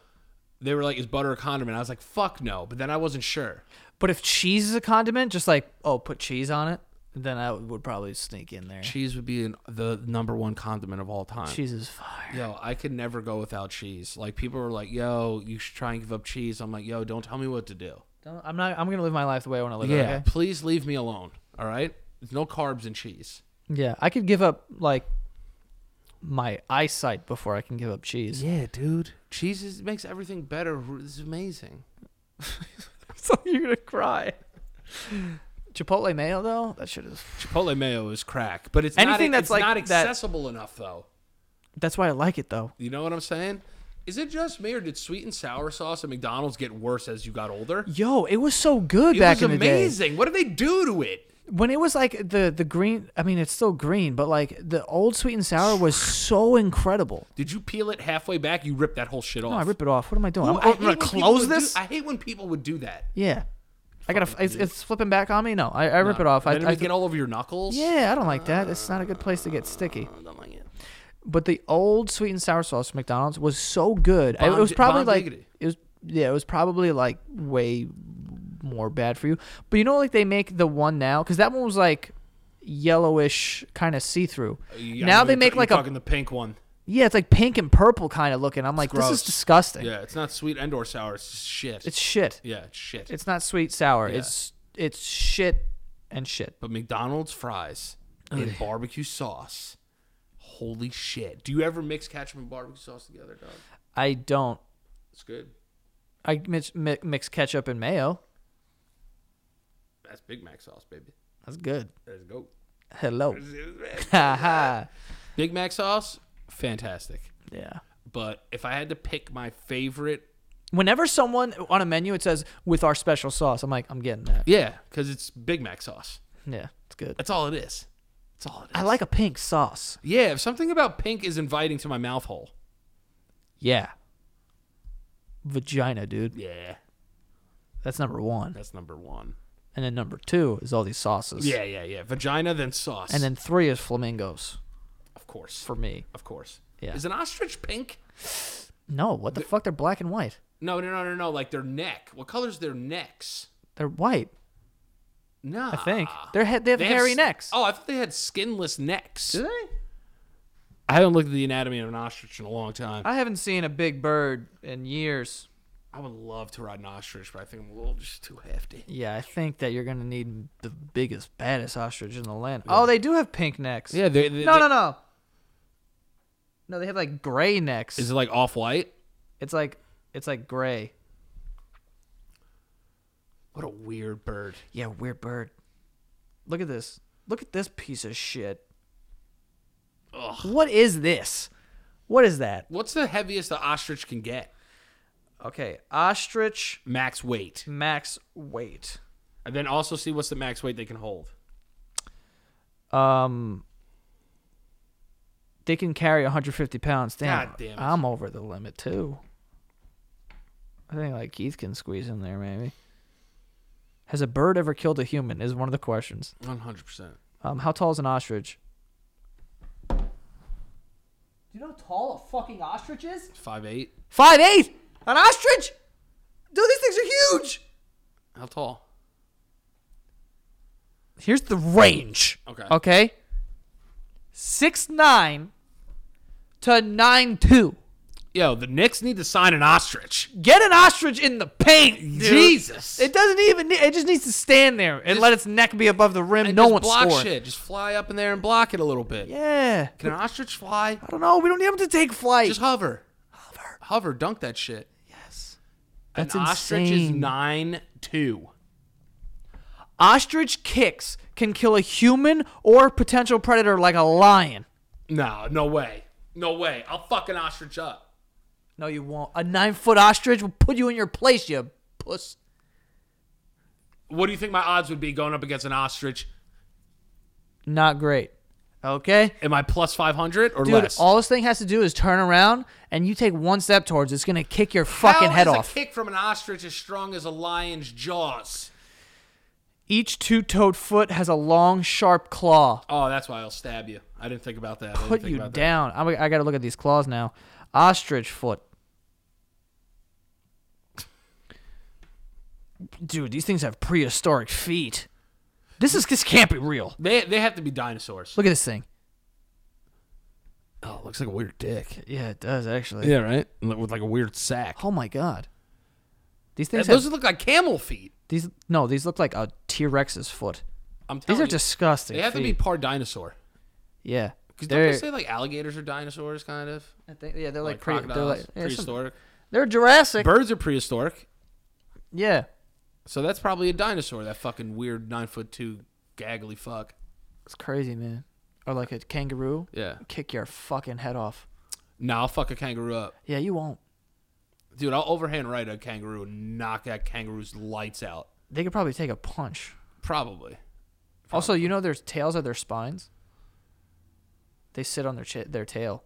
Speaker 1: they were like, "Is butter a condiment?" I was like, "Fuck no," but then I wasn't sure.
Speaker 2: but if cheese is a condiment, just like oh, put cheese on it, then I would probably sneak in there.
Speaker 1: Cheese would be an, the number one condiment of all time.
Speaker 2: Cheese is fire.
Speaker 1: Yo, I could never go without cheese. Like people were like, "Yo, you should try and give up cheese." I'm like, "Yo, don't tell me what to do."
Speaker 2: Don't- I'm not. I'm gonna live my life the way I want to live it.
Speaker 1: Yeah,
Speaker 2: Okay?
Speaker 1: please leave me alone. All right, there's no carbs in cheese.
Speaker 2: Yeah, I could give up like my eyesight before I can give up cheese.
Speaker 1: Yeah, dude, cheese is, makes everything better. It's amazing.
Speaker 2: so you're gonna cry. Chipotle mayo though, that shit is.
Speaker 1: Chipotle mayo is crack, but it's
Speaker 2: Anything
Speaker 1: not,
Speaker 2: that's
Speaker 1: it's
Speaker 2: like
Speaker 1: not
Speaker 2: that-
Speaker 1: accessible enough, though.
Speaker 2: That's why I like it though.
Speaker 1: You know what I'm saying? Is it just me, or did sweet and sour sauce at McDonald's get worse as you got older?
Speaker 2: Yo, it was so good
Speaker 1: It
Speaker 2: back
Speaker 1: was
Speaker 2: in the day.
Speaker 1: amazing. What did they do to it?
Speaker 2: When it was like the the green, I mean, it's still green, but like the old sweet and sour was so incredible.
Speaker 1: Did you peel it halfway back? You ripped that whole shit off.
Speaker 2: No, I rip it off. What am I doing?
Speaker 1: Ooh,
Speaker 2: I'm,
Speaker 1: I hate
Speaker 2: I'm gonna
Speaker 1: when people
Speaker 2: close
Speaker 1: would do-
Speaker 2: this.
Speaker 1: I hate when people would do that.
Speaker 2: yeah, I gotta. It's, it's flipping back on me. No, I, I rip it off. I,
Speaker 1: Then
Speaker 2: I
Speaker 1: it get all over your knuckles.
Speaker 2: yeah, I don't like that. It's not a good place to get sticky.
Speaker 1: I don't like it.
Speaker 2: But the old sweet and sour sauce from McDonald's was so good. I- it was
Speaker 1: Bond-
Speaker 2: probably
Speaker 1: Bond
Speaker 2: like
Speaker 1: Diggity.
Speaker 2: it was yeah, it was probably like way more bad for you. But you know, like they make the one now because that one was like yellowish, kind of see through.
Speaker 1: Yeah, Uh, I
Speaker 2: now
Speaker 1: know
Speaker 2: they
Speaker 1: you're
Speaker 2: make
Speaker 1: ta-
Speaker 2: like
Speaker 1: you're
Speaker 2: a
Speaker 1: talking the pink one.
Speaker 2: yeah, it's like pink and purple kind of looking. I'm like, this
Speaker 1: gross.
Speaker 2: is disgusting.
Speaker 1: Yeah, it's not sweet and or sour. It's just shit.
Speaker 2: It's shit.
Speaker 1: yeah, it's shit.
Speaker 2: It's not sweet sour. It's it's shit and shit.
Speaker 1: but McDonald's fries and barbecue sauce. Holy shit! Do you ever mix ketchup and barbecue sauce together, dog?
Speaker 2: I don't.
Speaker 1: It's good.
Speaker 2: I mix, mi- mix ketchup and mayo.
Speaker 1: That's Big Mac sauce, baby.
Speaker 2: That's good.
Speaker 1: Let's go.
Speaker 2: Hello. Ha ha.
Speaker 1: Big Mac sauce, fantastic.
Speaker 2: Yeah.
Speaker 1: But if I had to pick my favorite,
Speaker 2: whenever someone on a menu it says with our special sauce, I'm like, I'm getting that.
Speaker 1: yeah, because it's Big Mac sauce.
Speaker 2: Yeah, it's good.
Speaker 1: That's all it is. That's all it is.
Speaker 2: I like a pink sauce.
Speaker 1: Yeah, if something about pink is inviting to my mouth hole.
Speaker 2: Yeah. Vagina, dude.
Speaker 1: Yeah,
Speaker 2: That's number one.
Speaker 1: that's number one.
Speaker 2: And then number two is all these sauces.
Speaker 1: Yeah, yeah, yeah. Vagina, then sauce,
Speaker 2: And then three is flamingos
Speaker 1: of course,
Speaker 2: for me.
Speaker 1: of course.
Speaker 2: Yeah.
Speaker 1: Is an ostrich pink?
Speaker 2: No, what the fuck? They're black and white.
Speaker 1: No, no, no, no, no. Like their neck. What color's their necks?
Speaker 2: They're white.
Speaker 1: Nah.
Speaker 2: I think they're ha- Ah. they have hairy
Speaker 1: s-
Speaker 2: necks.
Speaker 1: Oh, I thought they had skinless necks.
Speaker 2: Do they?
Speaker 1: I haven't looked at the anatomy of an ostrich in a long time. I,
Speaker 2: I haven't seen a big bird in years.
Speaker 1: would love to ride an ostrich, but I think I'm a little just too hefty.
Speaker 2: Yeah, I think that you're gonna need the biggest, baddest ostrich in the land. Oh, they do have pink necks.
Speaker 1: Yeah, they, they,
Speaker 2: No,
Speaker 1: they-
Speaker 2: no, no. No, they have like gray necks.
Speaker 1: Is it like off white?
Speaker 2: it's like it's like gray.
Speaker 1: What a weird bird.
Speaker 2: Yeah, weird bird. Look at this. Look at this piece of shit. What is this? What is that?
Speaker 1: What's the heaviest the ostrich can get?
Speaker 2: Okay, ostrich
Speaker 1: Max weight.
Speaker 2: max weight.
Speaker 1: And then also see what's the max weight they can hold.
Speaker 2: Um, they can carry 150 pounds. Damn,
Speaker 1: God damn it.
Speaker 2: I'm over the limit too. I think like Keith can squeeze in there maybe. Has a bird ever killed a human? Is one of the questions.
Speaker 1: 100%.
Speaker 2: Um, how tall is an ostrich? Do you know how tall a fucking ostrich is?
Speaker 1: 5'8.
Speaker 2: Five eight. An ostrich? Dude, these things are huge.
Speaker 1: How tall?
Speaker 2: Here's the range.
Speaker 1: Okay.
Speaker 2: Okay. Six nine to nine two.
Speaker 1: Yo, the Knicks need to sign an ostrich.
Speaker 2: Get an ostrich in the paint, dude.
Speaker 1: Jesus.
Speaker 2: It doesn't even. Need, it just needs to stand there and let its neck be above the rim.
Speaker 1: And
Speaker 2: no
Speaker 1: just
Speaker 2: one's
Speaker 1: block
Speaker 2: scoring.
Speaker 1: shit. Just fly up in there and block it a little bit.
Speaker 2: Yeah.
Speaker 1: Can an ostrich fly?
Speaker 2: I don't know. We don't need him to take flight.
Speaker 1: Just hover. Hover. Hover. Dunk that shit.
Speaker 2: yes.
Speaker 1: An ostrich is
Speaker 2: insane.
Speaker 1: nine two.
Speaker 2: Ostrich kicks can kill a human or potential predator like a lion.
Speaker 1: No, no way. No way. I'll fucking ostrich up.
Speaker 2: No, you won't. A nine foot ostrich will put you in your place, you puss.
Speaker 1: What do you think my odds would be going up against an ostrich?
Speaker 2: Not great. Okay?
Speaker 1: Am I plus five hundred or
Speaker 2: Dude,
Speaker 1: less?
Speaker 2: all this thing has to do is turn around and you take one step towards it's gonna kick your fucking
Speaker 1: How
Speaker 2: head
Speaker 1: is
Speaker 2: off.
Speaker 1: A kick from an ostrich as strong as a lion's jaws.
Speaker 2: Each two toed foot has a long, sharp claw.
Speaker 1: Oh, that's why I'll stab you. I didn't think about that. I didn't
Speaker 2: Put
Speaker 1: think
Speaker 2: you
Speaker 1: about that.
Speaker 2: down. I'm, I gotta look at these claws now. Ostrich foot. Dude, these things have prehistoric feet. This is this can't be real.
Speaker 1: They they have to be dinosaurs.
Speaker 2: Look at this thing.
Speaker 1: Oh, it looks like a weird dick.
Speaker 2: Yeah, it does actually.
Speaker 1: Yeah, right. With like a weird sack.
Speaker 2: Oh my god. These things have,
Speaker 1: Those look like camel feet.
Speaker 2: these no, these look like a T Rex's foot.
Speaker 1: I'm telling
Speaker 2: These are
Speaker 1: you,
Speaker 2: disgusting.
Speaker 1: They have to be
Speaker 2: feet.
Speaker 1: part dinosaur.
Speaker 2: Yeah.
Speaker 1: Because don't
Speaker 2: They're,
Speaker 1: they say like alligators are dinosaurs, kind of?
Speaker 2: I think, yeah, they're like,
Speaker 1: Like,
Speaker 2: pre, they're
Speaker 1: crocodiles,
Speaker 2: like yeah, some-
Speaker 1: prehistoric.
Speaker 2: they're Jurassic.
Speaker 1: Birds are prehistoric,
Speaker 2: yeah.
Speaker 1: so that's probably a dinosaur. That fucking weird nine foot two gaggly fuck.
Speaker 2: It's crazy, man. Or like a kangaroo.
Speaker 1: Yeah.
Speaker 2: Kick your fucking head off.
Speaker 1: Nah, I'll fuck a kangaroo up,
Speaker 2: Yeah, you won't.
Speaker 1: dude. I'll overhand right a kangaroo and knock that kangaroo's lights out.
Speaker 2: They could probably take a punch.
Speaker 1: Probably.
Speaker 2: Also, you know their tails are their spines. They sit on their ch- their tail.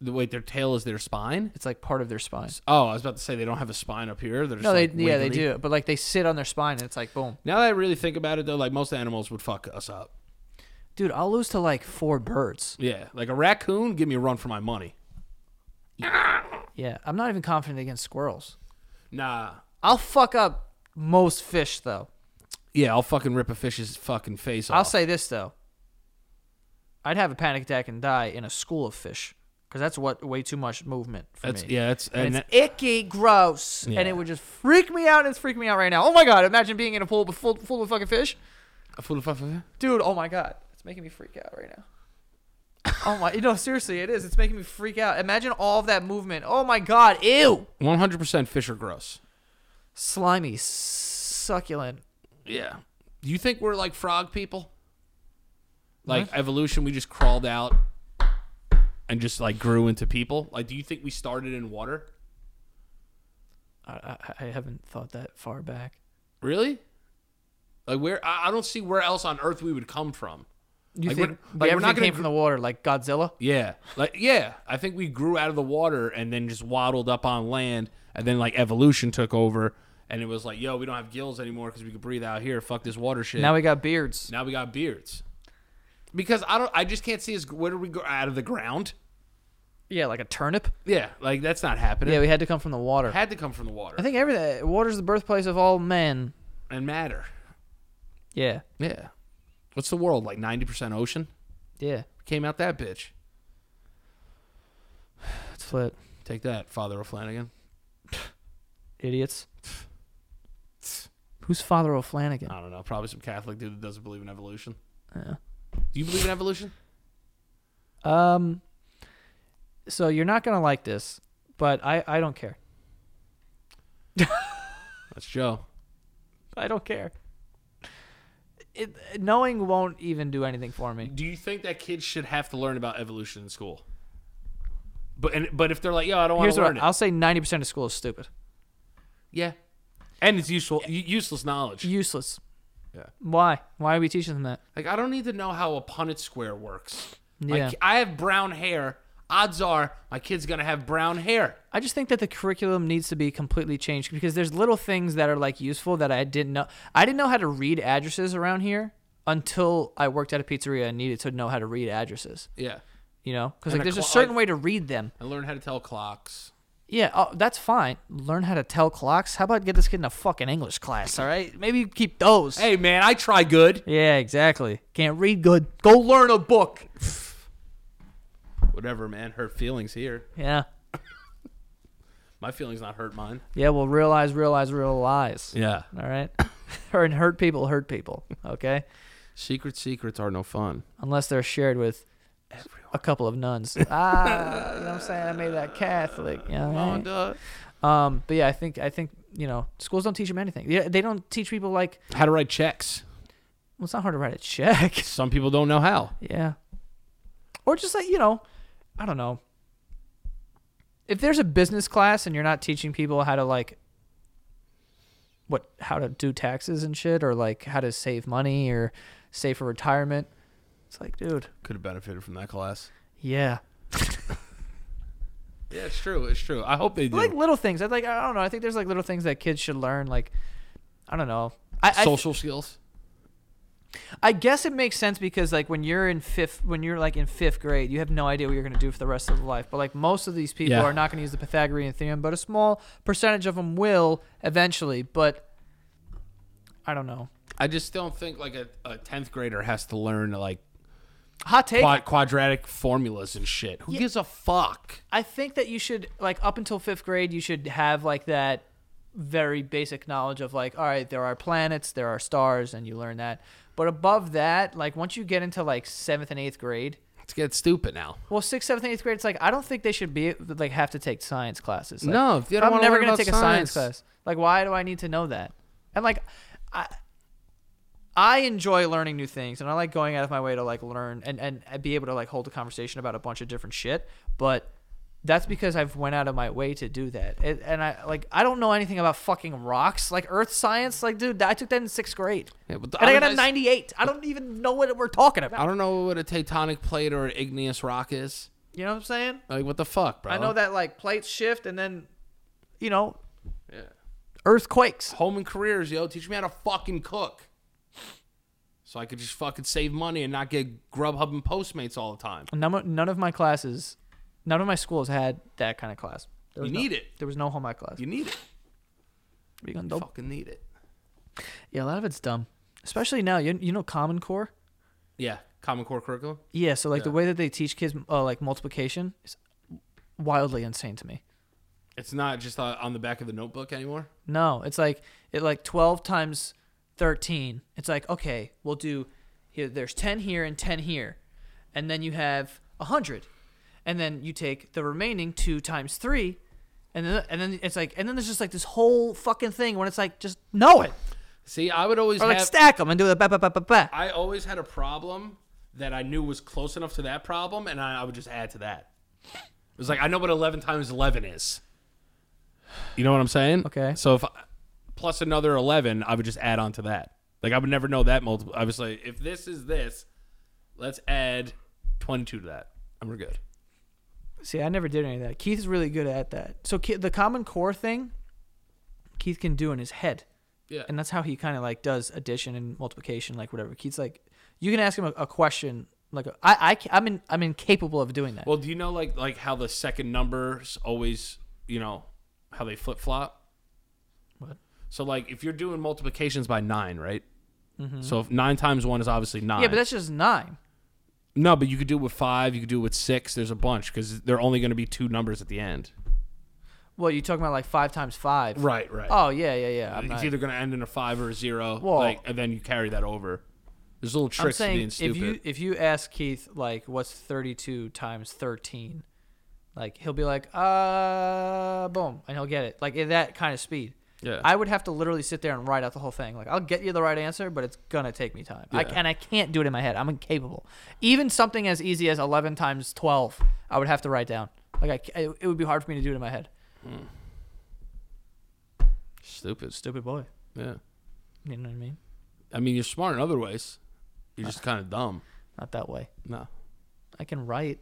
Speaker 1: The- Wait, their tail is their spine.
Speaker 2: It's like part of their spine.
Speaker 1: Oh, I was about to say they don't have a spine up here. They're just
Speaker 2: No, they
Speaker 1: like,
Speaker 2: yeah they
Speaker 1: wiggly.
Speaker 2: do, but like they sit on their spine and it's like boom.
Speaker 1: Now that I really think about it, though, like most animals would fuck us up.
Speaker 2: Dude, I'll lose to like four birds.
Speaker 1: Yeah, like a raccoon, give me a run for my money.
Speaker 2: Yeah, I'm not even confident against squirrels.
Speaker 1: Nah.
Speaker 2: I'll fuck up most fish though.
Speaker 1: Yeah, I'll fucking rip a fish's fucking face off.
Speaker 2: I'll say this though. I'd have a panic attack and die in a school of fish because that's what way too much movement for
Speaker 1: That's
Speaker 2: me.
Speaker 1: yeah. That's
Speaker 2: And
Speaker 1: and
Speaker 2: it's
Speaker 1: that,
Speaker 2: icky, gross, and
Speaker 1: Yeah.
Speaker 2: it would just freak me out. And it's freaking me out right now. Oh my god! Imagine being in a pool with full, full of fucking fish, dude. Oh my god, it's making me freak out right now. oh my, you know, seriously, it is. It's making me freak out. Imagine all of that movement. Oh my god, ew,
Speaker 1: one hundred percent fish are gross.
Speaker 2: slimy, succulent.
Speaker 1: Yeah. Do you think we're like frog people? Like evolution, we just crawled out and just like grew into people. Like, do you think we started in water?
Speaker 2: I, I, I haven't thought that far back.
Speaker 1: Really? Like, where? I, I don't see where else on Earth we would come from.
Speaker 2: You
Speaker 1: Like,
Speaker 2: think
Speaker 1: we're-
Speaker 2: like
Speaker 1: like, we're
Speaker 2: everything
Speaker 1: not gonna
Speaker 2: came from the water, like Godzilla?
Speaker 1: Yeah, like yeah, I think we grew out of the water and then just waddled up on land, and then like evolution took over, and it was like, yo, we don't have gills anymore because we could breathe out here. Fuck this water shit.
Speaker 2: Now we got beards.
Speaker 1: Now we got beards. Because I don't, I just can't see us. Where do we go out of the ground?
Speaker 2: Yeah, like a turnip.
Speaker 1: Yeah, like that's not happening.
Speaker 2: Yeah, we had to come from the water.
Speaker 1: had to come from the water
Speaker 2: I think everything water's the birthplace of all men.
Speaker 1: and matter.
Speaker 2: Yeah,
Speaker 1: Yeah, what's the world like? Ninety percent ocean.
Speaker 2: yeah.
Speaker 1: Came out that bitch.
Speaker 2: That's flit,
Speaker 1: Take that, Father O'Flanagan.
Speaker 2: idiots. Who's Father O'Flanagan?
Speaker 1: I don't know. Probably some Catholic dude that doesn't believe in evolution. Yeah. Do you believe in evolution?
Speaker 2: Um, so you're not gonna like this, but I I don't care.
Speaker 1: That's Joe.
Speaker 2: I don't care. It, knowing won't even do anything for me.
Speaker 1: Do you think that kids should have to learn about evolution in school? But and, but if they're like, yo, I don't want
Speaker 2: Here's
Speaker 1: to
Speaker 2: what
Speaker 1: learn
Speaker 2: I-
Speaker 1: it.
Speaker 2: I'll say: ninety percent of school is stupid,
Speaker 1: yeah. And it's useful, u- useless knowledge.
Speaker 2: useless.
Speaker 1: Yeah.
Speaker 2: Why? Why are we teaching them that?
Speaker 1: Like I don't need to know how a Punnett square works. My
Speaker 2: Yeah.
Speaker 1: ki- I have brown hair. Odds are my kid's gonna have brown hair.
Speaker 2: I just think that the curriculum needs to be completely changed because there's little things that are like useful that I didn't know. I didn't know how to read addresses around here until I worked at a pizzeria and needed to know how to read addresses.
Speaker 1: Yeah.
Speaker 2: You know, because
Speaker 1: And
Speaker 2: like
Speaker 1: a
Speaker 2: there's a
Speaker 1: clock-
Speaker 2: certain way to read them.
Speaker 1: And learn how to tell clocks.
Speaker 2: Yeah, oh, that's fine. Learn how to tell clocks. How about get this kid in a fucking English class? All right, maybe you keep those.
Speaker 1: Hey man, I try good.
Speaker 2: Yeah, exactly. Can't read good. Go learn a book.
Speaker 1: Whatever, man. Hurt feelings here.
Speaker 2: Yeah.
Speaker 1: My feelings not hurt mine.
Speaker 2: Yeah, well, realize, realize, realize.
Speaker 1: Yeah.
Speaker 2: All right. Or and hurt people, hurt people. Okay.
Speaker 1: Secret secrets are no fun.
Speaker 2: Unless they're shared with a couple of nuns. ah, you know what I'm saying? I made that Catholic. you know what I mean? Um, but yeah, I think I think you know schools don't teach them anything. Yeah, they don't teach people like
Speaker 1: How to write checks.
Speaker 2: well, it's not hard to write a check.
Speaker 1: Some people don't know how.
Speaker 2: yeah. Or just like you know, I don't know. If there's a business class and you're not teaching people how to like what how to do taxes and shit or like how to save money or save for retirement, it's like, dude,
Speaker 1: Could have benefited from that class.
Speaker 2: yeah.
Speaker 1: Yeah, it's true. It's true. I hope they do.
Speaker 2: like little things. I like I don't know. I think there's like little things that kids should learn. Like I don't know. I I,
Speaker 1: Social skills.
Speaker 2: I guess it makes sense because like when you're in fifth, when you're like in fifth grade, you have no idea what you're gonna do for the rest of life. But like most of these people
Speaker 1: Yeah.
Speaker 2: are not gonna use the Pythagorean theorem, but a small percentage of them will eventually. But I don't know.
Speaker 1: I just don't think like a, a 10th grader has to learn like
Speaker 2: Hot take.
Speaker 1: quad- quadratic formulas and shit. Who gives a fuck?
Speaker 2: I think that you should like up until fifth grade, you should have like that very basic knowledge of like, all right, there are planets, there are stars, and you learn that. But above that, like once you get into like seventh and eighth grade,
Speaker 1: It's getting stupid now.
Speaker 2: well, sixth, seventh, and eighth grade, it's like I don't think they should be like have to take science classes. Like,
Speaker 1: No, if you don't
Speaker 2: I'm
Speaker 1: wanna
Speaker 2: never
Speaker 1: learn
Speaker 2: gonna
Speaker 1: about
Speaker 2: take a
Speaker 1: science.
Speaker 2: science class. Like, why do I need to know that? And like, I. I enjoy learning new things, and I like going out of my way to like learn and and be able to like hold a conversation about a bunch of different shit. But that's because I've went out of my way to do that, it, and I like I don't know anything about fucking rocks, like earth science. Like, dude, I took that in sixth grade,
Speaker 1: Yeah, but the
Speaker 2: and I got a
Speaker 1: otherwise-
Speaker 2: ninety eight. I don't even know what we're talking
Speaker 1: I
Speaker 2: about.
Speaker 1: don't know what a tectonic plate or an igneous rock is.
Speaker 2: You know what I'm saying?
Speaker 1: Like what the fuck, bro?
Speaker 2: I know that like plates shift and then, you know,
Speaker 1: Yeah.
Speaker 2: earthquakes.
Speaker 1: Home and careers, yo. Teach me how to fucking cook. So I could just fucking save money and not get Grubhub and Postmates all the time.
Speaker 2: None, none of my classes, none of my schools had that kind of class. There was
Speaker 1: You
Speaker 2: no-
Speaker 1: need it.
Speaker 2: There was no home ec class.
Speaker 1: You need it.
Speaker 2: What are you gonna do?
Speaker 1: Fucking need it.
Speaker 2: Yeah, a lot of it's dumb, especially now. You, you know Common Core.
Speaker 1: Yeah. Common Core curriculum.
Speaker 2: Yeah, so like the way that they teach kids uh, like multiplication is wildly insane to me.
Speaker 1: It's not just uh, on the back of the notebook anymore.
Speaker 2: No, it's like it like 12 times 13. It's like okay, we'll do here there's 10 here and 10 here. And then you have 100. And then you take the remaining 2 times 3 and then and then it's like and then there's just like this whole fucking thing when it's like just know it
Speaker 1: See, I would always
Speaker 2: or like
Speaker 1: have-
Speaker 2: stack them and do the ba ba ba ba ba.
Speaker 1: I always had a problem that I knew was close enough to that problem, and I, I would just add to that. It was like I know what eleven times eleven is. You know what I'm saying?
Speaker 2: Okay.
Speaker 1: So if I, plus another eleven, I would just add on to that. Like I would never know that multiple. I was like, if this is this, Let's add 22 to that, and we're good.
Speaker 2: See, I never did any of that. Keith's really good at that. So Ke- the Common Core thing, Keith can do in his head,
Speaker 1: Yeah.
Speaker 2: and that's how he kind of like does addition and multiplication, like whatever. Keith's like, you can ask him a, a question, like a, I, I, ca- I'm in, I'm incapable of doing that.
Speaker 1: well, do you know like like how the second numbers always, you know, how they flip flop?
Speaker 2: What?
Speaker 1: So like if you're doing multiplications by nine, right? So if nine times one is obviously nine.
Speaker 2: yeah, but that's just nine.
Speaker 1: no, but you could do it with five. You could do it with six. There's a bunch because they're only going to be two numbers at the end.
Speaker 2: Well, you're talking about like five times five.
Speaker 1: Right, right.
Speaker 2: Oh yeah, yeah, yeah. I'm,
Speaker 1: it's
Speaker 2: not,
Speaker 1: either going to end in a five or a zero,
Speaker 2: Well-
Speaker 1: like, and then you carry that over. There's little
Speaker 2: I'm
Speaker 1: tricks to
Speaker 2: saying
Speaker 1: being
Speaker 2: if
Speaker 1: stupid.
Speaker 2: you if you ask Keith like what's 32 times 13, like he'll be like, uh, boom, and he'll get it like at that kind of speed.
Speaker 1: Yeah.
Speaker 2: I would have to literally sit there and write out the whole thing. Like I'll get you the right answer, but it's gonna take me time. I,
Speaker 1: Yeah.
Speaker 2: and I can't do it in my head. I'm incapable. Even something as easy as 11 times 12, I would have to write down. Like I, ca- it would be hard for me to do it in my head.
Speaker 1: stupid, stupid.
Speaker 2: Stupid boy.
Speaker 1: Yeah.
Speaker 2: You know what I mean?
Speaker 1: I mean, you're smart in other ways. You're just kind of dumb.
Speaker 2: Not that way.
Speaker 1: No.
Speaker 2: I can write.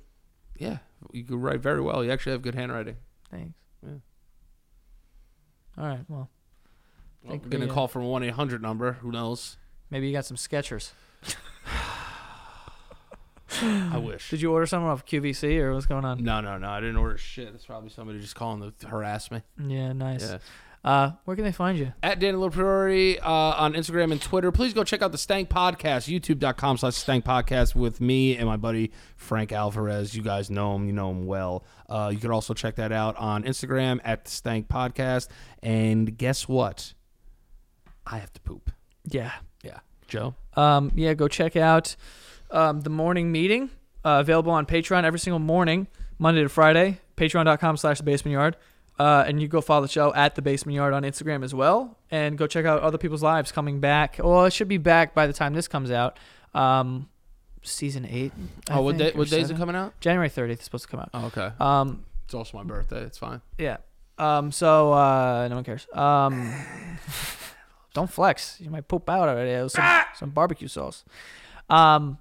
Speaker 1: Yeah, you can write very well. You actually have good handwriting.
Speaker 2: Thanks.
Speaker 1: Yeah.
Speaker 2: All right. Well,
Speaker 1: Well,
Speaker 2: Think
Speaker 1: we're gonna
Speaker 2: we, uh,
Speaker 1: call from one eight hundred number. Who knows?
Speaker 2: maybe you got some Skechers.
Speaker 1: I wish.
Speaker 2: Did you order something off QVC or what's going on?
Speaker 1: No, no, no. I didn't order shit. That's probably somebody just calling to harass me.
Speaker 2: Yeah, nice.
Speaker 1: Yeah.
Speaker 2: Uh, where can they find you?
Speaker 1: at Dan LaPriori uh, on Instagram and Twitter. Please go check out the Stank Podcast, youtube.com slash Stank Podcast with me and my buddy Frank Alvarez. You guys know him, you know him well. Uh, you can also check that out on Instagram at the Stank Podcast. And guess what? I have to poop.
Speaker 2: Yeah.
Speaker 1: Yeah. Joe?
Speaker 2: Um, yeah, go check out um, the morning meeting uh, available on Patreon every single morning, Monday to Friday. Patreon.com slash the basement yard. Uh, and you go follow the show at the basement yard on Instagram as well. And go check out other people's lives coming back. Well, it should be back by the time this comes out. Um, season eight. I
Speaker 1: oh, what,
Speaker 2: think,
Speaker 1: day,
Speaker 2: or
Speaker 1: what day is it
Speaker 2: seven.
Speaker 1: coming out?
Speaker 2: January 30th is supposed to come out.
Speaker 1: Oh, okay.
Speaker 2: Um,
Speaker 1: it's also my birthday. It's fine.
Speaker 2: Yeah. Um. So uh, no one cares. Um. don't flex. You might poop out already. It was some, some barbecue sauce. Um.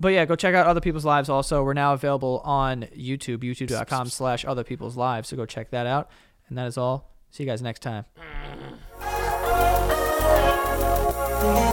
Speaker 2: But yeah, go check out other people's lives. Also, we're now available on YouTube, YouTube.com/slash other people's lives. So go check that out. And that is all. See you guys next time.
Speaker 4: Yeah.